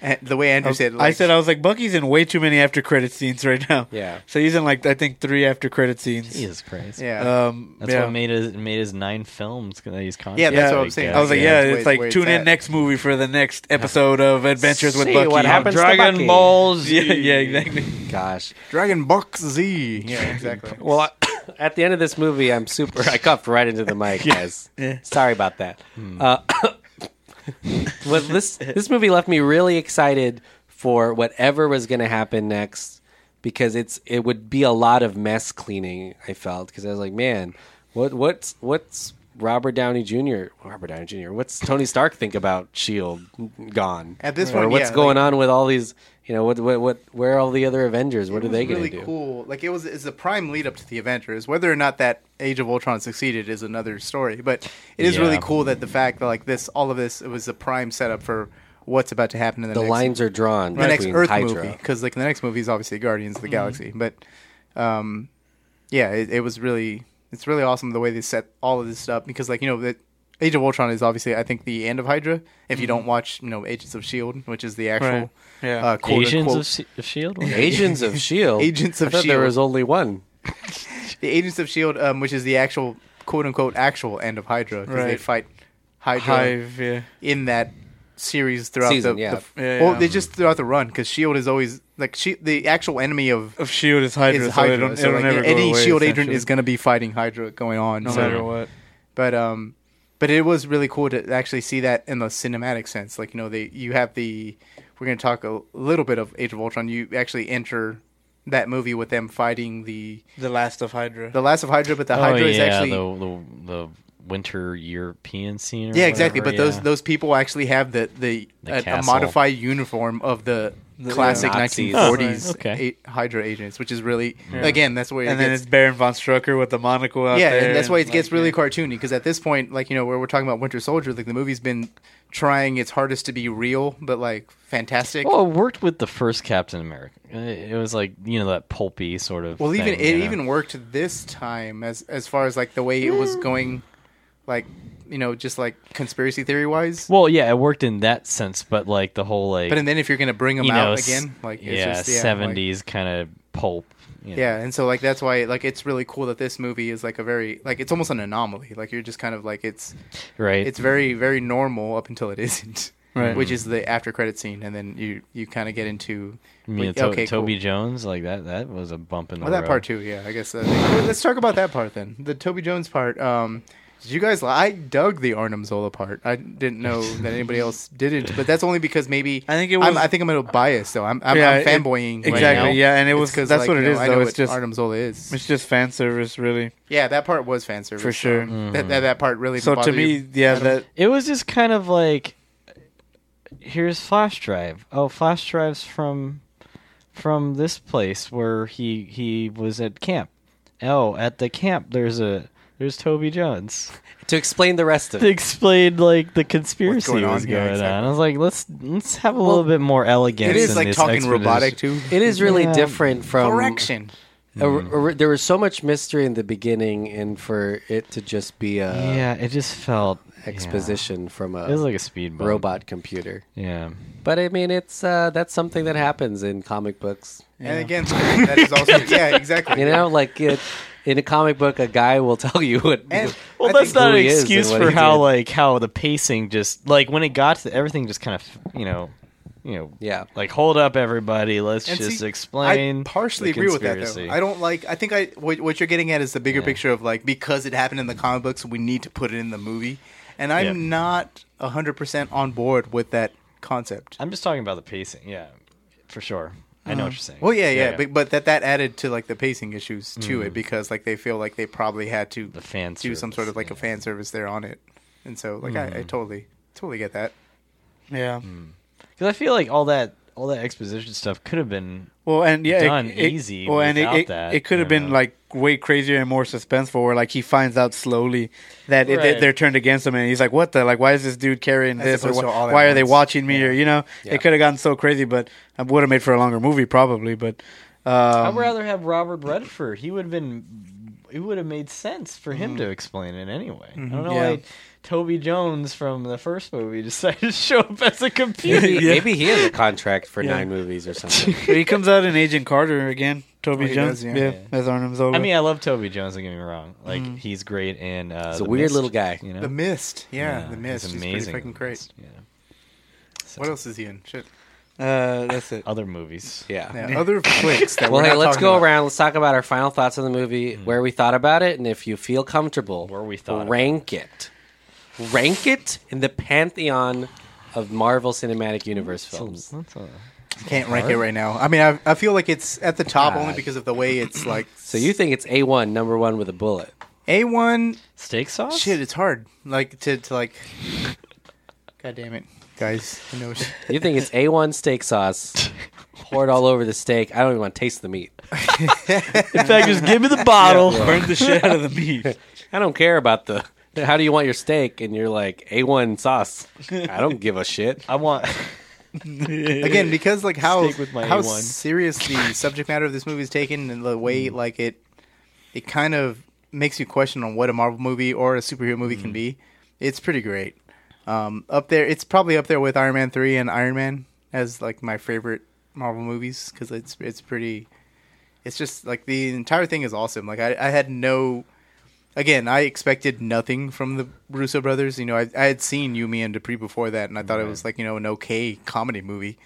eh, the way
I
Andrew
was-
said.
Oh, I
like-
said I was like Bucky's in way too many after credit scenes right now.
Yeah.
So he's in like I think three after credit scenes.
Jesus Christ.
Yeah.
Um,
That's
yeah.
what made his made his nine films. 'cause He's
yeah,
contracted,
that's what
yeah,
I'm saying.
guess.
I was like, yeah,
that's
it's
where-
like
where
tune in
at.
next movie for the next episode of Adventures with
See
Bucky.
what happens to
Dragon
Bucky.
Balls.
Yeah, yeah, exactly.
Gosh.
Dragon Box Z. Yeah, exactly.
Well, I, at the end of this movie, I'm super. I cuffed right into the mic, guys. Sorry about that. Uh, well, this this movie left me really excited for whatever was going to happen next because it's it would be a lot of mess cleaning. I felt because I was like, man, what what's what's Robert Downey Jr. Robert Downey Jr. What's Tony Stark think about Shield E gone?
At this
or
point,
what's
yeah,
going
like-
on with all these? You know, what what what? Where are all the other Avengers? What are they
It was
going to
really
do?
cool. Like it was, it's the prime lead up to the Avengers. Whether or not that Age of Ultron succeeded is another story. But it is really
Yeah.
cool that the fact that like this, all of this, it was the prime setup for what's about to happen in the,
The
next,
lines are drawn
the next
between
Earth
Hydra.
movie. Because like the next movie is obviously Guardians
Mm-hmm.
of the Galaxy. But um, yeah, it, it was really, it's really awesome the way they set all of this up. Because like you know that. Age of Ultron is obviously, I think, the end of Hydra. If you don't watch, you know, Agents of Shield, E which is the actual,
Mm-hmm. Right. Yeah.
uh, quote
Asians
unquote,
of, S- E of Shield.
Agents of Shield.
Agents
I
of
thought There
S.H.I.E.L.D..
was only one.
the Agents of Shield, um, which is the actual quote unquote actual end of Hydra, because they
Right.
fight Hydra
Hive, yeah.
in that series throughout
Season,
the,
yeah.
the-
Yeah,
well,
yeah.
they just throughout the run because Shield E is always like she, the actual enemy of
Of Shield E is Hydra,
is
so
Hydra.
they don't,
so,
it'll
like,
never go
any
away,
Shield E agent
essentially.
is going to be fighting Hydra going on,
no
so-
matter what.
but um, but it was really cool to actually see that in the cinematic sense. Like you know, they you have the we're going to talk a little bit of Age of Ultron. You actually enter that movie with them fighting the
The Last of Hydra.
the last of Hydra, but the
oh,
Hydra
yeah,
is actually
the, the the winter European scene. Or
Yeah, exactly.
whatever,
But those
yeah.
those people actually have the the,
The
a- a,
castle.
modified uniform of the, classic
Nazis.
1940s
Oh, okay.
a- Hydra agents, which is really again that's where it
and then
gets,
it's Baron von Strucker with the monocle out
yeah,
there.
and that's why it
like,
gets really cartoony because at this point, like you know, where we're talking about Winter Soldier, like the movie's been trying its hardest to be real, but like fantastic.
Well, it worked with the first Captain America. Uh, It was like you know that pulpy sort of.
Well, even
thing,
it
you know?
even worked this time as as far as like the way it was going, like you know, just like conspiracy theory wise.
Well, yeah, it worked in that sense, but like the whole like
But and then if you're gonna bring them
you know
out
s-
again, like it's
yeah,
just, yeah, like-
seventies kind of pulp. you know.
Yeah, and so like that's why like it's really cool that this movie is like a very like it's almost an anomaly. Like you're just kind of like it's
right.
it's very very normal up until it isn't.
Right. Mm-hmm.
Which is the after credit scene and then you you kind of get into
I mean,
like,
To-
okay,
Toby
cool.
Jones, like that. That was a bump in the
Well, that
road.
part too. Yeah, I guess. Uh, they- let's talk about that part then. The Toby Jones part. Um, did you guys? li- I dug the Arnim Zola part. I didn't know that anybody else did it, but that's only because maybe
I think it
I'm,
was-
I think I'm a little biased though. I'm, I'm,
Yeah,
I'm
it-
fanboying right
exactly,
now.
yeah, and it
It's
was-
'cause,
that's what
you
it is,
I know
though,
what
it's just-
Arnim Zola is.
It's just fan service, really.
Yeah, that part was fan service
For sure. Mm-hmm.
so That, that that part really.
So to
bothered
me,
you.
yeah, that
It was just kind of like, here's flash drive. Oh, flash drives from from this place where he he was at camp. Oh, at the camp there's a there's Toby Jones.
To explain the rest of
They
it.
explained like the conspiracy
going on?
was
Yeah,
going on.
exactly.
I was like, let's let's have a little bit more elegance.
it is
in
like
this
talking
expedition.
robotic too.
It is really
Yeah.
different from
Correction.
A- a- there was so much mystery in the beginning, and for it to just be
uh,
a
yeah, it just felt
exposition from a
yeah. It was like a speed bump.
robot computer.
Yeah,
But I mean, it's uh, that's something that happens in comic books.
And again, that is also yeah, exactly.
You know, like it, in a comic book, a guy will tell you what.
And
Well,
I
that's
think
not
who
an
he is and
excuse
what
for
he
how
did.
like how the pacing just like when it got to everything just kind of you know you know
Yeah.
like hold up everybody let's
And
just
see,
explain.
I partially
the
agree with that though.
conspiracy.
I don't like. I think I what, what you're getting at is the bigger
Yeah.
picture of like because it happened in the comic books, we need to put it in the movie, and I'm
Yeah.
not hundred percent on board with that concept.
I'm just talking about the pacing. Yeah, for sure. I know what you're saying.
Well, yeah, yeah, But, but that that added to like the pacing issues to it because like they feel like they probably had to
Mm. The fan
do some sort
service,
of like a
yeah. Mm.
fan service there on it, and so like I, I totally totally get that.
Yeah.
Hmm.
because I feel like all that all that exposition stuff could have been
Well, and yeah,
done easy
it,
without
it,
that,
it could have
you
been
know.
like way crazier and more suspenseful, where like he finds out slowly that it,
Right.
they, are turned against him, and he's like, "What the? Like, why is this dude carrying
As
this? Or
opposed
why,
to all at
why are they
once.
watching me? Or you know,
Yeah.
it could have gotten so crazy, but it would have made for a longer movie probably. But um,
I'd rather have Robert Redford. He would have been. It would have made sense for him
Mm-hmm.
to explain it anyway. I don't know
Yeah.
why Toby Jones from the first movie decided to show up as a computer.
Maybe, maybe he has a contract for nine movies or something.
he comes out in Agent Carter again, Toby
Oh, he
Jones,
does, yeah.
yeah. as Arnim Zola.
I mean, I love Toby Jones. Don't get me wrong. Like he's great in. Uh,
He's a
The
weird
Mist,
little guy.
You know?
Mm-hmm. The Mist, yeah, the
he's
Mist, is pretty
amazing in
fucking
The
great.
Mist, Yeah.
What else is he in? Shit,
uh, that's it.
Other movies.
Yeah.
yeah, other flicks. That
Well,
we're
hey,
not
let's
talking
go
about.
around. Let's talk about our final thoughts on the movie, where we thought about it, and if you feel comfortable,
Where we thought about
rank it, rank it in the pantheon of Marvel Cinematic Universe films.
That's a-
Can't rank it right now. I mean, I, I feel like it's at the top only
God.
because of the way it's like.
So you think it's a one, number one with a bullet?
A one
steak sauce.
shit. It's hard. Like to to like. God damn it, guys! I know. it's-
You think it's a one steak sauce poured all over the steak? I don't even want to taste the meat.
In fact, just give me the bottle.
Burn the shit out of the meat.
I don't care about the. How do you want your steak? And you're like a one sauce. I don't give a shit.
I want.
Again, because like how
Stick with my
how
A1.
serious the subject matter of this movie is taken, and the way like it it kind of makes you question on what a Marvel movie or a superhero movie can be. It's pretty great. Um, up there, it's probably up there with Iron Man three and Iron Man as like my favorite Marvel movies because it's it's pretty. It's just like the entire thing is awesome. Like I, I had no. Again, I expected nothing from the Russo brothers. You know, I, I had seen Yumi and Dupree before that, and I thought it was like you know an okay comedy movie.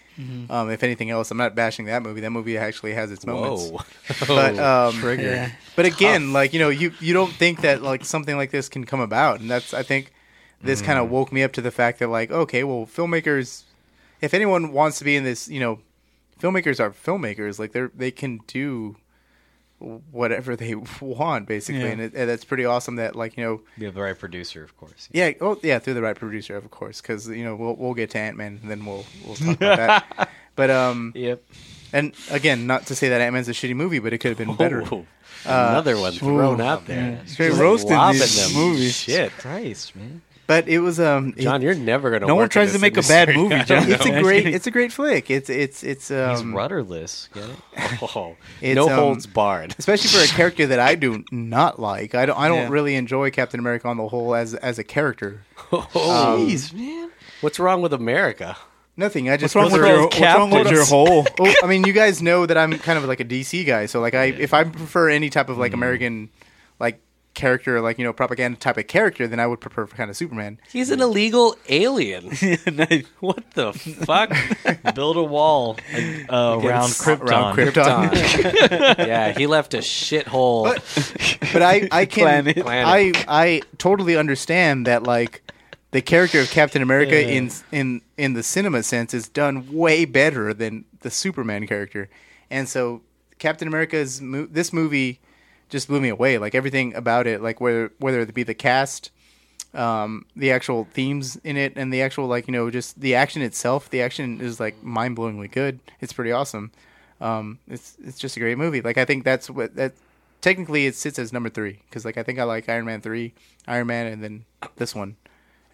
Um, if anything else, I'm not bashing that movie. That movie actually has its moments.
Whoa.
But um,
Yeah.
but again, like you know, you you don't think that like something like this can come about, and that's I think this
Hmm.
kind of woke me up to the fact that like okay, well, filmmakers, if anyone wants to be in this, you know, filmmakers are filmmakers. Like they're they can do whatever they want basically,
Yeah.
and, it, and that's pretty awesome. That like you know,
You have the right producer, of course.
yeah, oh yeah, through the right producer, of course, because you know we'll we'll get to Ant Man, and then we'll we'll talk about that. But um,
Yep.
and again, not to say that Ant Man's a shitty movie, but it could have been better.
Ooh, another one thrown out there.
Straight roasting
Lobbing
these
them.
movies.
Shit.
Christ, man.
But it was um, it-
John, you're never gonna.
No one
work in
tries to
this
make a
industry.
bad movie, John.
it's
No.
a great it's a great flick. It's it's it's
He's
um
rudderless. Get it?
Oh,
It's,
no
um,
holds barred.
especially for a character that I do not like. I don't I don't
Yeah.
really enjoy Captain America on the whole as as a character. Um,
Jeez, man.
What's wrong with America?
Nothing. I just
What's wrong with
prefer-
your, what's wrong with your hole?
well, I mean, you guys know that I'm kind of like a DC guy, so like I if I prefer any type of like American like character, like you know propaganda type of character, then I would prefer kind of Superman.
He's an illegal alien. what the fuck?
Build a wall uh, around Krypton.
Around Krypton.
yeah, he left a shithole.
but I, I can
Planet.
I I totally understand that like the character of Captain America in in in the cinema sense is done way better than the Superman character, and so Captain America's mo- this movie just blew me away. Like everything about it, like whether whether it be the cast, um, the actual themes in it, and the actual like you know just the action itself. The action is like mind blowingly good. It's pretty awesome. Um, it's it's just a great movie. Like I think that's what that technically it sits as number three because like I think I like Iron Man three, Iron Man, and then this one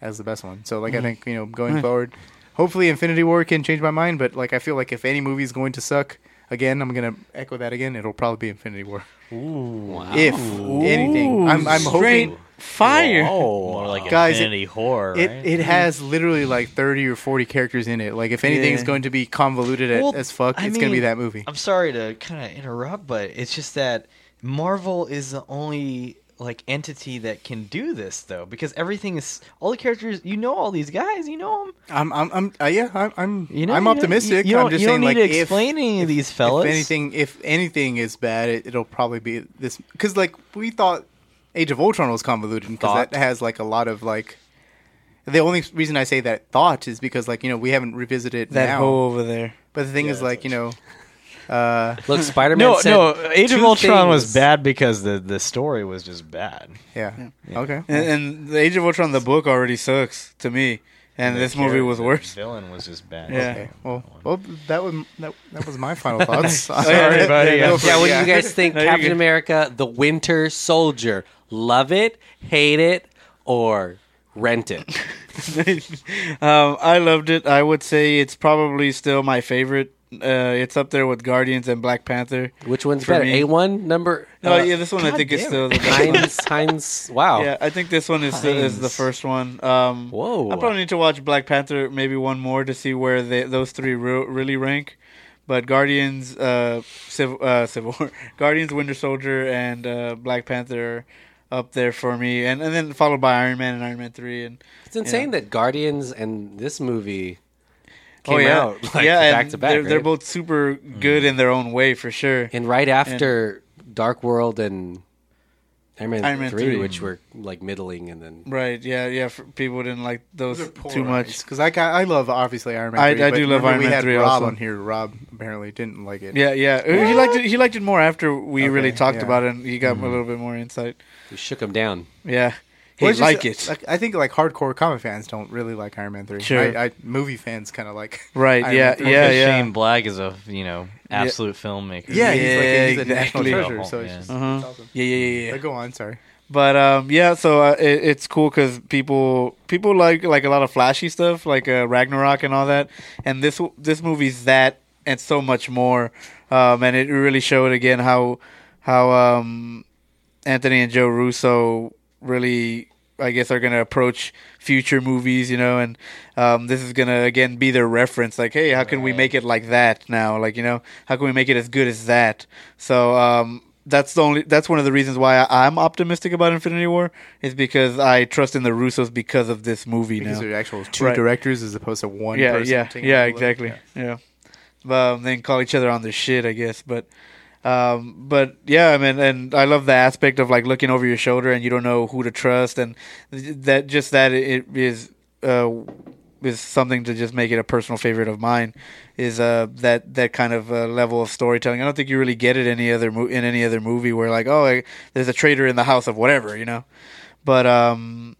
as the best one. So like I think you know going forward, hopefully Infinity War can change my mind. But like I feel like if any movie is going to suck. Again, I'm gonna echo that again. It'll probably be Infinity War. If anything, I'm, I'm
Straight
hoping
fire.
More like
Guys, it-
Infinity Horror.
it,
right?
it has literally like 30 or 40 characters in it. Like if anything's
Yeah.
going to be convoluted a-
Well,
as fuck,
I
it's gonna be
mean,
that movie.
I'm sorry to kind of interrupt, but it's just that Marvel is the only like entity that can do this though, because everything is all the characters. You know all these guys. You know them.
I'm I'm, I'm uh, yeah, I'm I'm,
You know
I'm
you don't-
optimistic.
You, you don't,
I'm just
you don't
saying
need
like
to
if-
explain any of these fellas.
if anything if anything is bad, it, it'll probably be this cuz like we thought Age of Ultron was convoluted because
Thought.
that has like a lot of like the only reason I say that thought is because like you know we haven't revisited
That
now.
hoe over there.
but the thing is like you know
Look, Spider Man
No,
said
no. Age of
two
Ultron was
things.
bad because the the story was just bad.
yeah, okay
And, and the Age of Ultron, the book already sucks to me, and this movie was
The
worse.
Villain was just bad.
Yeah.
Okay. Well, well, that was that, that was my final thoughts.
Sorry, buddy.
Yeah,
Yeah, what do you
yeah.
guys think?
you're
Captain
good.
America, The Winter Soldier. Love it, hate it, or rent it?
um, I loved it. I would say it's probably still my favorite. Uh, it's up there with Guardians and Black Panther.
Which one's
For
better?
me-
A1, number
Oh
uh,
yeah, this one I think is still the best one.
Heinz, Heinz, wow.
Yeah, I think this one is the, is the
Heinz.
first one. Um,
Whoa.
I probably need to watch Black Panther maybe one more to see where they, those three re- really rank. But Guardians, uh, Civil, uh, Civil War, Guardians, Winter Soldier, and uh, Black Panther are up there for me, and and then followed by Iron Man and Iron Man three, and
It's insane that Guardians and this movie came
oh yeah,
out like,
yeah, and
back to back.
They're,
right? Mm.
they're both super good in their own way for sure.
and right after Dark World and Iron Man,
Iron Man
3,
3.
which were like middling, and then
Right? Yeah, yeah. For, people didn't like those too much.
because I ca- I love obviously Iron Man.
I-
3,
I
but
do love
remember
Iron
we
Man
had
3
Rob
also.
on here. Rob apparently didn't like it.
Yeah, yeah. Uh, He liked it. He liked it more after we really talked
yeah.
about it. and He got a little bit more insight.
we shook them down.
Yeah, he
Well, it's
like
just,
it.
Like, I think like hardcore comic fans don't really like Iron Man three.
Sure.
I, I, movie fans kind of like.
right?
Iron Man
yeah, yeah,
three.
yeah,
Because Shane Black is a you know absolute filmmaker.
Yeah, he's, like,
Yeah,
he's a national
exactly.
treasure. So it's
Yeah.
just
Uh-huh.
it's awesome.
yeah, yeah, yeah, yeah.
But go on, sorry.
But um, yeah. So uh, it, it's cool because people people like like a lot of flashy stuff, like uh, Ragnarok and all that. And this this movie's that and so much more. Um, and it really showed again how how um, Anthony and Joe Russo really, I guess, are going to approach future movies, you know, and um, this is going to again be their reference. Like, hey, how can we make it like that now? Like, you know, how can we make it as good as that? So um, that's the only that's one of the reasons why I, I'm optimistic about Infinity War is because I trust in the Russos because of this movie
Because
now.
there are actual two
Right.
directors as opposed to one.
yeah,
person
yeah,
taking
yeah,
all of it.
exactly, yeah. Um, they can call each other on their shit, I guess, but. Um, but yeah, I mean, and I love the aspect of like looking over your shoulder and you don't know who to trust, and th- that just that it is uh, is something to just make it a personal favorite of mine. Is uh that that kind of uh, level of storytelling? I don't think you really get it any other mo- in any other movie where like oh I, there's a traitor in the house of whatever you know, but um.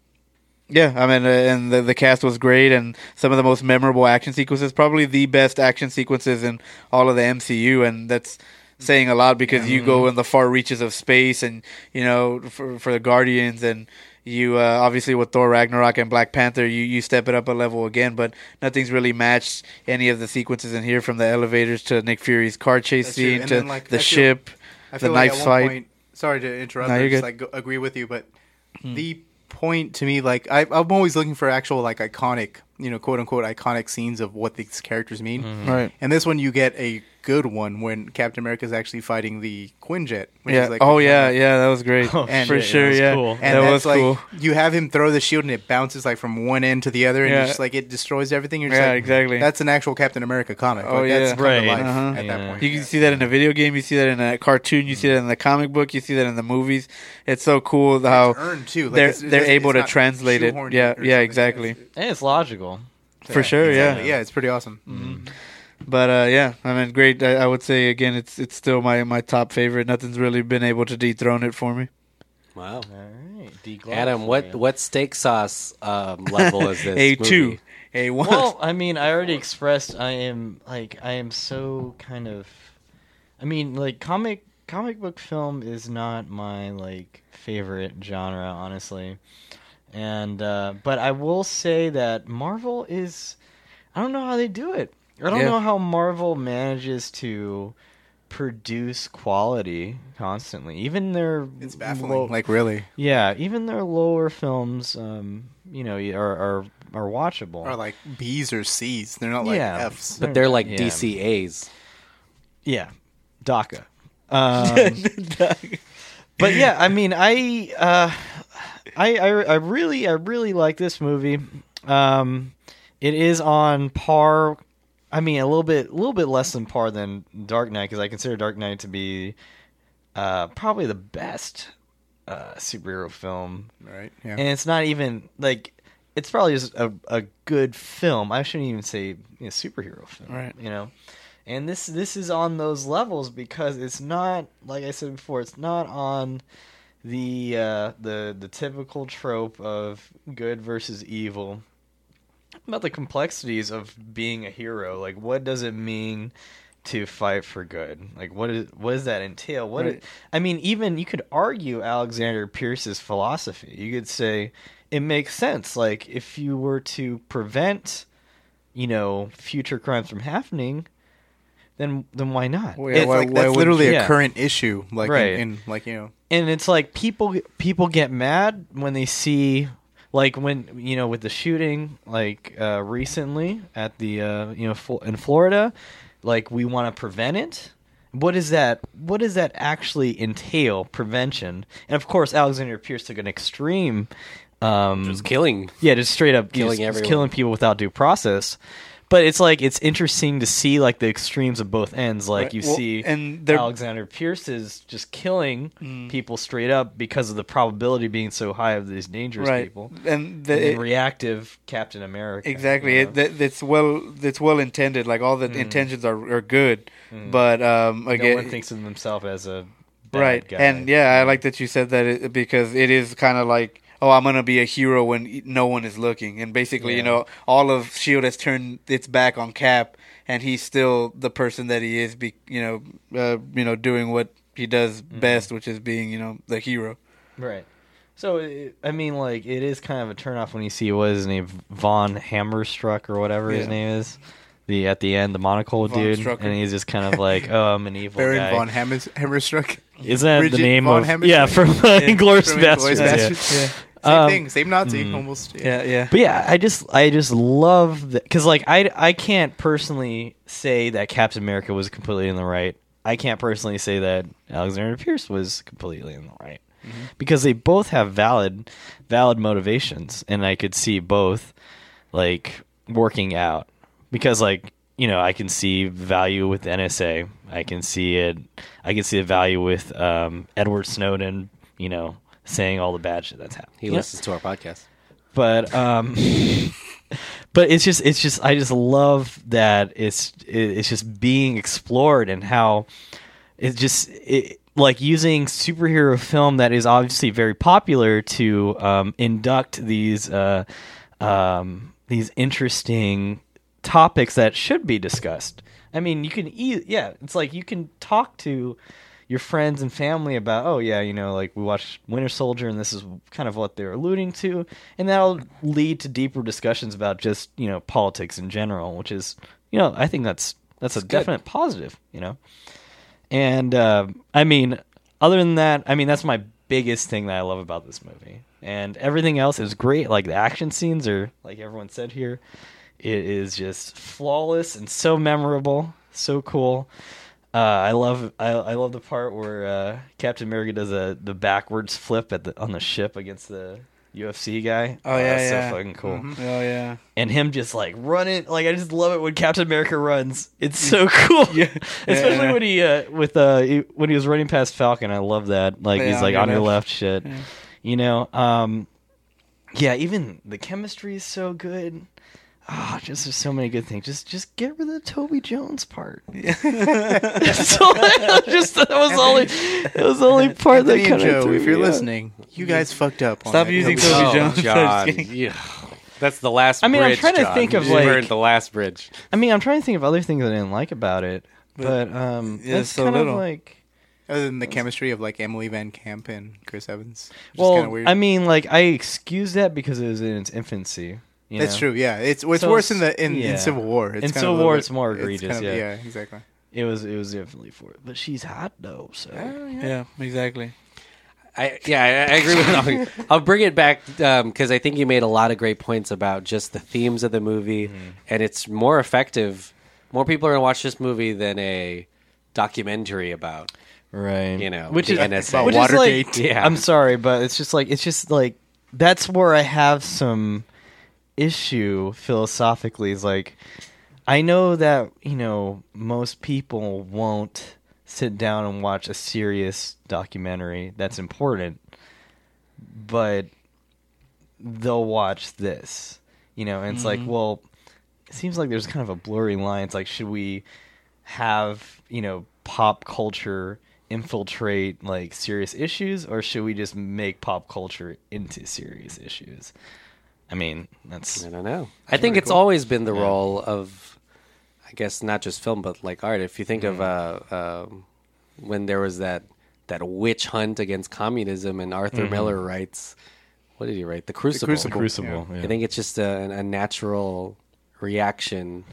Yeah, I mean, uh, and the, the cast was great, and some of the most memorable action sequences, probably the best action sequences in all of the MCU, and that's saying a lot because you
Mm-hmm.
go in the far reaches of space, and you know, for, for the Guardians, and you uh, obviously with Thor Ragnarok and Black Panther, you you step it up a level again, but nothing's really matched any of the sequences in here, from the elevators to Nick Fury's car chase
That's true,
scene
and
to
then, like,
the
I feel-
ship,
I
the
feel like
knife
at one
fight.
Point, sorry to interrupt.
No,
I
you're
just
good. Hmm.
like go- agree with you, but the point to me, like I, I'm always looking for actual like iconic, you know, quote unquote iconic scenes of what these characters mean.
Right.
And this one, you get a good one when Captain America is actually fighting the Quinjet. Which
Yeah.
Is like
oh
the-
yeah, yeah, that was great.
And-
for
Oh, shit,
sure,
that was
yeah.
cool.
And
that
that's
was
like
cool.
you have him throw the shield and it bounces like from one end to the other, and
Yeah.
you're just like it destroys everything. You're just
Yeah,
like,
exactly.
That's an actual Captain America comic.
Oh,
Like,
yeah.
that's come to
Right.
life
Uh-huh.
At
Yeah.
that point,
You can see that in a video game. You see that in a cartoon. You see that in the comic book. You see that in the movies. It's so cool how
It's earned too. Like,
they're
it's- it's
they're
just-
able
it's
to
not
translate it.
shoehorned
Yeah,
or something.
yeah,
Yeah,
exactly.
and it's logical.
For sure,
Exactly.
yeah.
Yeah, it's pretty awesome.
But uh, yeah, I mean, great. I, I would say again, it's it's still my my top favorite. Nothing's really been able to dethrone it for me.
Wow.
All right,
Adam, what, what steak sauce um, level is this? movie?
A two, a one.
Well, I mean, I already expressed I am like I am so kind of I mean, like comic comic book film is not my like favorite genre, honestly. And uh but I will say that Marvel is I don't know how they do it. I don't
Yeah.
know how Marvel manages to
produce quality constantly. Even their
It's baffling.
low-
like really,
yeah, even their lower films, um, you know, are are, are watchable.
are like B's or C's. They're not like
Yeah.
F's.
But they're like
Yeah.
DCAs.
Yeah, DACA. Um, but yeah, I mean, I, uh, I, I, I really, I really like this movie. Um, it is on par. I mean, a little bit, a little bit less than par than Dark Knight because I consider Dark Knight to be uh, probably the best uh, superhero film
Right? Yeah.
and it's not even like it's probably just a, a good film. I shouldn't even say you know, superhero film,
Right.
You know, and this this is on those levels because it's not like I said before. It's not on the uh, the the typical trope of good versus evil. About the complexities of being a hero, like what does it mean to fight for good? Like what is what does that entail? What
Right.
I mean, even you could argue Alexander Pierce's philosophy. You could say it makes sense. Like if you were to prevent, you know, future crimes from happening, then then why not?
Well, yeah,
it's
why-
like
why
that's
wouldn't
literally
you?
a
Yeah.
current issue, like in-
Right.
in,
Mm.
like you know,
and it's like people people get mad when they see like when you know with the shooting like uh recently at the uh you know Fl- in Florida like we want to prevent it what is that what does that actually entail prevention and of course Alexander Pierce took an extreme um
Just killing.
yeah, just straight up
Killing
killing just,
everyone.
killing people without due process. But it's like it's interesting to see like the extremes of both ends. Like
Right.
you
Well,
see,
and they're- Mm.
Alexander Pierce is just killing people straight up because of the probability being so high of these dangerous
right.
people. And
And the,
then
it-
reactive Captain America.
exactly,
you
it,
know? Mm.
that, that's well, that's well intended. Like all the intentions are, are good, but um,
no
again,
one thinks of himself as a bad
right
guy. Mm.
and yeah i like that you said that it, because it is kind of like oh i'm gonna be a hero when no one is looking and basically you
Yeah.
know all of shield E has turned its back on cap and he's still the person that he is be you know uh, you know doing what he does
Mm.
best which is being you know the hero
Right. So it, I mean, like it is kind of a turnoff when you see what is his name, Von Hammerstruck or whatever his
Yeah.
name is. The at the end, the monocle
Von
dude,
Strucker.
and he's just kind of like, "Oh, I'm an evil
Baron
guy."
von Hammers- Hammerstruck.
Isn't that
Bridget
the name
von
of?
Hammerstruck?
Yeah, from uh, Inglourious
From
Bastards.
Inglourious
yeah.
Basterds. Same
Um,
thing, same Nazi, almost. Yeah.
mm. yeah
But yeah, I just I just love that because like I I can't personally say that Captain America was completely in the right. I can't personally say that Alexander Pierce was completely in the right because they both have valid valid motivations, and I could see both like working out because like you know I can see value with NSA, I can see it, I can see the value with um, Edward Snowden, you know, saying all the bad shit that's happening.
He
You know?
listens to our podcast.
but um but it's just it's just i just love that it's it, it's just being explored and how it's just it, like using superhero film that is obviously very popular to um induct these uh um these interesting topics that should be discussed i mean you can e- yeah it's like you can talk to your friends and family about oh yeah you know like we watched winter soldier and this is kind of what they're alluding to and that'll lead to deeper discussions about just you know politics in general which is you know i think that's that's a definite positive you know and uh, i mean other than that i mean that's my biggest thing that i love about this movie and everything else is great like the action scenes are like everyone said here it is just flawless and so memorable so cool uh, I love I, I love the part where uh, Captain America does a the backwards flip at the on the ship against the UFC guy.
Oh, yeah,
that's
yeah.
so fucking cool.
oh yeah
And him just like running, like I just love it when Captain America runs. It's so cool, especially when he uh, with uh he- when he was running past Falcon. I love that. Like
Yeah,
he's like on your left, shit. You know, um, yeah. Even the chemistry is so good. Ah, just there's so many good things. Just just get rid of the Toby Jones part. That's all- just that was the only that was the only part
Anthony
that
and
kind of
Joe, if you're
me, off.
listening, you guys fucked up. on
Stop
that.
using
Nobody-
Toby Jones.
Oh, John.
Just kidding.
Yeah. That's the last
I mean, I'm
bridge,
trying to
John.
think of,
You just
like-
burned the last bridge.
I mean, I'm trying to think of other things I didn't like about it, but, um,
yeah,
it's
so
kind
little.
of like
oh, Other than the chemistry of like Emily Van Camp and Chris Evans, which is kind
well,
of weird.
I mean, like I excuse that because it was in its infancy. you
that's
know?
true. Yeah, it's it's
So
worse in
it's-
the in,
yeah.
in Civil War. It's
In
kind
Civil
of a
War,
little
it's more
it's
egregious,
kind of-
yeah.
exactly.
It was it was definitely for it. But she's hot though, so
Yeah, exactly.
I, yeah, I, I agree with Nami. I'll bring it back because I think you made a lot of great points about just the themes of the movie, and it's more effective. More people are gonna watch this movie than a documentary about
right.
you know
which
the
is
Oh,
NSA.
which Is like,
Watergate. Yeah.
I'm sorry, but it's just like it's just like that's where I have some issue philosophically. Is like I know that you know most people won't sit down and watch a serious documentary that's important, but they'll watch this, you know. And it's
Mm-hmm.
like, well, it seems like there's kind of a blurry line. It's like, should we have you know pop culture infiltrate like serious issues, or should we just make pop culture into serious issues? I mean, that's
I don't know. I think it's always been the role of, I guess, not just film but like art. If you think of uh, um, when there was that that witch hunt against communism, and Arthur Miller writes, what did he write? The Crucible.
Crucible.
Crucible.
I think it's just a, a natural reaction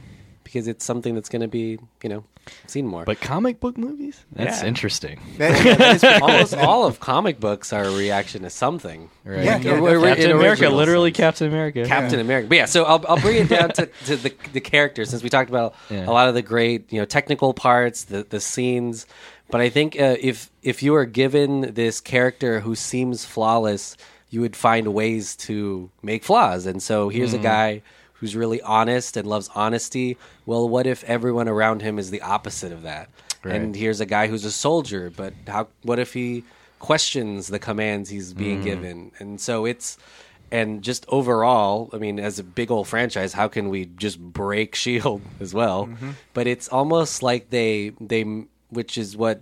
because it's something that's going to be, you know, seen more.
But comic book movies? That's
Yeah.
interesting.
That- that is pretty-
almost all of comic books are a reaction to something.
Right.
Yeah,
Like,
yeah,
or- or-
definitely.
in
Captain
original sense.
Captain America.
Captain America. But yeah, so I'll, I'll bring it down to, to the, the characters since we talked about
Yeah.
a lot of the great, you know, technical parts, the, the scenes. But I think uh, if if you are given this character who seems flawless, you would find ways to make flaws. And so here's a guy who's really honest and loves honesty. Well, what if everyone around him is the opposite of that? And here's a guy who's a soldier, but how? What if he questions the commands he's being given? And so it's and just overall, I mean, as a big old franchise, how can we just break Shield E as well? But it's almost like they they, which is what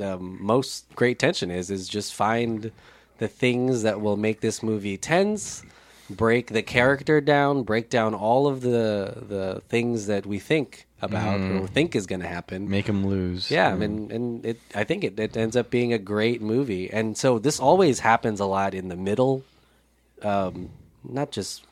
um, most great tension is, is just find the things that will make this movie tense, break the character down, break down all of the the things that we think about or think is going to happen,
Make him lose.
yeah, I mean, and it, I think it, it ends up being a great movie. And so this always happens a lot in the middle, um, not just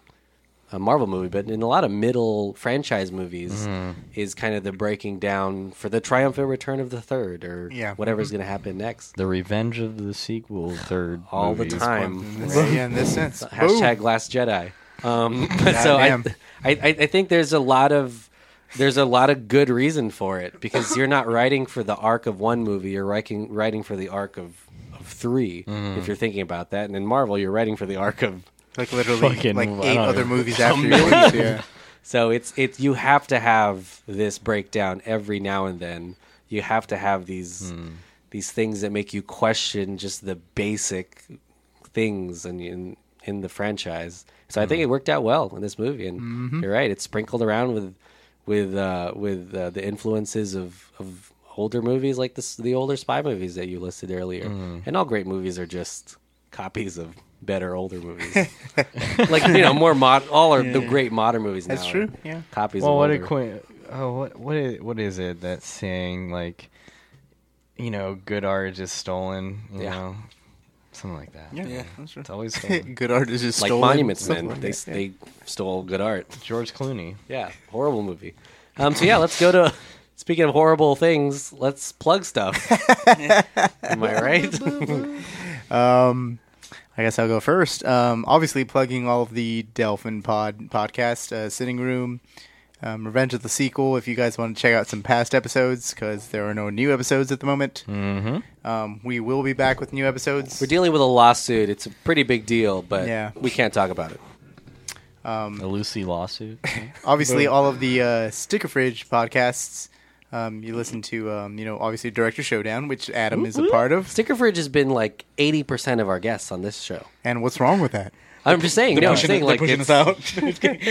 a Marvel movie, but in a lot of middle franchise movies is kind of the breaking down for the triumphant return of the third or
Yeah.
whatever's going to happen next.
the revenge of the sequel third
All
movie
the
is
mm-hmm.
Um,
time.
yeah, in this sense.
Hashtag Last Jedi. Um, so I,
Goddamn.
I, I I think there's a lot of there's a lot of good reason for it because you're not writing for the arc of one movie. You're writing writing for the arc of, of three. If you're thinking about that, and in Marvel, you're writing for the arc of.
Like literally,
Fucking-
like
I don't
eight
know.
other movies after yours. Yeah.
So it's it's you have to have this breakdown every now and then. You have to have these these things that make you question just the basic things and in in the franchise. So I think it worked out well in this movie, and you're right, it's sprinkled around with with uh, with uh, the influences of of older movies like this, the older spy movies that you listed earlier, and all great movies are just copies of better older movies, like you know more mod. All are the great modern movies.
That's
now
true,
are
yeah.
copies.
Well,
of
what
older.
a coin. Oh, what what is, what is it that saying like, you know, good art is stolen. You
Yeah.
know, something like that.
yeah, that's true.
It's always stolen.
Good art is just
like
stolen.
Monuments
Something
Men.
like
they
that, yeah.
they stole good art.
George Clooney.
Yeah, horrible movie. Um, so yeah, let's go to. Speaking of horrible things, let's plug stuff. Am I right?
I guess I'll go first. Um, obviously, plugging all of the Delphin Pod podcast, uh, Sitting Room, um, Revenge of the Sequel. If you guys want to check out some past episodes, because there are no new episodes at the moment, mm-hmm. um, we will be back with new episodes.
We're dealing with a lawsuit. It's a pretty big deal, but
Yeah.
we can't talk about it.
The Lucy lawsuit.
obviously, all of the uh, Sticker Fridge podcasts. Um, you listen to, um, you know, obviously Director Showdown, which Adam is a part of.
Sticker Fridge has been like eighty percent of our guests on this show.
And what's wrong with that?
I'm just saying. No, I'm
Pushing,
saying
they're
like
pushing
it's,
us out.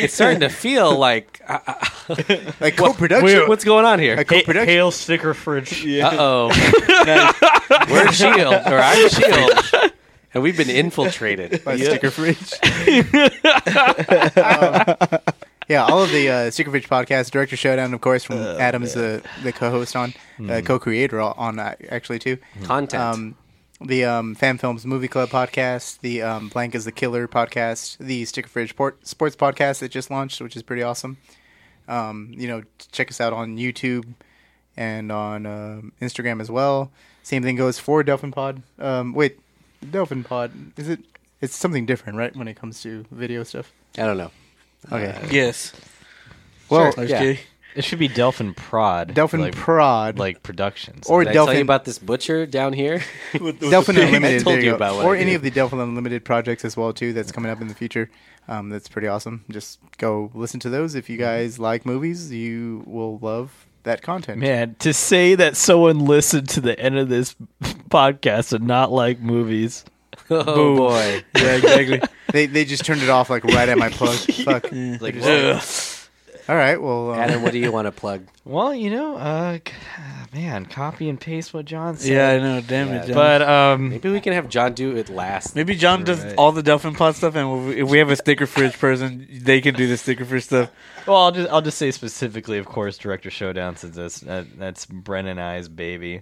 it's starting to feel like uh,
Like co-production.
what's going on here.
a
Oh,
co-production.
sticker fridge.
Uh oh. We're Shield, or I'm Shield, and we've been infiltrated.
by Sticker Fridge. yeah, all of the uh, Sticker Fridge podcast, Director Showdown, of course, from Adam's the the co-host on, uh, co-creator on uh, actually too.
Content.
Um, the um, Fan Films Movie Club podcast, the um, Blank is the Killer podcast, the Sticker Fridge port- Sports podcast that just launched, which is pretty awesome. Um, you know, check us out on YouTube and on um, Instagram as well. Same thing goes for Delphin Pod. Um, wait, Delphin Pod is it? It's something different, right? When it comes to video stuff.
I don't know. Uh,
Okay.
Yes.
well,
Sure.
yeah.
Okay.
It should be Delphin Prod.
Delphin
like,
Prod,
like Productions.
Or
Did I tell
Delphin-
you about this butcher down here?
Delphin
thing I
Unlimited.
told
there
you
go.
about what
or
I
any
did.
of the Delphin Unlimited projects as well too. That's coming up in the future. Um, that's pretty awesome. Just go listen to those. If you guys like movies, you will love that content.
Man, to say that someone listened to the end of this podcast and not like movies.
oh boy.
Yeah, exactly.
They they just turned it off like right at my plug. Fuck. They're just like, All right. Well, um,
Adam, what do you want to plug?
Well, you know, uh, c- man, copy and paste what John said.
yeah, I know. Damn
Yeah,
it, John.
But um,
Uh, Maybe we can have John do it last.
Maybe John does all the Delphin Pod stuff, and we'll- if we have a sticker fridge person, they can do the sticker fridge stuff.
well, I'll just I'll just say specifically, of course, Director Showdown since that's that, that's Brennan I's baby.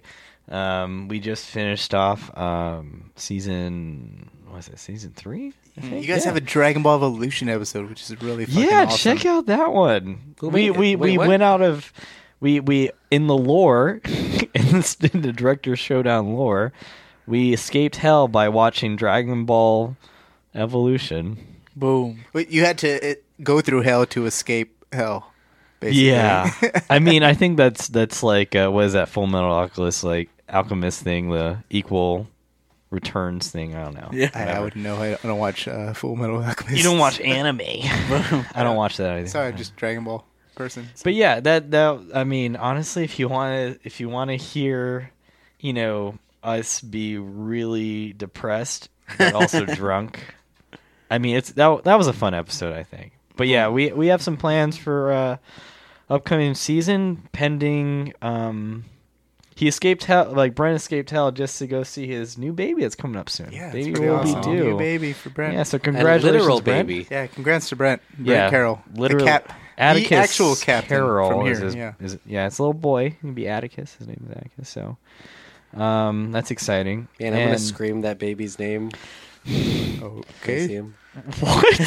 Um, we just finished off um season what was it season three? I think?
Mm, you guys
Yeah.
have a Dragon Ball Evolution episode, which is really fucking
yeah
awesome.
check out that one
Who
we
made it? Wait,
we, we
what?
went out of we we in the lore in, this, in the director showdown lore we escaped hell by watching dragon ball evolution
Boom.
Wait, you had to uh go through hell to escape hell. Basically.
yeah i mean i think that's that's like uh, what is that full metal alchemist like alchemist thing the equal returns thing i don't know
Yeah.
I, I would know. I don't watch uh, Full Metal Alchemist.
anime i don't watch that either
Sorry, I'm just Dragon Ball person.
But yeah, that that I mean, honestly, if you want to if you want to hear, you know, us be really depressed but also drunk, I mean, it's that that was a fun episode, I think. But yeah, we we have some plans for uh upcoming season pending um he escaped hell like Brent escaped hell just to go see his new baby that's coming up soon.
Yeah, it's
baby
pretty
will
awesome.
be due.
New baby for Brent.
Yeah, so
a
congratulations,
literal
Brent.
baby.
Yeah, congrats to Brent. Brent
Yeah,
Carroll.
literally.
The cap.
Atticus
the actual captain
Carroll
from here.
is his-
yeah.
is- yeah, it's a little boy. He'd be Atticus. His name is Atticus. So, um, that's exciting.
Man, I'm gonna scream that baby's name. Can you see
Okay.
him? What? you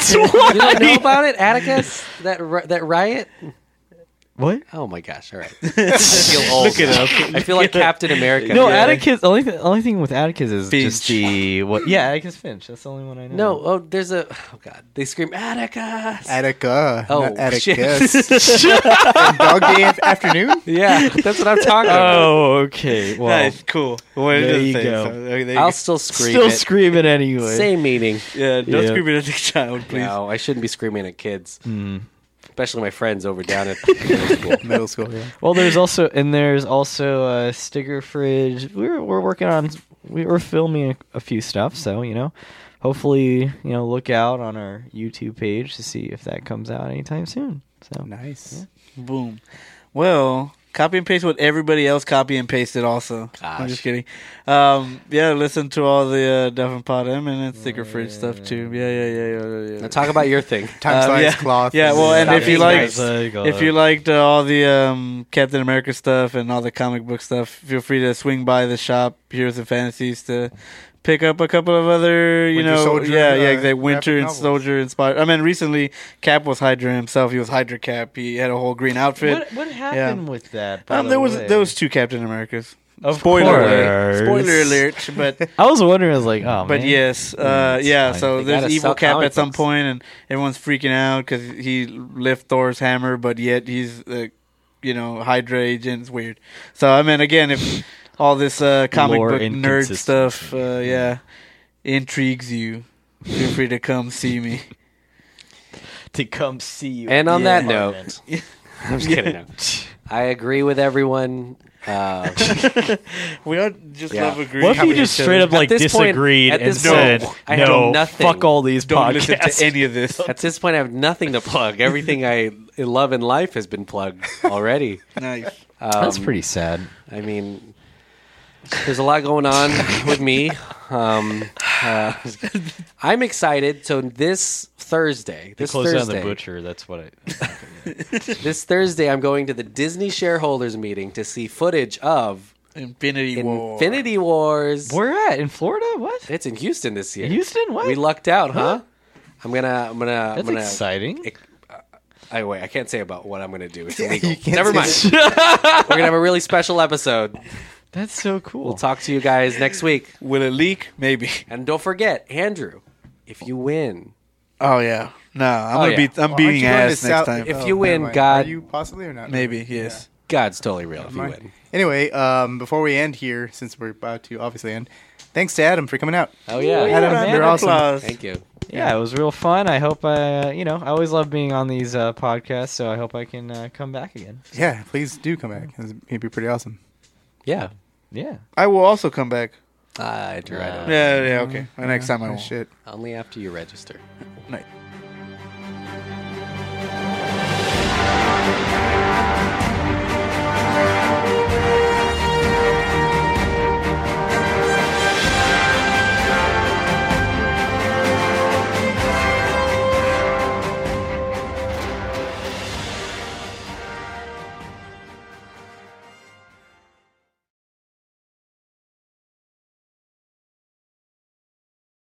don't know about it, Atticus? That ri- that riot?
what?
Oh my gosh! All right, I feel old. Look it up. I feel like Captain America.
No,
Oh, Yeah.
Atticus. The only th- only thing with Atticus is just
Finch.
the what? Yeah, Atticus Finch. That's the only one I know.
No, oh, there's a. Oh God, they scream Atticus.
Attica.
Oh,
not
shit.
Atticus. From Dog Day Af- Afternoon?
yeah, that's what I'm talking about.
Oh, okay. Well,
Nice, cool. Well, it
There
doesn't
you
say,
go.
so, okay, there you
I'll
go.
still scream.
still
it.
screaming anyway.
Same meaning.
Yeah, don't
Yeah.
scream at the child, please.
No, I shouldn't be screaming at kids, especially my friends over down at middle school.
Middle school, yeah.
Well, there's also and there's also uh, sticker fridge. We're we're working on we were filming a, a few stuff, so you know, hopefully you know look out on our YouTube page to see if that comes out anytime soon. So
Nice.
Boom. Well, copy and paste what everybody else copy and pasted also. I'm just kidding. Um, yeah, listen to all the uh, Duff and Pod M and then Sticker Fridge stuff too. Yeah, yeah, yeah, yeah, yeah. yeah.
Now talk about your thing.
Time
Um,
slice,
yeah.
cloth.
Yeah, well, and
Stop
if you
being
like,
nice.
if you liked uh, all the um, Captain America stuff and all the comic book stuff, feel free to swing by the shop Heroes and Fantasies to pick up a couple of other, you
Winter
know,
Soldier,
yeah, yeah,
uh,
exactly. Winter
graphic
and
novels.
Soldier inspired. I mean, recently Cap was Hydra himself. He was Hydra Cap. He had a whole green outfit.
what what happened with that? by
Um,
the
there was
way?
there was two Captain Americas.
Of
Spoiler
course.
alert. Spoiler alert. But
I was wondering. I was like, oh,
but
man.
yes, uh,
it's
yeah.
fine.
So
They
there's
gotta
evil
sell
Cap
comic
at some
books.
point, and everyone's freaking out because he left Thor's hammer, but yet he's uh, you know Hydra agent. It's weird. So I mean, again, if all this uh, comic
Lore
book nerd
inconsistency.
stuff, uh, yeah, intrigues you, feel free to come see me.
to come see you.
And on
Yeah.
that note, I'm just kidding. no. I agree with everyone. Uh,
We all just
Yeah.
love agreeing.
What if you
with
just
each
straight
other.
up like
this point-
disagreed
at
and
this
said,
point, I have
"No,
done nothing.
fuck all these
don't listen
podcasts"?
to any of this?
at this point, I have nothing to plug. Everything I love in life has been plugged already.
nice.
That's pretty sad.
I mean, there's a lot going on with me. Um, uh, I'm excited. So this Thursday, this
Close down the
Thursday,
butcher. That's what I.
this Thursday, I'm going to the Disney shareholders meeting to see footage of
Infinity War.
Infinity Wars.
We're at in Florida. What?
It's in Houston this year.
Houston? What?
We lucked out, huh? I'm gonna, I'm gonna, I'm
That's
gonna.
exciting.
I wait. I can't say about what I'm going to do. It's illegal.
you can't
Never mind.
say
We're going to have a really special episode.
That's so cool.
We'll talk to you guys next week.
Will it leak? Maybe.
And don't forget, Andrew, if you win,
Oh yeah. No, I'm gonna
yeah.
beat. I'm
Well, aren't
beating
you doing
ass
this
next
out-
time.
If
oh,
you win,
never mind.
God-
Are you possibly or not?
Maybe. Yes.
God's totally real. If you
Never mind.
win,
Anyway, um, before we end here, since we're about to obviously end, thanks to Adam for coming out.
oh yeah,
Adam,
Santa
you're awesome.
Claus.
thank you.
Yeah, it was real fun. I hope I, uh, you know, I always love being on these uh, podcasts, so I hope I can uh, come back again.
Yeah, please do come back. It'd be pretty awesome.
Yeah,
Yeah.
I will also come back.
uh, Andrew, I don't
Yeah. Yeah. Okay. The next time I
Oh,
will.
shit.
Only after you register.
Night.